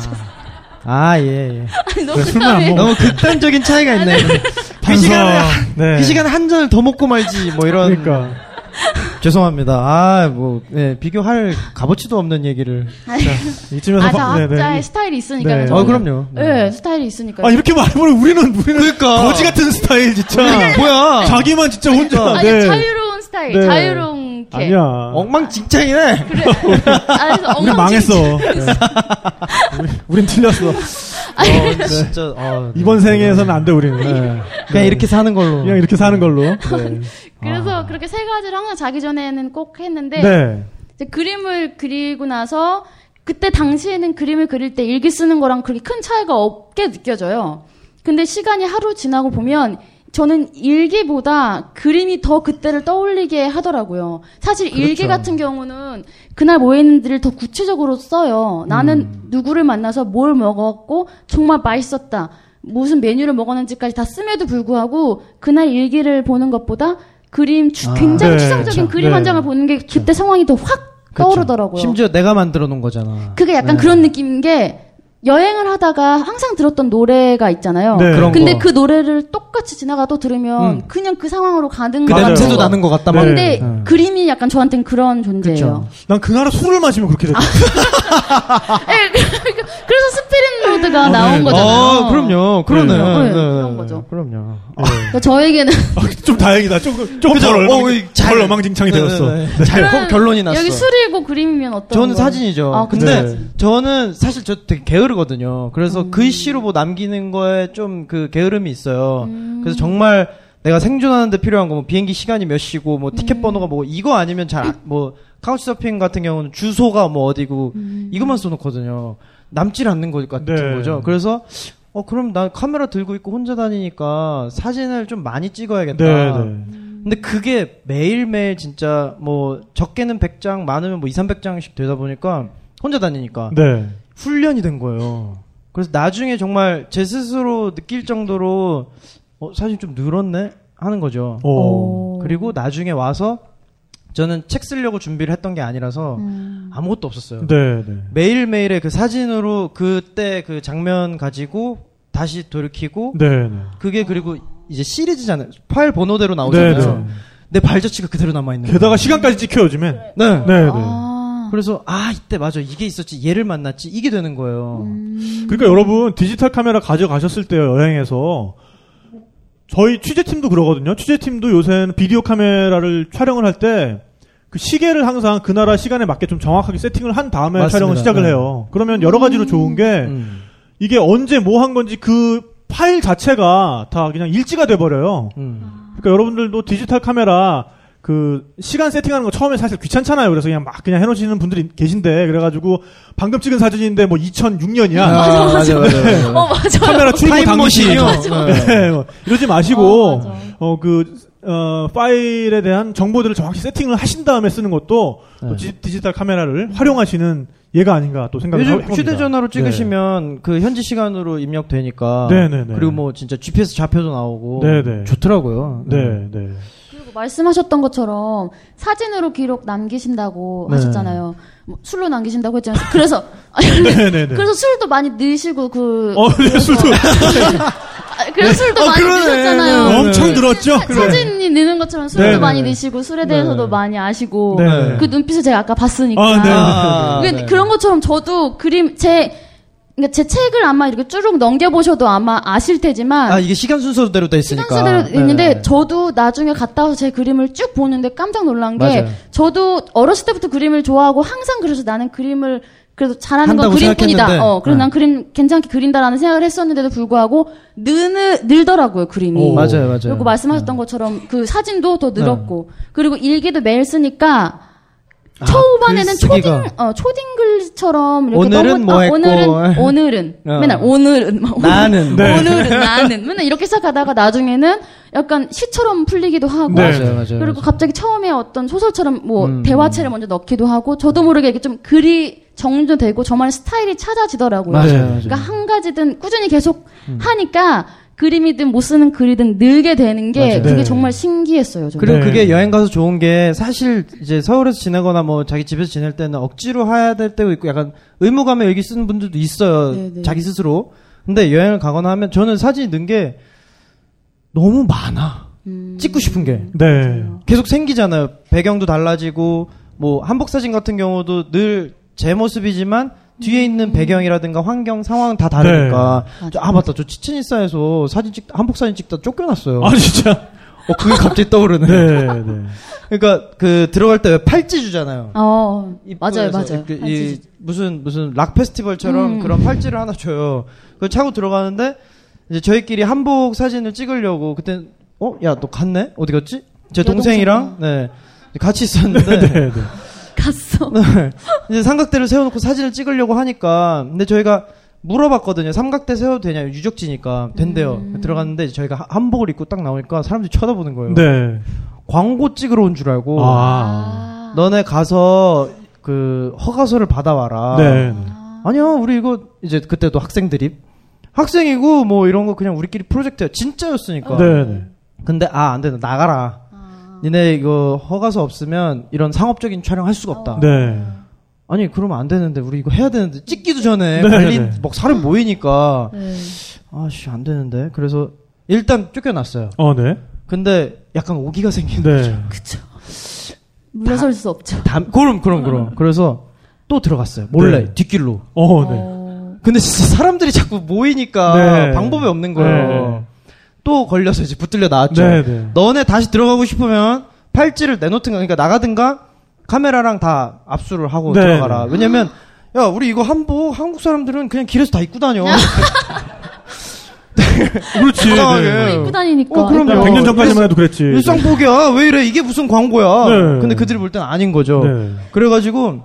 S6: 아, 예, 예.
S7: 아니, 너무
S5: 그래, 술만 안 먹어.
S6: 너무 극단적인 차이가 있네. 그 시간에, 한-
S5: 뭐 네.
S6: 그 시간에 한 잔을 더 먹고 말지, 뭐 이런.
S5: 그러니까.
S6: 죄송합니다. 아, 뭐, 예, 비교할 값어치도 없는 얘기를.
S5: 이쯤에서
S7: 아, 다
S5: 바- 네, 네.
S7: 각자의 스타일이 있으니까요.
S5: 네.
S6: 어,
S7: 저는.
S6: 그럼요.
S7: 네, 스타일이 있으니까요.
S5: 아 이렇게 말해보면 우리는 우리는
S6: 그러니까.
S5: 거지 같은 스타일 진짜.
S6: 음, 뭐야?
S5: 자기만 진짜 혼자.
S7: 그러니까. 아니,
S5: 네.
S7: 자유로운 스타일,
S5: 네.
S7: 자유로운 게.
S5: 아니야.
S6: 엉망진창이네.
S7: 아, 그래서
S5: 우리
S7: 엉망진창.
S5: 망했어. 네. 우리- 우린 틀렸어.
S6: 어, 진짜. 어, 네.
S5: 이번 생에서는 안 돼 우리는. 네.
S6: 그냥 이렇게 사는 걸로.
S5: 그냥 이렇게 사는 걸로.
S7: 네. 그래서 그렇게 세 가지를 항상 자기 전에는 꼭 했는데
S5: 아. 네.
S7: 이제 그림을 그리고 나서 그때 당시에는 그림을 그릴 때 일기 쓰는 거랑 그렇게 큰 차이가 없게 느껴져요. 근데 시간이 하루 지나고 보면 저는 일기보다 그림이 더 그때를 떠올리게 하더라고요. 사실 일기
S6: 그렇죠.
S7: 같은 경우는 그날 뭐 했는지를 더 구체적으로 써요. 나는
S5: 음.
S7: 누구를 만나서 뭘 먹었고 정말 맛있었다. 무슨 메뉴를 먹었는지까지 다 씀에도 불구하고 그날 일기를 보는 것보다 그림 추-
S6: 아,
S7: 굉장히
S5: 네,
S7: 추상적인
S5: 그렇죠.
S7: 그림
S5: 네.
S7: 한 장을 보는 게 그때 상황이 더 확
S6: 그렇죠.
S7: 떠오르더라고요.
S6: 심지어 내가 만들어 놓은 거잖아.
S7: 그게 약간
S6: 네.
S7: 그런 느낌인 게 여행을 하다가 항상 들었던 노래가 있잖아요.
S5: 네.
S6: 그런
S7: 근데
S6: 거.
S7: 그 노래를 똑같이 지나가도 들으면
S6: 음.
S7: 그냥 그 상황으로 가는
S6: 그
S7: 거예요.
S5: 맞아요.
S6: 냄새도 나는 것 같다. 막.
S5: 네.
S7: 근데
S6: 네.
S7: 그림이 약간 저한테는 그런 존재예요. 아,
S6: 그렇죠.
S5: 난 그나라 술을 마시면 그렇게 됐어.
S7: 예, 그래서 스피릿 로드가 나온 거잖아요.
S6: 어, 네. 아, 그럼요. 그러네.
S5: 네,
S7: 네, 그런 거죠.
S6: 그럼요.
S7: 그러니까 저에게는
S5: 좀 다행이다. 조금 조금
S6: 그죠?
S5: 덜
S6: 어,
S5: 엉망-
S6: 이 잘-
S5: 덜 엉망진창이
S6: 네,
S5: 되었어.
S6: 네, 네. 잘
S7: 저는
S6: 결론이 났어.
S7: 여기 술이고 그림이면 어떤?
S6: 저는
S7: 거예요? 음.
S6: 사진이죠.
S7: 아,
S6: 근데
S7: 근데
S6: 저는 사실 저 되게 게으르거든요. 그래서 글씨로 뭐 남기는 거에 좀 그 게으름이 있어요.
S7: 음.
S6: 그래서 정말 내가 생존하는데 필요한 거 뭐 비행기 시간이 몇 시고 뭐
S7: 음.
S6: 티켓 번호가 뭐 이거 아니면 잘 뭐 카우치서핑 같은 경우는 주소가 뭐 어디고
S7: 음.
S6: 이것만 써놓거든요. 남질 않는 것 같은
S5: 네.
S6: 거죠. 그래서 어 그럼 난 카메라 들고 있고 혼자 다니니까 사진을 좀 많이 찍어야겠다.
S5: 네, 네.
S6: 근데 그게 매일매일 진짜 뭐 적게는 100장 많으면 뭐 2, 300장씩 되다 보니까 혼자 다니니까
S5: 네.
S6: 훈련이 된 거예요. 그래서 나중에 정말 제 스스로 느낄 정도로 어, 사실 좀 늘었네 하는 거죠.
S5: 어.
S6: 그리고 나중에 와서 저는 책 쓰려고 준비를 했던 게 아니라서 아무것도 없었어요.
S5: 네, 네.
S6: 매일매일의 그 사진으로 그때 그 장면 가지고 다시 돌이키고
S5: 네, 네.
S6: 그게 그리고 이제 시리즈잖아요. 파일 번호대로
S5: 네,
S6: 나오잖아요.
S5: 네.
S6: 내 발자취가 그대로 남아 있는
S5: 게다가 시간까지 찍혀 요즘엔.
S6: 네.
S5: 네, 네.
S7: 아,
S6: 그래서 아 이때 맞아 이게 있었지 얘를 만났지 이게 되는 거예요.
S7: 음.
S5: 그러니까 여러분 디지털 카메라 가져가셨을 때 여행에서 저희 취재팀도 그러거든요. 취재팀도 요새는 비디오 카메라를 촬영을 할 때 그 시계를 항상 그 나라 시간에 맞게 좀 정확하게 세팅을 한 다음에
S6: 맞습니다.
S5: 촬영을 시작을
S6: 네.
S5: 해요. 그러면 여러 가지로 좋은 게
S6: 음.
S5: 이게 언제 뭐 한 건지 그 파일 자체가 다 그냥 일지가 돼 버려요.
S6: 음.
S5: 그러니까 여러분들도 디지털 카메라 그 시간 세팅하는 거 처음에 사실 귀찮잖아요. 그래서 그냥 막 그냥 해놓으시는 분들이 계신데 그래가지고 방금 찍은 사진인데 뭐 2006년이야.
S6: 맞아 맞아.
S2: 어, 맞아.
S5: 카메라 출고 당시
S6: 타임머신이요. 네.
S5: 네, 뭐 이러지 마시고
S7: 어, 맞아.
S5: 어그 어, 파일에 대한 정보들을 정확히 세팅을 하신 다음에 쓰는 것도 또
S6: 네.
S5: 지- 디지털 카메라를 활용하시는 예가 아닌가 또 생각을
S6: 요즘
S5: 해봅니다.
S6: 휴대전화로 찍으시면 그 현지 시간으로 입력되니까
S5: 네, 네, 네.
S6: 그리고 뭐 진짜 GPS 좌표도 나오고
S5: 네, 네.
S6: 좋더라고요.
S5: 네, 네.
S7: 그리고 말씀하셨던 것처럼 사진으로 기록 남기신다고
S6: 네.
S7: 하셨잖아요. 뭐 술로 남기신다고 했잖아요. 그래서 아니,
S5: 네, 네, 네.
S7: 그래서 술도 많이 드시고 그
S5: 어, 네, 술도
S7: 아, 그래서 술도
S6: 어,
S7: 많이
S6: 그러네.
S7: 드셨잖아요.
S6: 네,
S5: 엄청
S6: 네.
S5: 늘었죠?
S7: 사, 사진이 느는 것처럼 술도
S5: 네, 네,
S7: 많이
S6: 네.
S7: 드시고 술에 대해서도
S6: 네.
S7: 많이 아시고
S5: 네.
S7: 그 눈빛을 제가 아까 봤으니까
S5: 아, 네.
S6: 아,
S7: 그,
S6: 네.
S7: 런 것처럼 저도 그림 제 그러니까 제 책을 아마 이렇게 쭈룩 넘겨보셔도 아마 아실 테지만
S6: 아 이게 시간 순서대로 돼 있으니까.
S7: 시간순대로 있는데
S6: 네, 네.
S7: 저도 나중에 갔다 와서 제 그림을 쭉 보는데 깜짝 놀란 게
S6: 맞아요.
S7: 저도 어렸을 때부터 그림을 좋아하고 항상 그래서 나는 그림을 그래도 잘하는 건
S6: 한다고
S7: 그림뿐이다.
S6: 생각했는데.
S7: 어, 그래서
S6: 네.
S7: 난 그림 괜찮게 그린다라는 생각을 했었는데도 불구하고 늘 늘더라고요 그림이.
S5: 오,
S6: 맞아요 맞아요. 네.
S7: 그리고 말씀하셨던 것처럼 그 사진도 더 늘었고 그리고 일기도 매일 쓰니까 초반에는
S6: 아, 글쓰기가.
S7: 초딩 어, 초딩 글처럼 이렇게
S6: 오늘은
S7: 너무
S6: 뭐
S7: 아,
S6: 했고.
S7: 오늘은 오늘은
S6: 어.
S7: 맨날 오늘은 막
S6: 나는
S5: 네.
S6: 뭐.
S7: 오늘은 나는 맨날 이렇게 시작하다가 나중에는 약간 시처럼 풀리기도 하고
S5: 네.
S6: 맞아요 맞아요.
S7: 그리고 갑자기 처음에 어떤 소설처럼 뭐
S6: 음.
S7: 대화체를 먼저 넣기도 하고 저도 모르게 이게 좀 글이 정리되고 저만의 스타일이 찾아지더라고요.
S6: 맞아요 맞아요. 음.
S7: 그러니까 한 가지든 꾸준히 계속 하니까 그림이든 못 쓰는 글이든 늘게 되는 게
S6: 맞아요.
S7: 그게
S5: 네.
S7: 정말 신기했어요. 저는.
S6: 그리고
S5: 네.
S6: 그게 여행 가서 좋은 게 사실 이제 서울에서 지내거나 뭐 자기 집에서 지낼 때는 억지로 해야 될 때도 있고 약간 의무감에 여기 쓰는 분들도 있어요.
S7: 네, 네.
S6: 자기 스스로. 근데 여행을 가거나 하면 저는 사진이 는 게 너무 많아. 찍고 싶은 게
S5: 네.
S6: 계속 생기잖아요. 배경도 달라지고 뭐 한복 사진 같은 경우도 늘 제 모습이지만 뒤에 있는 배경이라든가 환경 상황 다 다르니까
S5: 네.
S6: 저- 아 맞다 저 치친이사에서 사진 찍 한복 사진 찍다 쫓겨났어요.
S5: 아, 진짜.
S6: 어 그게 갑자기 떠오르네.
S5: 네, 네.
S6: 그러니까 그 들어갈 때 왜 팔찌 주잖아요.
S7: 어, 맞아요, 음.
S6: 입구에서
S7: 맞아요.
S6: 그,
S7: 반지
S6: 이 무슨 무슨 락 페스티벌처럼 그런 팔찌를 하나 줘요. 그걸 차고 들어가는데 이제 저희끼리 한복 사진을 찍으려고 그때 어, 야, 너 갔네? 어디 갔지? 제 동생이랑 네. 같이 있었는데
S5: 네, 네.
S7: 갔어.
S6: 네. 이제 삼각대를 세워놓고 사진을 찍으려고 하니까 근데 저희가 물어봤거든요. 삼각대 세워도 되냐? 유적지니까 된대요.
S7: 음.
S6: 들어갔는데 이제 저희가 하- 한복을 입고 딱 나오니까 사람들이 쳐다보는 거예요.
S5: 네.
S6: 광고 찍으러 온 줄 알고
S5: 아.
S6: 너네 가서 그 허가서를 받아와라.
S5: 네.
S6: 아니야, 우리 이거 이제 그때도 학생들이 학생이고 뭐 이런 거 그냥 우리끼리 프로젝트야. 진짜였으니까.
S5: 네, 네.
S6: 근데 아 안 된다 나가라. 니네 이거 허가서 없으면 이런 상업적인 촬영 할 수가 없다.
S5: 네.
S6: 아니 그러면 안 되는데 우리 이거 해야 되는데 찍기도 전에
S5: 네,
S6: 걸린
S5: 네.
S6: 막 사람 모이니까
S7: 네.
S6: 아씨 안 되는데 그래서 일단 쫓겨났어요.
S5: 어, 네.
S6: 근데 약간 오기가 생긴
S5: 네.
S7: 물러설 수 없죠.
S5: 어.
S6: 담, 그럼 그럼 그럼 그래서 또 들어갔어요 몰래
S5: 네.
S6: 뒷길로
S5: 어, 네.
S7: 어,
S6: 근데 진짜 사람들이 자꾸 모이니까
S5: 네.
S6: 방법이
S5: 네.
S6: 없는 거예요 또 걸려서 이제 붙들려 나왔죠
S5: 네, 네.
S6: 너네 다시 들어가고 싶으면 팔찌를 내놓든가 그러니까 나가든가 카메라랑 다 압수를 하고
S5: 네.
S6: 들어가라 왜냐면 야 우리 이거 한복 한국 사람들은 그냥 길에서 다 입고
S5: 네,
S6: 다녀
S5: 그렇지.
S6: 이상하게.
S5: 네.
S7: 입고 다니니까. 아,
S6: 어, 아, 그럼요.
S5: 야, 100년 전까지만 해도 그랬지.
S6: 일상복이야 왜 이래 이게 무슨 광고야
S5: 네.
S6: 근데 그들이 볼 땐 아닌 거죠
S5: 네.
S6: 그래가지고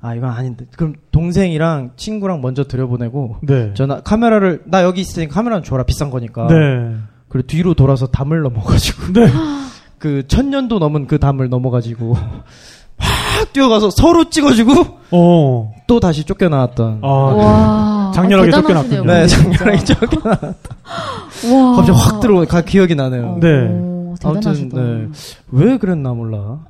S6: 아 이건 아닌데 그럼 동생이랑 친구랑 먼저 들여보내고
S5: 네.
S6: 전화 카메라를 나 여기 있으니까 카메라는 줘라 비싼 거니까
S5: 네.
S6: 그리고 뒤로 돌아서 담을 넘어가지고
S5: 네.
S6: 그 천년도 넘은 그 담을 넘어가지고 확 뛰어가서 서로 찍어주고
S5: 어.
S6: 또 다시 쫓겨나왔던
S5: 아.
S7: 와.
S5: 장렬하게
S7: 아, 대단하시네요,
S5: 쫓겨났군요.
S7: 근데
S6: 네
S7: 진짜.
S6: 장면이 쫓겨나
S7: 와.
S6: 갑자기 확 들어오니까 기억이 나네요
S5: 네.
S7: 오, 대단하시다.
S6: 아무튼, 네. 왜 그랬나 몰라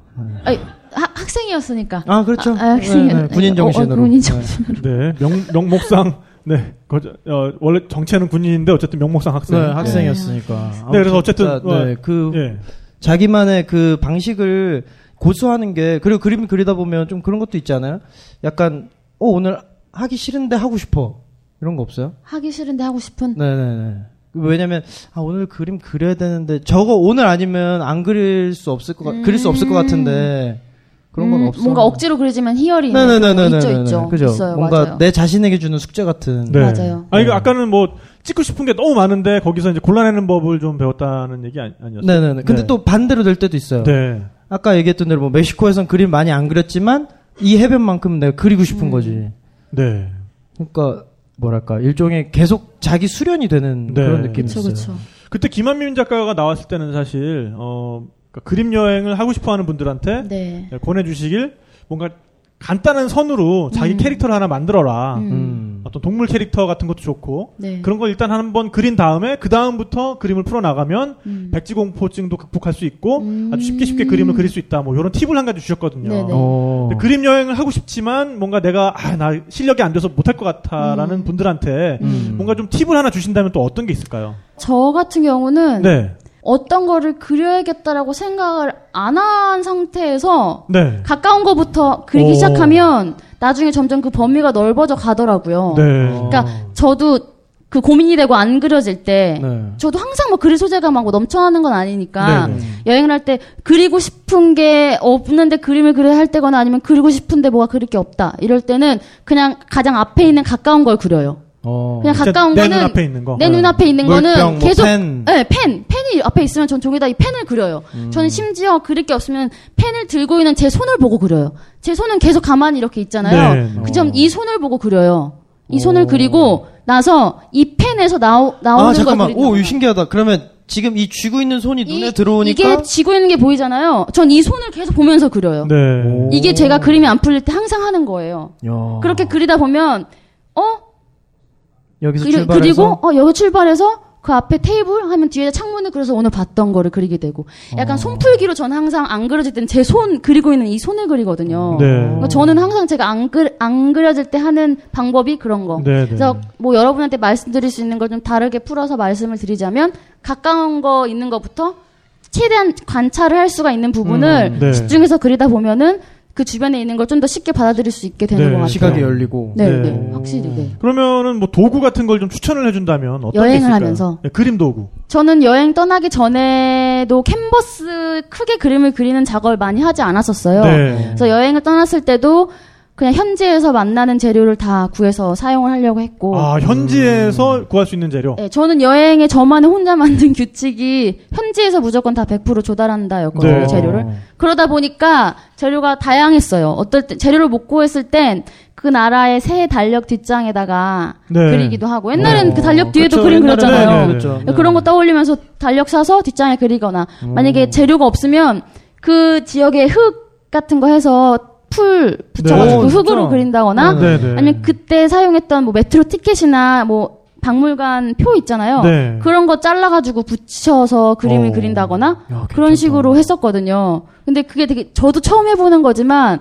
S7: 아니, 네. 하- 학생이었으니까.
S6: 아 그렇죠.
S7: 아, 학생이
S6: 네, 네, 군인 정신으로.
S7: 어, 어, 군인 정신으로.
S5: 네, 명, 명목상, 네, 거저- 어, 원래 정체는 군인인데 어쨌든 명목상
S6: 네,
S5: 학생.
S6: 네, 학생이었으니까. 아무튼
S5: 그래서 어쨌든,
S6: 자, 네, 그
S5: 예.
S6: 자기만의 그 방식을 고수하는 게 그리고 그림 그리다 보면 좀 그런 것도 있잖아요. 약간 어 오늘 하기 싫은데 하고 싶어 이런 거 없어요?
S7: 하기 싫은데 하고 싶은.
S6: 네네네. 왜냐면 아 오늘 그림 그려야 되는데 저거 오늘 아니면 안 그릴 수 없을 것 같, 그릴 수 없을 것 같은데 그런 건
S7: 음,
S6: 없어.
S7: 뭔가 억지로 그리지만 희열이 있는
S6: 네네네네네.
S7: 그런 거 있죠, 있죠.
S6: 그죠.
S7: 있어요.
S6: 뭔가
S7: 맞아요.
S6: 내 자신에게 주는 숙제 같은.
S5: 네.
S7: 맞아요.
S5: 아니, 그 아까는 뭐, 찍고 싶은 게 너무 많은데, 거기서 이제 골라내는 법을 좀 배웠다는 얘기 아니, 아니었어요?
S6: 네네네. 근데
S5: 네.
S6: 또 반대로 될 때도 있어요.
S5: 네.
S6: 아까 얘기했던 대로 뭐 멕시코에선 그림 많이 안 그렸지만 이 해변만큼 내가 그리고 싶은
S7: 음.
S6: 거지.
S5: 네.
S6: 그러니까 뭐랄까 일종의 계속 자기 수련이 되는
S5: 네.
S6: 그런 느낌이
S7: 그렇죠,
S6: 있어요.
S7: 그렇죠.
S5: 그때 김한민 작가가 나왔을 때는 사실, 어, 그러니까 그림 여행을 하고 싶어 하는 분들한테
S7: 네.
S5: 권해주시길, 뭔가 간단한 선으로
S7: 음.
S5: 자기 캐릭터를 하나 만들어라.
S6: 음.
S5: 어떤 동물 캐릭터 같은 것도 좋고,
S7: 네.
S5: 그런 걸 일단 한번 그린 다음에 그 다음부터 그림을 풀어나가면
S7: 음.
S5: 백지공포증도 극복할 수 있고
S7: 음.
S5: 아주 쉽게 쉽게 그림을 그릴 수 있다 뭐 이런 팁을 한 가지 주셨거든요.
S7: 네네.
S6: 어.
S5: 근데 그림 여행을 하고 싶지만 뭔가 내가 아, 나 실력이 안 돼서 못할 것 같아라는 분들한테
S6: 음.
S5: 그 뭔가 좀 팁을 하나 주신다면 또 어떤 게 있을까요?
S7: 저 같은 경우는
S5: 네,
S7: 어떤 거를 그려야겠다라고 생각을 안 한 상태에서
S5: 네,
S7: 가까운 거부터
S5: 오.
S7: 그리기 시작하면 나중에 점점 그 범위가 넓어져 가더라고요.
S5: 네.
S7: 그러니까 저도 그 고민이 되고 안 그려질 때
S6: 네.
S7: 저도 항상 뭐 그릴 소재가 막 넘쳐나는 건 아니니까
S5: 네네.
S7: 여행을 할 때 그리고 싶은 게 없는데 그림을 그려야 할 때거나 아니면 그리고 싶은데 뭐가 그릴 게 없다 이럴 때는 그냥 가장 앞에 있는 가까운 걸 그려요.
S6: 어.
S7: 그냥 가까운
S5: 내
S7: 거는
S5: 눈앞에 있는 거. 네.
S7: 내 눈앞에 있는
S6: 물병,
S7: 거는
S6: 뭐
S7: 계속
S6: 펜.
S7: 네, 펜. 펜이 앞에 있으면 전 종이에다 이 펜을 그려요.
S6: 음.
S7: 저는 심지어 그릴 게 없으면 펜을 들고 있는 제 손을 보고 그려요. 제 손은 계속 가만히 이렇게 있잖아요.
S5: 네.
S7: 그
S6: 어.
S7: 점 이 손을 보고 그려요. 이 손을 그리고 나서 이 펜에서 나오, 나오는
S6: 아 잠깐만.
S7: 걸 그리는
S6: 오, 이거
S7: 거예요.
S6: 신기하다. 그러면 지금 이 쥐고 있는 손이
S7: 이-
S6: 눈에 들어오니까
S7: 이게 쥐고 있는 게 보이잖아요. 전 이 손을 계속 보면서 그려요.
S5: 네.
S6: 오. 아.
S7: 이게 제가 그림이 안 풀릴 때 항상 하는 거예요.
S6: 야.
S7: 그렇게 그리다 보면 어
S6: 여기서
S7: 그리,
S6: 출발해서
S7: 그리고 어, 여기 출발해서 그 앞에 테이블 하면 뒤에 창문을 그려서 오늘 봤던 거를 그리게 되고
S6: 아.
S7: 약간 손풀기로 저는 항상 안 그려질 때는 제 손 그리고 있는 이 손을 그리거든요.
S5: 네.
S7: 그러니까 저는 항상 제가 안, 그, 안 그려질 때 하는 방법이 그런 거.
S5: 네, 네.
S7: 그래서 뭐 여러분한테 말씀드릴 수 있는 걸 좀 다르게 풀어서 말씀을 드리자면 가까운 거 있는 것부터 최대한 관찰을 할 수가 있는 부분을
S5: 음, 네.
S7: 집중해서 그리다 보면은 그 주변에 있는 걸 좀 더 쉽게 받아들일 수 있게 되는
S5: 네,
S7: 것 같아요.
S6: 시각이 열리고
S7: 네,
S5: 네.
S7: 네, 확실히. 네.
S5: 그러면은 뭐 도구 같은 걸 좀 추천을 해준다면 어떤 게
S7: 여행을
S5: 있을까요?
S7: 하면서.
S5: 네, 그림 도구.
S7: 저는 여행 떠나기 전에도 캔버스 크게 그림을 그리는 작업을 많이 하지 않았었어요.
S5: 네.
S7: 그래서 여행을 떠났을 때도 그냥 현지에서 만나는 재료를 다 구해서 사용을 하려고 했고.
S5: 아 현지에서
S6: 음.
S5: 구할 수 있는
S6: 어.
S5: 재료.
S7: 네, 저는 여행에 저만의 혼자 만든 규칙이 현지에서 무조건 다 100% 조달한다였거든요,
S5: 네.
S7: 재료를. 그러다 보니까 재료가 다양했어요. 어떨 때 재료를 못 구했을 땐 그 나라의 새 달력 뒷장에다가
S5: 네.
S7: 그리기도 하고 옛날엔
S6: 어,
S7: 그 달력 뒤에도
S6: 그쵸,
S7: 그림
S6: 옛날에는
S7: 그렸잖아요.
S5: 네, 네, 네.
S6: 그랬죠. 네. 음.
S7: 그런 거 떠올리면서 달력 사서 뒷장에 그리거나 만약에 재료가 없으면 그 지역의 흙 같은 거 해서 풀 붙여가지고
S6: 네.
S7: 흙으로
S6: 진짜.
S7: 그린다거나
S6: 네.
S5: 네네.
S7: 아니면 그때 사용했던 뭐 메트로 티켓이나 뭐 박물관 표 있잖아요.
S5: 네.
S7: 그런 거 잘라가지고 붙여서 그림을
S5: 어.
S7: 그린다거나
S6: 야, 괜찮다.
S7: 그런 식으로 했었거든요. 근데 그게 되게 저도 처음 해보는 거지만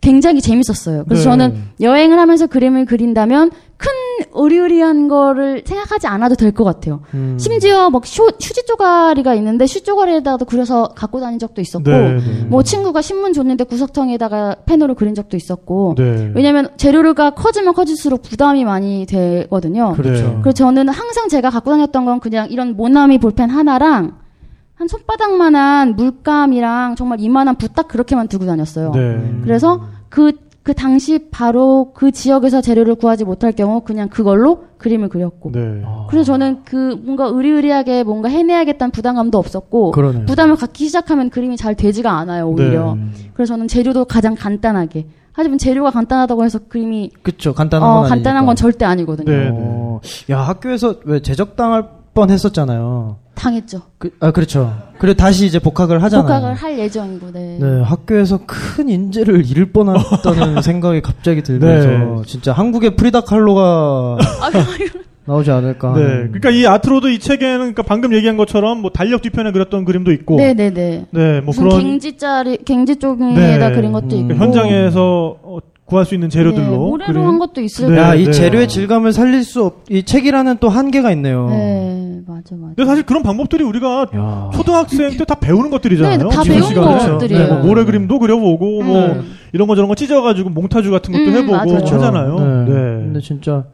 S7: 굉장히 재밌었어요. 그래서
S5: 네.
S7: 저는 여행을 하면서 그림을 그린다면 큰 으리으리한 거를 생각하지 않아도 될 것 같아요.
S6: 음.
S7: 심지어 막 쇼- 휴지 쪼가리가 있는데 휴지 쪼가리에다가도 그려서 갖고 다닌 적도 있었고
S5: 네, 네.
S7: 뭐 친구가 신문 줬는데 구석통에다가 펜으로 그린 적도 있었고
S5: 네.
S7: 왜냐면 재료가 커지면 커질수록 부담이 많이 되거든요.
S5: 그렇죠.
S7: 그래서 저는 항상 제가 갖고 다녔던 건 그냥 이런 모나미 볼펜 하나랑 한 손바닥만한 물감이랑 정말 이만한 붓딱 그렇게만 들고 다녔어요.
S5: 네.
S7: 그래서 그, 그 당시 바로 그 지역에서 재료를 구하지 못할 경우 그냥 그걸로 그림을 그렸고. 어,
S5: 네.
S7: 그래서 저는 그 뭔가 의리의리하게 뭔가 해내야겠다는 부담감도 없었고
S6: 그러네요.
S7: 부담을 갖기 시작하면 그림이 잘 되지가 않아요
S5: 네.
S7: 오히려 그래서 저는 재료도 가장 간단하게 하지만 재료가 간단하다고 해서 그림이
S6: 그쵸 간단한
S7: 어,
S6: 건
S7: 간단한
S6: 아니니까.
S7: 건 절대 아니거든요
S5: 네.
S6: 어, 야 학교에서 왜 제적당할 뻔했었잖아요.
S7: 당했죠
S6: 그, 아 그렇죠. 그리고 다시 이제 복학을 하잖아요.
S7: 복학을 할 예정이고 네.
S6: 네, 학교에서 큰 인재를 잃을 뻔했다는 생각이 갑자기 들면서
S5: 네. 아,
S6: 진짜 한국의 프리다 칼로가 나오지 않을까.
S5: 네,
S6: 하는.
S5: 그러니까 이 아트로드 이 책에는 그러니까 방금 얘기한 것처럼 뭐 달력 뒤편에 그렸던 그림도 있고,
S7: 네, 네, 네.
S5: 네, 뭐
S7: 무슨
S5: 그런
S7: 갱지짜리 갱지 쪽에다
S5: 네.
S7: 그린
S6: 음.
S7: 것도 있고
S5: 그러니까 현장에서 어, 구할 수 있는 재료들로
S7: 네, 모래로
S5: 그린-
S7: 한 것도 있을
S5: 네,
S7: 거예요.
S6: 야, 이
S5: 네.
S6: 재료의 질감을 살릴 수 없, 이 책이라는 또 한계가 있네요.
S7: 네, 맞아, 맞아.
S5: 근데 사실 그런 방법들이 우리가
S6: 야.
S5: 초등학생 때 다 배우는 것들이잖아요.
S7: 아, 네, 다
S5: 지금
S7: 배운
S5: 시간에.
S7: 것들이에요.
S5: 뭐 모래 그림도 그려보고 뭐
S7: 음.
S5: 이런 거 저런 거 찢어가지고 몽타주 같은 것도
S7: 음,
S5: 해보고
S7: 맞아요. 그렇죠.
S5: 하잖아요.
S6: 네.
S5: 네.
S6: 근데 진짜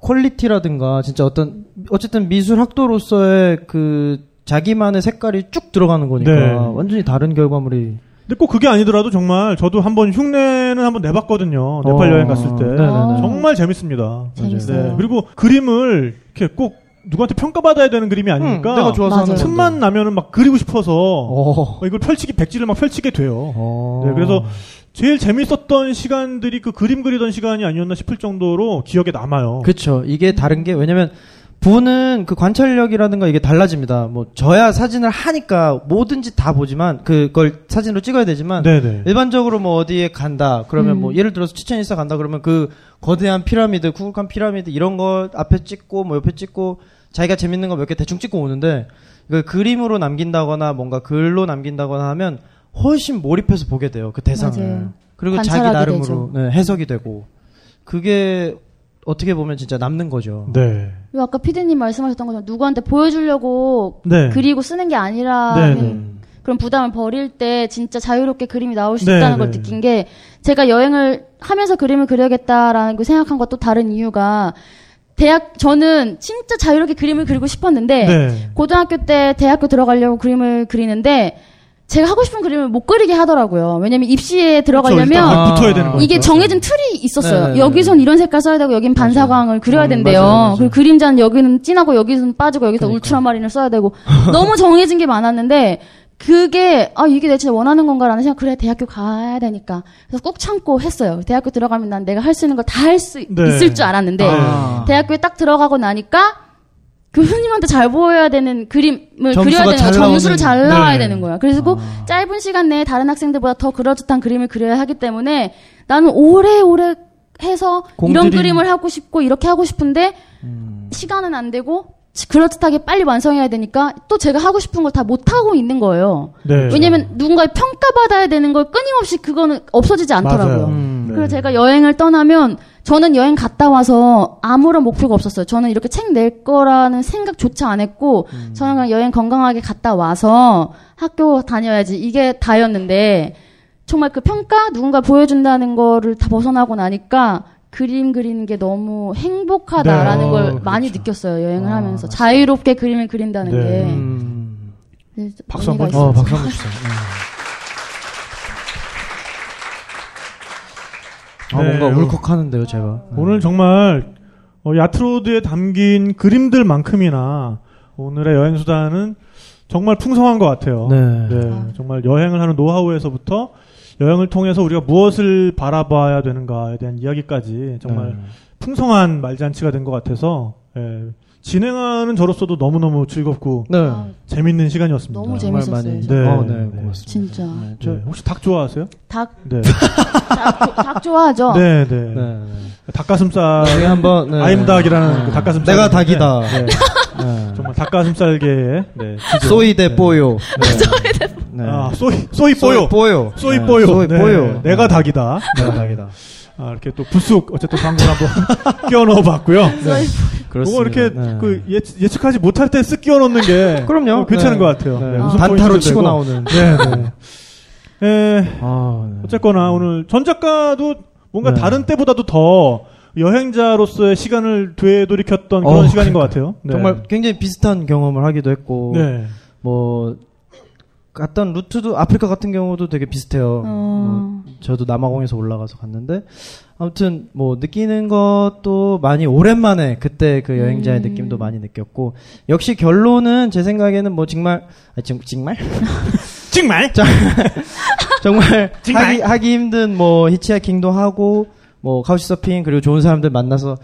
S6: 퀄리티라든가 진짜 어떤 어쨌든 미술 학도로서의 그 자기만의 색깔이 쭉 들어가는 거니까
S5: 네.
S6: 완전히 다른 결과물이
S5: 근데 꼭 그게 아니더라도 정말 저도 한번 흉내는 한번 내봤거든요. 네팔
S6: 어.
S5: 여행 갔을 때
S6: 네네네. 음,
S5: 정말 재밌습니다.
S7: 아. 재밌어요.
S5: 네. 그리고 그림을 이렇게 꼭 누구한테 평가받아야 되는 그림이 아니니까
S7: 음,
S6: 응, 내가 좋아서
S7: 맞아요.
S6: 하는 건데.
S5: 틈만 나면은 막 그리고 싶어서
S6: 어.
S5: 어, 이걸 펼치기 백지를 막 펼치게 돼요.
S6: 어.
S5: 네, 그래서 제일 재밌었던 시간들이 그 그림 그리던 시간이 아니었나 싶을 정도로 기억에 남아요.
S6: 그쵸. 이게 다른 게, 왜냐면, 부는 그 관찰력이라든가 이게 달라집니다. 뭐, 저야 사진을 하니까 뭐든지 다 보지만, 그걸 사진으로 찍어야 되지만,
S5: 네네.
S6: 일반적으로 뭐 어디에 간다. 그러면
S7: 음.
S6: 뭐, 예를 들어서 치첸이스타 간다. 그러면 그 거대한 피라미드, 쿠글칸 피라미드 이런 거 앞에 찍고, 뭐 옆에 찍고, 자기가 재밌는 거 몇 개 대충 찍고 오는데, 그 그림으로 남긴다거나 뭔가 글로 남긴다거나 하면 훨씬 몰입해서 보게 돼요. 그 대상을.
S7: 맞아요.
S6: 그리고 자기
S7: 관찰하게
S6: 나름으로 네, 해석이 되고. 그게 어떻게 보면 진짜 남는 거죠.
S5: 네.
S7: 그리고 아까 피디님 말씀하셨던 것처럼 누구한테 보여주려고
S5: 네.
S7: 그리고 쓰는 게 아니라는
S5: 네, 네.
S7: 그런 부담을 버릴 때 진짜 자유롭게 그림이 나올 수
S5: 네,
S7: 있다는 걸
S5: 네.
S7: 느낀 게 제가 여행을 하면서 그림을 그려야겠다라는 걸 생각한 것도 다른 이유가 대학 저는 진짜 자유롭게 그림을 그리고 싶었는데
S5: 네.
S7: 고등학교 때 대학교 들어가려고 그림을 그리는데 제가 하고 싶은 그림을 못 그리게 하더라고요. 왜냐면 입시에
S5: 그렇죠, 일단
S7: 들어가려면
S5: 딱 붙어야 되는 거죠.
S7: 이게 정해진 틀이 있었어요.
S6: 아. 네네네.
S7: 여기선 이런 색깔 써야 되고 여긴 반사광을 그려야
S6: 음,
S7: 된대요.
S6: 맞아요, 그러니까. 맞아요.
S7: 그리고 그림자는 여기는 진하고 여기는 빠지고 여기서 울트라마린을 써야 되고 너무 정해진 게 많았는데 그게 아 이게 내 진짜 원하는 건가라는 생각 그래 대학교 가야 되니까 그래서 꾹 참고 했어요. 대학교 들어가면 난 내가 할 수 있는 거 다 할 수
S5: 네.
S7: 있을 줄 알았는데
S6: 아.
S7: 대학교에 딱 들어가고 나니까 교수님한테 잘 보여야 되는 그림을
S6: 점수가
S7: 그려야 되는
S6: 잘
S7: 거야. 점수를
S6: 나오는- 아.
S7: 잘 나와야
S5: 네.
S7: 되는 거야. 그래서 꼭 짧은 시간 내에 다른 학생들보다 더 그럴듯한 그림을 그려야 하기 때문에 나는 오래오래 해서 이런
S6: 공들인-
S7: 그림을 하고 싶고 이렇게 하고 싶은데
S6: 네.
S7: 시간은 안 되고 그럴듯하게 빨리 완성해야 되니까 또 제가 하고 싶은 걸 다 못 하고 있는 거예요.
S5: 네.
S7: 왜냐면 누군가의 평가받아야 되는 걸 끊임없이 그거는 없어지지 않더라고요.
S5: 맞아요.
S6: 음.
S5: 네.
S7: 그리고 제가 여행을 떠나면 저는 여행 갔다 와서 아무런 목표가 없었어요. 저는 이렇게 책 낼 거라는 생각조차 안 했고
S5: 음.
S7: 저는 그냥 여행 건강하게 갔다 와서 학교 다녀야지 이게 다였는데 정말 그 평가 누군가 보여준다는 거를 다 벗어나고 나니까 그림 그리는 게 너무 행복하다라는
S5: 네.
S7: 걸
S5: 어, 아,
S7: 많이 느꼈어요. 여행을 하면서 자유롭게 그림을 그린다는
S5: 네.
S7: 게
S6: 음.
S7: 네,
S5: 박수 한번
S7: 의미가
S6: 어,
S7: 있어요.
S6: 박수 한번 주세요. 음. 아,
S5: 네.
S6: 뭔가 울컥하는데요, 제가. 네.
S5: 오늘 정말 어, 야트로드에 담긴 그림들만큼이나 오늘의 여행 수단은 정말 풍성한 것 같아요.
S6: 네.
S5: 네, 정말 여행을 하는 노하우에서부터 여행을 통해서 우리가 무엇을 바라봐야 되는가에 대한 이야기까지 정말
S6: 네.
S5: 풍성한 말잔치가 된 것 같아서 예, 진행하는 저로서도 너무너무 즐겁고
S6: 네.
S7: 아,
S5: 재밌는 시간이었습니다.
S7: 너무
S6: 정말
S7: 재밌었어요.
S6: 많이.
S5: 네.
S6: 어, 네,
S5: 네.
S6: 고맙습니다.
S7: 진짜
S6: 네,
S5: 네, 혹시 닭 좋아하세요?
S7: 닭,
S5: 네.
S7: 닭, 조- 닭 좋아하죠.
S5: 네, 네.
S6: 네, 네.
S5: 닭가슴살
S6: 나중에 한번 네.
S5: 아임닭이라는 그 닭가슴살.
S6: 내가
S5: 있는데,
S6: 닭이다.
S5: 네.
S6: 네.
S5: 정말 닭가슴살계의 네. 주제.
S6: 소이데
S5: 네.
S6: 뽀요. 소이데 네.
S5: 아, 소이 소이 뽀요.
S6: 뽀요.
S5: 소이
S6: 네, 아.
S5: 뽀요.
S6: 소이
S5: 네.
S6: 뽀요.
S5: 내가 닭이다.
S6: 내가 닭이다.
S5: 아, 이렇게 또 불쑥 어쨌든 광고를 한번 끼워 넣어 봤고요. 그거 이렇게
S6: 네.
S5: 그 예측, 하지 못할 때 쓱 끼워 넣는 게
S6: 그럼요.
S5: 어, 괜찮은
S6: 네.
S5: 것 같아요.
S6: 네.
S5: 네, 웃음
S6: 단타로
S5: 포인트도
S6: 치고
S5: 되고.
S6: 나오는.
S5: 네, 네. 에,
S6: 아, 네.
S5: 어쨌거나 오늘 전 작가도 뭔가
S6: 네.
S5: 다른 때보다도 더 여행자로서의 시간을 되돌이켰던 그런
S6: 어,
S5: 시간인 것 같아요. 네.
S6: 정말 굉장히 비슷한 경험을 하기도 했고
S5: 네.
S6: 뭐 갔던 루트도 아프리카 같은 경우도 되게 비슷해요.
S7: 어.
S6: 뭐 저도 남아공에서 올라가서 갔는데 아무튼 뭐 느끼는 것도 많이 오랜만에 그때 그
S5: 음.
S6: 여행자의 느낌도 많이 느꼈고 역시 결론은 제 생각에는 뭐 정말 아, 정, 정말
S5: 정말
S6: 정말
S5: 정말?
S6: 하기, 하기 힘든 뭐 히치하이킹도 하고 뭐 카우치서핑 그리고 좋은 사람들 만나서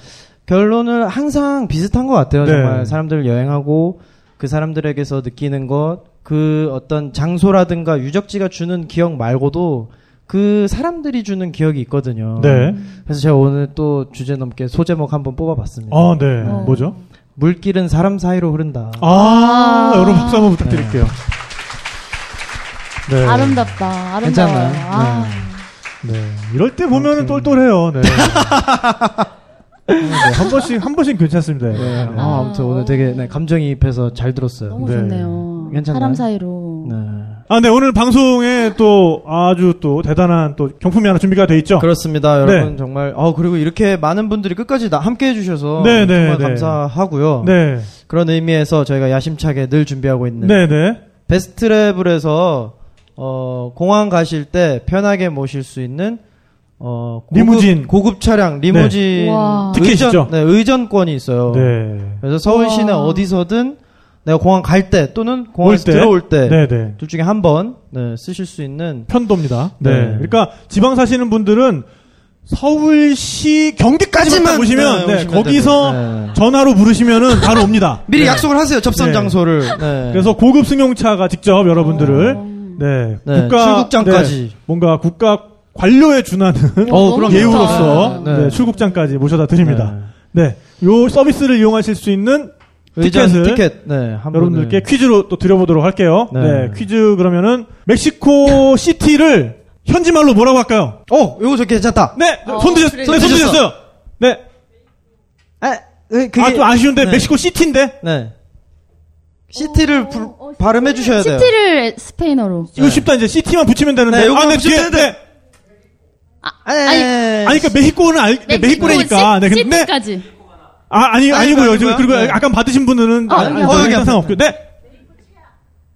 S6: 결론을 항상 비슷한 것 같아요.
S5: 네.
S6: 정말 사람들 여행하고 그 사람들에게서 느끼는 것, 그 어떤 장소라든가 유적지가 주는 기억 말고도 그 사람들이 주는 기억이 있거든요.
S5: 네.
S6: 그래서 제가 오늘 또 주제 넘게 소제목 한번 뽑아봤습니다.
S5: 아, 네.
S6: 어.
S5: 뭐죠?
S6: 물길은 사람 사이로 흐른다.
S5: 아, 여러분 박수 한번 부탁드릴게요. 네.
S7: 아름답다. 아름다워요.
S6: 괜찮아요.
S7: 아,
S5: 네. 이럴 때 보면은 똘똘해요. 네. 네, 한 번씩 한 번씩 괜찮습니다.
S6: 네.
S5: 네.
S6: 아, 아무튼 오늘 되게 네, 감정이입해서 잘 들었어요.
S7: 너무
S5: 네.
S7: 좋네요.
S6: 괜찮나요?
S7: 사람 사이로.
S6: 네.
S5: 아, 네 오늘 방송에 또 아주 또 대단한 또 경품이 하나 준비가 돼 있죠.
S6: 그렇습니다,
S5: 네.
S6: 여러분 정말. 어 그리고 이렇게 많은 분들이 끝까지 나, 함께 해주셔서
S5: 네, 네,
S6: 정말
S5: 네.
S6: 감사하고요.
S5: 네,
S6: 그런 의미에서 저희가 야심차게 늘 준비하고 있는
S5: 네, 네.
S6: 베스트랩을에서 어, 공항 가실 때 편하게 모실 수 있는 어, 고급,
S5: 리무진.
S6: 고급 차량 리무진
S7: 네. 와.
S5: 티켓이죠.
S6: 의전, 네, 의전권이 있어요.
S5: 네.
S6: 그래서 서울
S7: 와.
S6: 시내 어디서든 내가 공항 갈 때 또는
S5: 올
S6: 공항에서
S5: 때?
S6: 들어올 때
S5: 네,
S6: 둘
S5: 네. 네.
S6: 중에 한 번 네, 쓰실 수 있는
S5: 편도입니다. 네.
S6: 네.
S5: 그러니까 지방 사시는 분들은 서울시 경기까지만 딱 오시면 네,
S6: 오시면
S5: 거기서
S6: 됩니다. 네.
S5: 전화로 부르시면은 바로 옵니다.
S6: 미리 약속을 하세요 접선
S5: 네.
S6: 장소를. 네.
S5: 그래서 고급 승용차가 직접 여러분들을
S7: 어.
S5: 네,
S6: 네, 출국장까지.
S5: 네, 뭔가 국가 관료에 준하는
S6: 어, 그럼요.
S5: 예우로서
S6: 네.
S5: 네, 출국장까지 모셔다 드립니다. 네. 요 서비스를 이용하실 수 있는
S6: 의전
S5: 티켓을
S6: 티켓 네, 한
S5: 여러분들께
S6: 분을.
S5: 퀴즈로 또 드려보도록 할게요.
S6: 네.
S5: 네, 퀴즈 그러면은 멕시코 시티를 현지 말로 뭐라고 할까요?
S6: 어, 이거 저 괜찮다.
S5: 네, 손 드셨, 네, 손
S6: 드셨어.
S5: 드셨어요. 네,
S6: 아, 네, 그게
S5: 아 좀 아쉬운데
S6: 네.
S5: 멕시코 시티인데
S6: 네. 시티를 불-
S7: 어,
S6: 발음해 주셔야 돼요.
S7: 시티를 스페인어로.
S5: 이거 쉽다 이제 시티만 붙이면 되는데
S6: 네, 요거만
S5: 아, 네,
S6: 붙이면
S5: 뒤에,
S6: 되는데.
S5: 네.
S7: 아,
S6: 아니,
S5: 아니, 그러니까 멕시코는 알, 네, 멕시코라니까. 네, 근데, 네.
S7: 시티까지.
S5: 아, 아니,
S6: 아니,
S5: 아니고요.
S6: 아니고요.
S5: 지금 그리고
S6: 네.
S5: 아까 받으신 분은,
S7: 아,
S5: 아,
S7: 여기
S5: 아,
S6: 앞에.
S5: 일단 상관없고요. 네,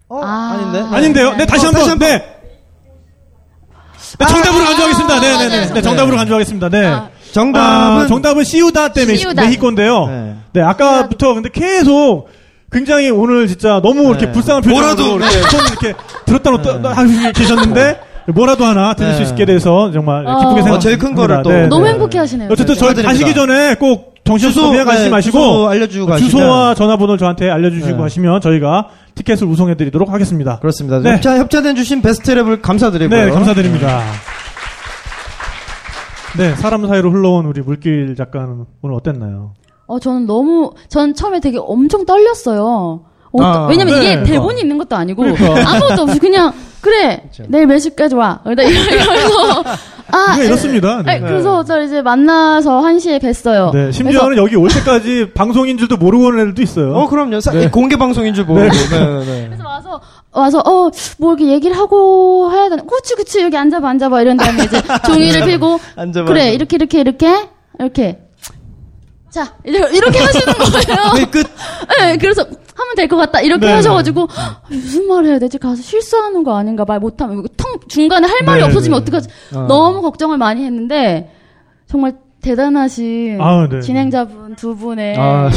S6: 어,
S7: 아.
S6: 아닌데.
S5: 아닌데요. 네, 다시
S6: 어,
S5: 한 번,
S6: 다시 한
S5: 네. 네, 정답으로 간주하겠습니다. 네, 네, 네. 네, 정답으로 간주하겠습니다. 네.
S6: 정답은
S5: 아, 정답은 시우다 때 멕시,
S7: 시우다.
S5: 멕시코인데요.
S6: 네.
S5: 네. 아까부터 근데 계속 굉장히 오늘 진짜 너무 이렇게
S6: 네.
S5: 불쌍한
S6: 뭐라도,
S5: 표정으로
S6: 네.
S5: 이렇게 손 이렇게 들었다 놓다 하시고 계셨는데 뭐라도 하나 들을
S6: 네.
S5: 수 있게 돼서 정말
S7: 어.
S5: 기쁘게 생각합니다.
S6: 어, 제일 큰 거를 또.
S5: 네,
S7: 너무
S5: 네.
S7: 행복해 하시네요.
S5: 어쨌든
S6: 네,
S5: 저희
S6: 축하드립니다.
S5: 가시기 전에 꼭 정신없이
S6: 주소,
S5: 그냥 가시지
S6: 네,
S5: 마시고 어,
S6: 주소 알려주고 가시면-
S5: 주소와 전화번호를 저한테 알려주시고
S6: 네.
S5: 하시면 저희가 티켓을 우송해드리도록 하겠습니다.
S6: 그렇습니다.
S5: 네.
S6: 협찬 협찬해 주신 베스트 랩을 감사드리고요.
S5: 네, 감사드립니다. 네, 사람 사이로 흘러온 우리 물길 작가는 오늘 어땠나요?
S7: 어, 저는 너무, 전 처음에 되게 엄청 떨렸어요. 어,
S6: 아,
S7: 왜냐면
S5: 네. 그러니까.
S7: 이게 대본이 있는 것도 아니고 아무것도 없이 그냥 그래 내일 몇 시까지 와 그러다 이러면서 아
S5: 그렇죠. 네, 이렇습니다.
S7: 네,
S5: 네.
S7: 그래서 저 이제 만나서 1시에 뵀어요.
S5: 네, 심지어는 여기 올 때까지 방송인 줄도 모르고 오는 애들도 있어요.
S6: 어, 그럼요. 사-
S5: 네.
S6: 공개 방송인 줄 모르고. 네, 네, 네.
S7: 그래서 와서 와서 어 뭐 이렇게 얘기를 하고 해야 되나? 그치 그치 여기 앉아봐 앉아봐 이런 다음에 이제 종이를 펴고
S6: 앉아봐, 앉아봐.
S7: 그래 이렇게 이렇게 이렇게 이렇게 자 이제 이렇게 하시는 거예요.
S6: 거의 끝.
S7: 네, 그래서 하면 될 것 같다 이렇게
S5: 네,
S7: 하셔가지고 헉, 무슨 말 해야 되지 가서 실수하는 거 아닌가 말 못하면 이거 텅 중간에 할 말이
S5: 네,
S7: 없어지면
S5: 네.
S7: 어떡하지
S6: 어.
S7: 너무 걱정을 많이 했는데 정말 대단하신
S5: 아, 네.
S7: 진행자분 두 분의
S6: 아,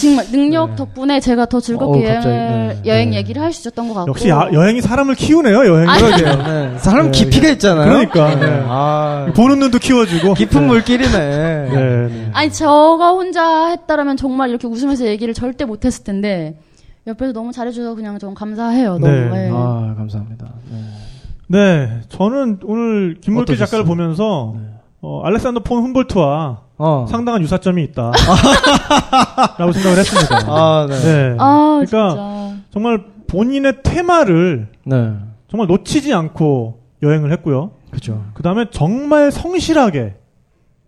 S7: 정말 능력 덕분에 제가 더 즐겁게
S6: 어, 갑자기, 네,
S7: 여행
S6: 네.
S7: 얘기를 할 수 있었던 것 같고
S5: 역시 야- 여행이 사람을 키우네요, 여행이.
S7: 아,
S6: 그러게요. 네.
S5: 네,
S6: 사람 깊이가 있잖아요.
S5: 그러니까,
S6: 네.
S5: 네.
S6: 아,
S5: 보는 눈도 키워주고.
S6: 깊은
S5: 네.
S6: 물길이네.
S5: 네, 네.
S7: 아니 저가 혼자 했다라면 정말 이렇게 웃으면서 얘기를 절대 못했을 텐데 옆에서 너무 잘해줘서 그냥 좀 감사해요 너무
S5: 네.
S7: 예.
S6: 아, 감사합니다. 네.
S5: 네, 저는 오늘 김물길 작가를
S6: 어떠셨어요? 네.
S5: 보면서 어, 알렉산더 폰 훔볼트와
S6: 어.
S5: 상당한 유사점이 있다. 라고 생각을 했습니다.
S6: 아, 네. 네.
S5: 네.
S7: 아,
S5: 그러니까
S7: 진짜
S5: 정말 본인의 테마를 정말 놓치지 않고 여행을 했고요.
S6: 네. 그죠.
S5: 그 다음에 정말 성실하게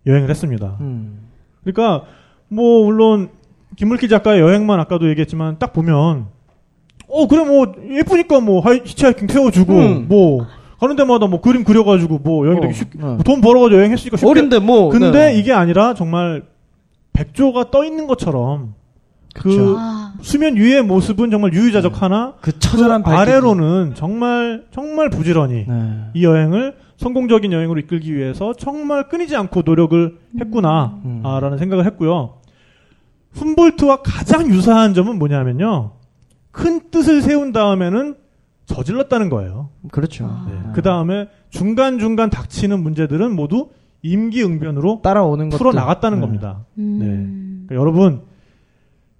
S5: 여행을 했습니다.
S6: 음.
S5: 그러니까 뭐 물론 김물기 작가의 여행만 아까도 얘기했지만 딱 보면 어 그래 뭐 예쁘니까 뭐 하이- 히치하이킹 태워주고
S6: 음.
S5: 뭐 가는 데마다 뭐 그림 그려가지고 뭐 여행 되게
S6: 어,
S5: 쉽게
S6: 네.
S5: 돈 벌어가지고 여행했으니까 쉽게
S6: 어린데 뭐.
S5: 근데
S6: 네.
S5: 이게 아니라 정말 백조가 떠 있는 것처럼 그
S6: 그쵸.
S7: 아,
S5: 수면 위의 모습은 정말 유유자적 하나
S6: 그 처절한
S5: 그
S6: 밝기.
S5: 아래로는 정말 정말 부지런히
S6: 네.
S5: 이 여행을 성공적인 여행으로 이끌기 위해서 정말 끊이지 않고 노력을 했구나
S6: 음.
S5: 아, 라는 생각을 했고요. 훔볼트와 가장 유사한 점은 뭐냐면요. 큰 뜻을 세운 다음에는 저질렀다는 거예요.
S6: 그렇죠.
S5: 그 다음에 중간중간 닥치는 문제들은 모두 임기응변으로
S6: 따라오는 네. 것
S5: 풀어나갔다는 겁니다.
S7: 음.
S5: 그러니까 여러분,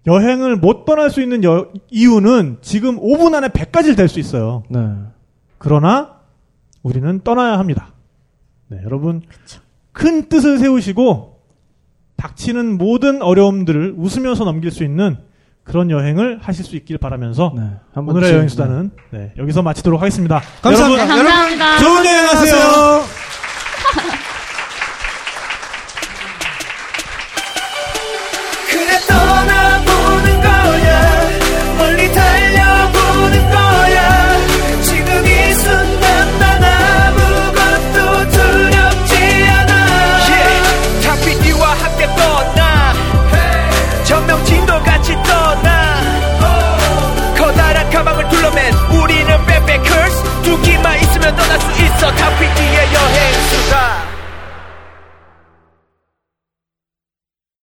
S5: 여행을 못 떠날 수 있는 여- 이유는 지금 5분 안에 100가지를 될 수 있어요.
S6: 네.
S5: 그러나 우리는 떠나야 합니다. 네, 여러분 큰 뜻을 세우시고 닥치는 모든 어려움들을 웃으면서 넘길 수 있는 그런 여행을 하실 수 있길 바라면서
S6: 네, 한
S5: 오늘의
S6: 번쯤,
S5: 여행 수단은 네, 여기서 마치도록 하겠습니다.
S6: 감사합니다.
S5: 여러분,
S6: 네.
S7: 감사합니다.
S5: 좋은 여행 하세요.